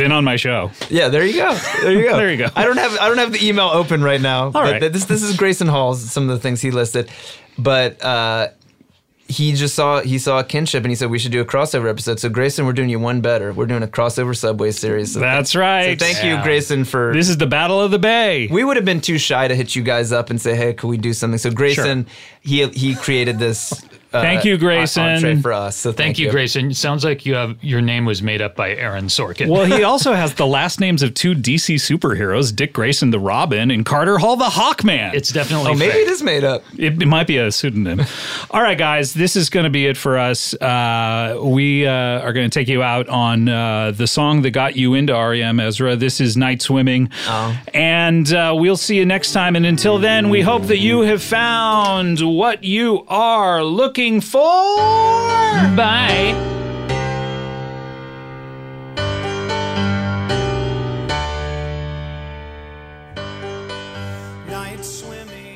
Speaker 1: Been on my show.
Speaker 4: Yeah, there you go. There you go.
Speaker 1: There you go.
Speaker 4: I don't have I don't have the email open right now. but
Speaker 1: right.
Speaker 4: th- This this is Grayson Hall's some of the things he listed, but uh, he just saw he saw a kinship and he said we should do a crossover episode. So Grayson, we're doing you one better. We're doing a crossover Subway series. So
Speaker 1: That's right.
Speaker 4: thank you, Grayson, for
Speaker 1: This is the Battle of the Bay.
Speaker 4: we would have been too shy to hit you guys up and say, "Hey, could we do something?" So Grayson, he he created this. Uh,
Speaker 1: Thank you, Grayson.
Speaker 4: entree for us. So
Speaker 2: Thank you, Grayson. It sounds like you have your name was made up by Aaron Sorkin.
Speaker 1: Well, he also has the last names of two DC superheroes, Dick Grayson the Robin and Carter Hall the Hawkman.
Speaker 2: It's definitely
Speaker 4: Oh, maybe
Speaker 2: fake.
Speaker 4: it is made up.
Speaker 1: it, it might be a pseudonym. All right, guys, this is going to be it for us. Uh, we uh, are going to take you out on uh, the song that got you into REM, Ezra. This is Night Swimming. And uh, we'll see you next time. And until then, we hope that you have found what you are looking for. Bye.
Speaker 6: night swimming.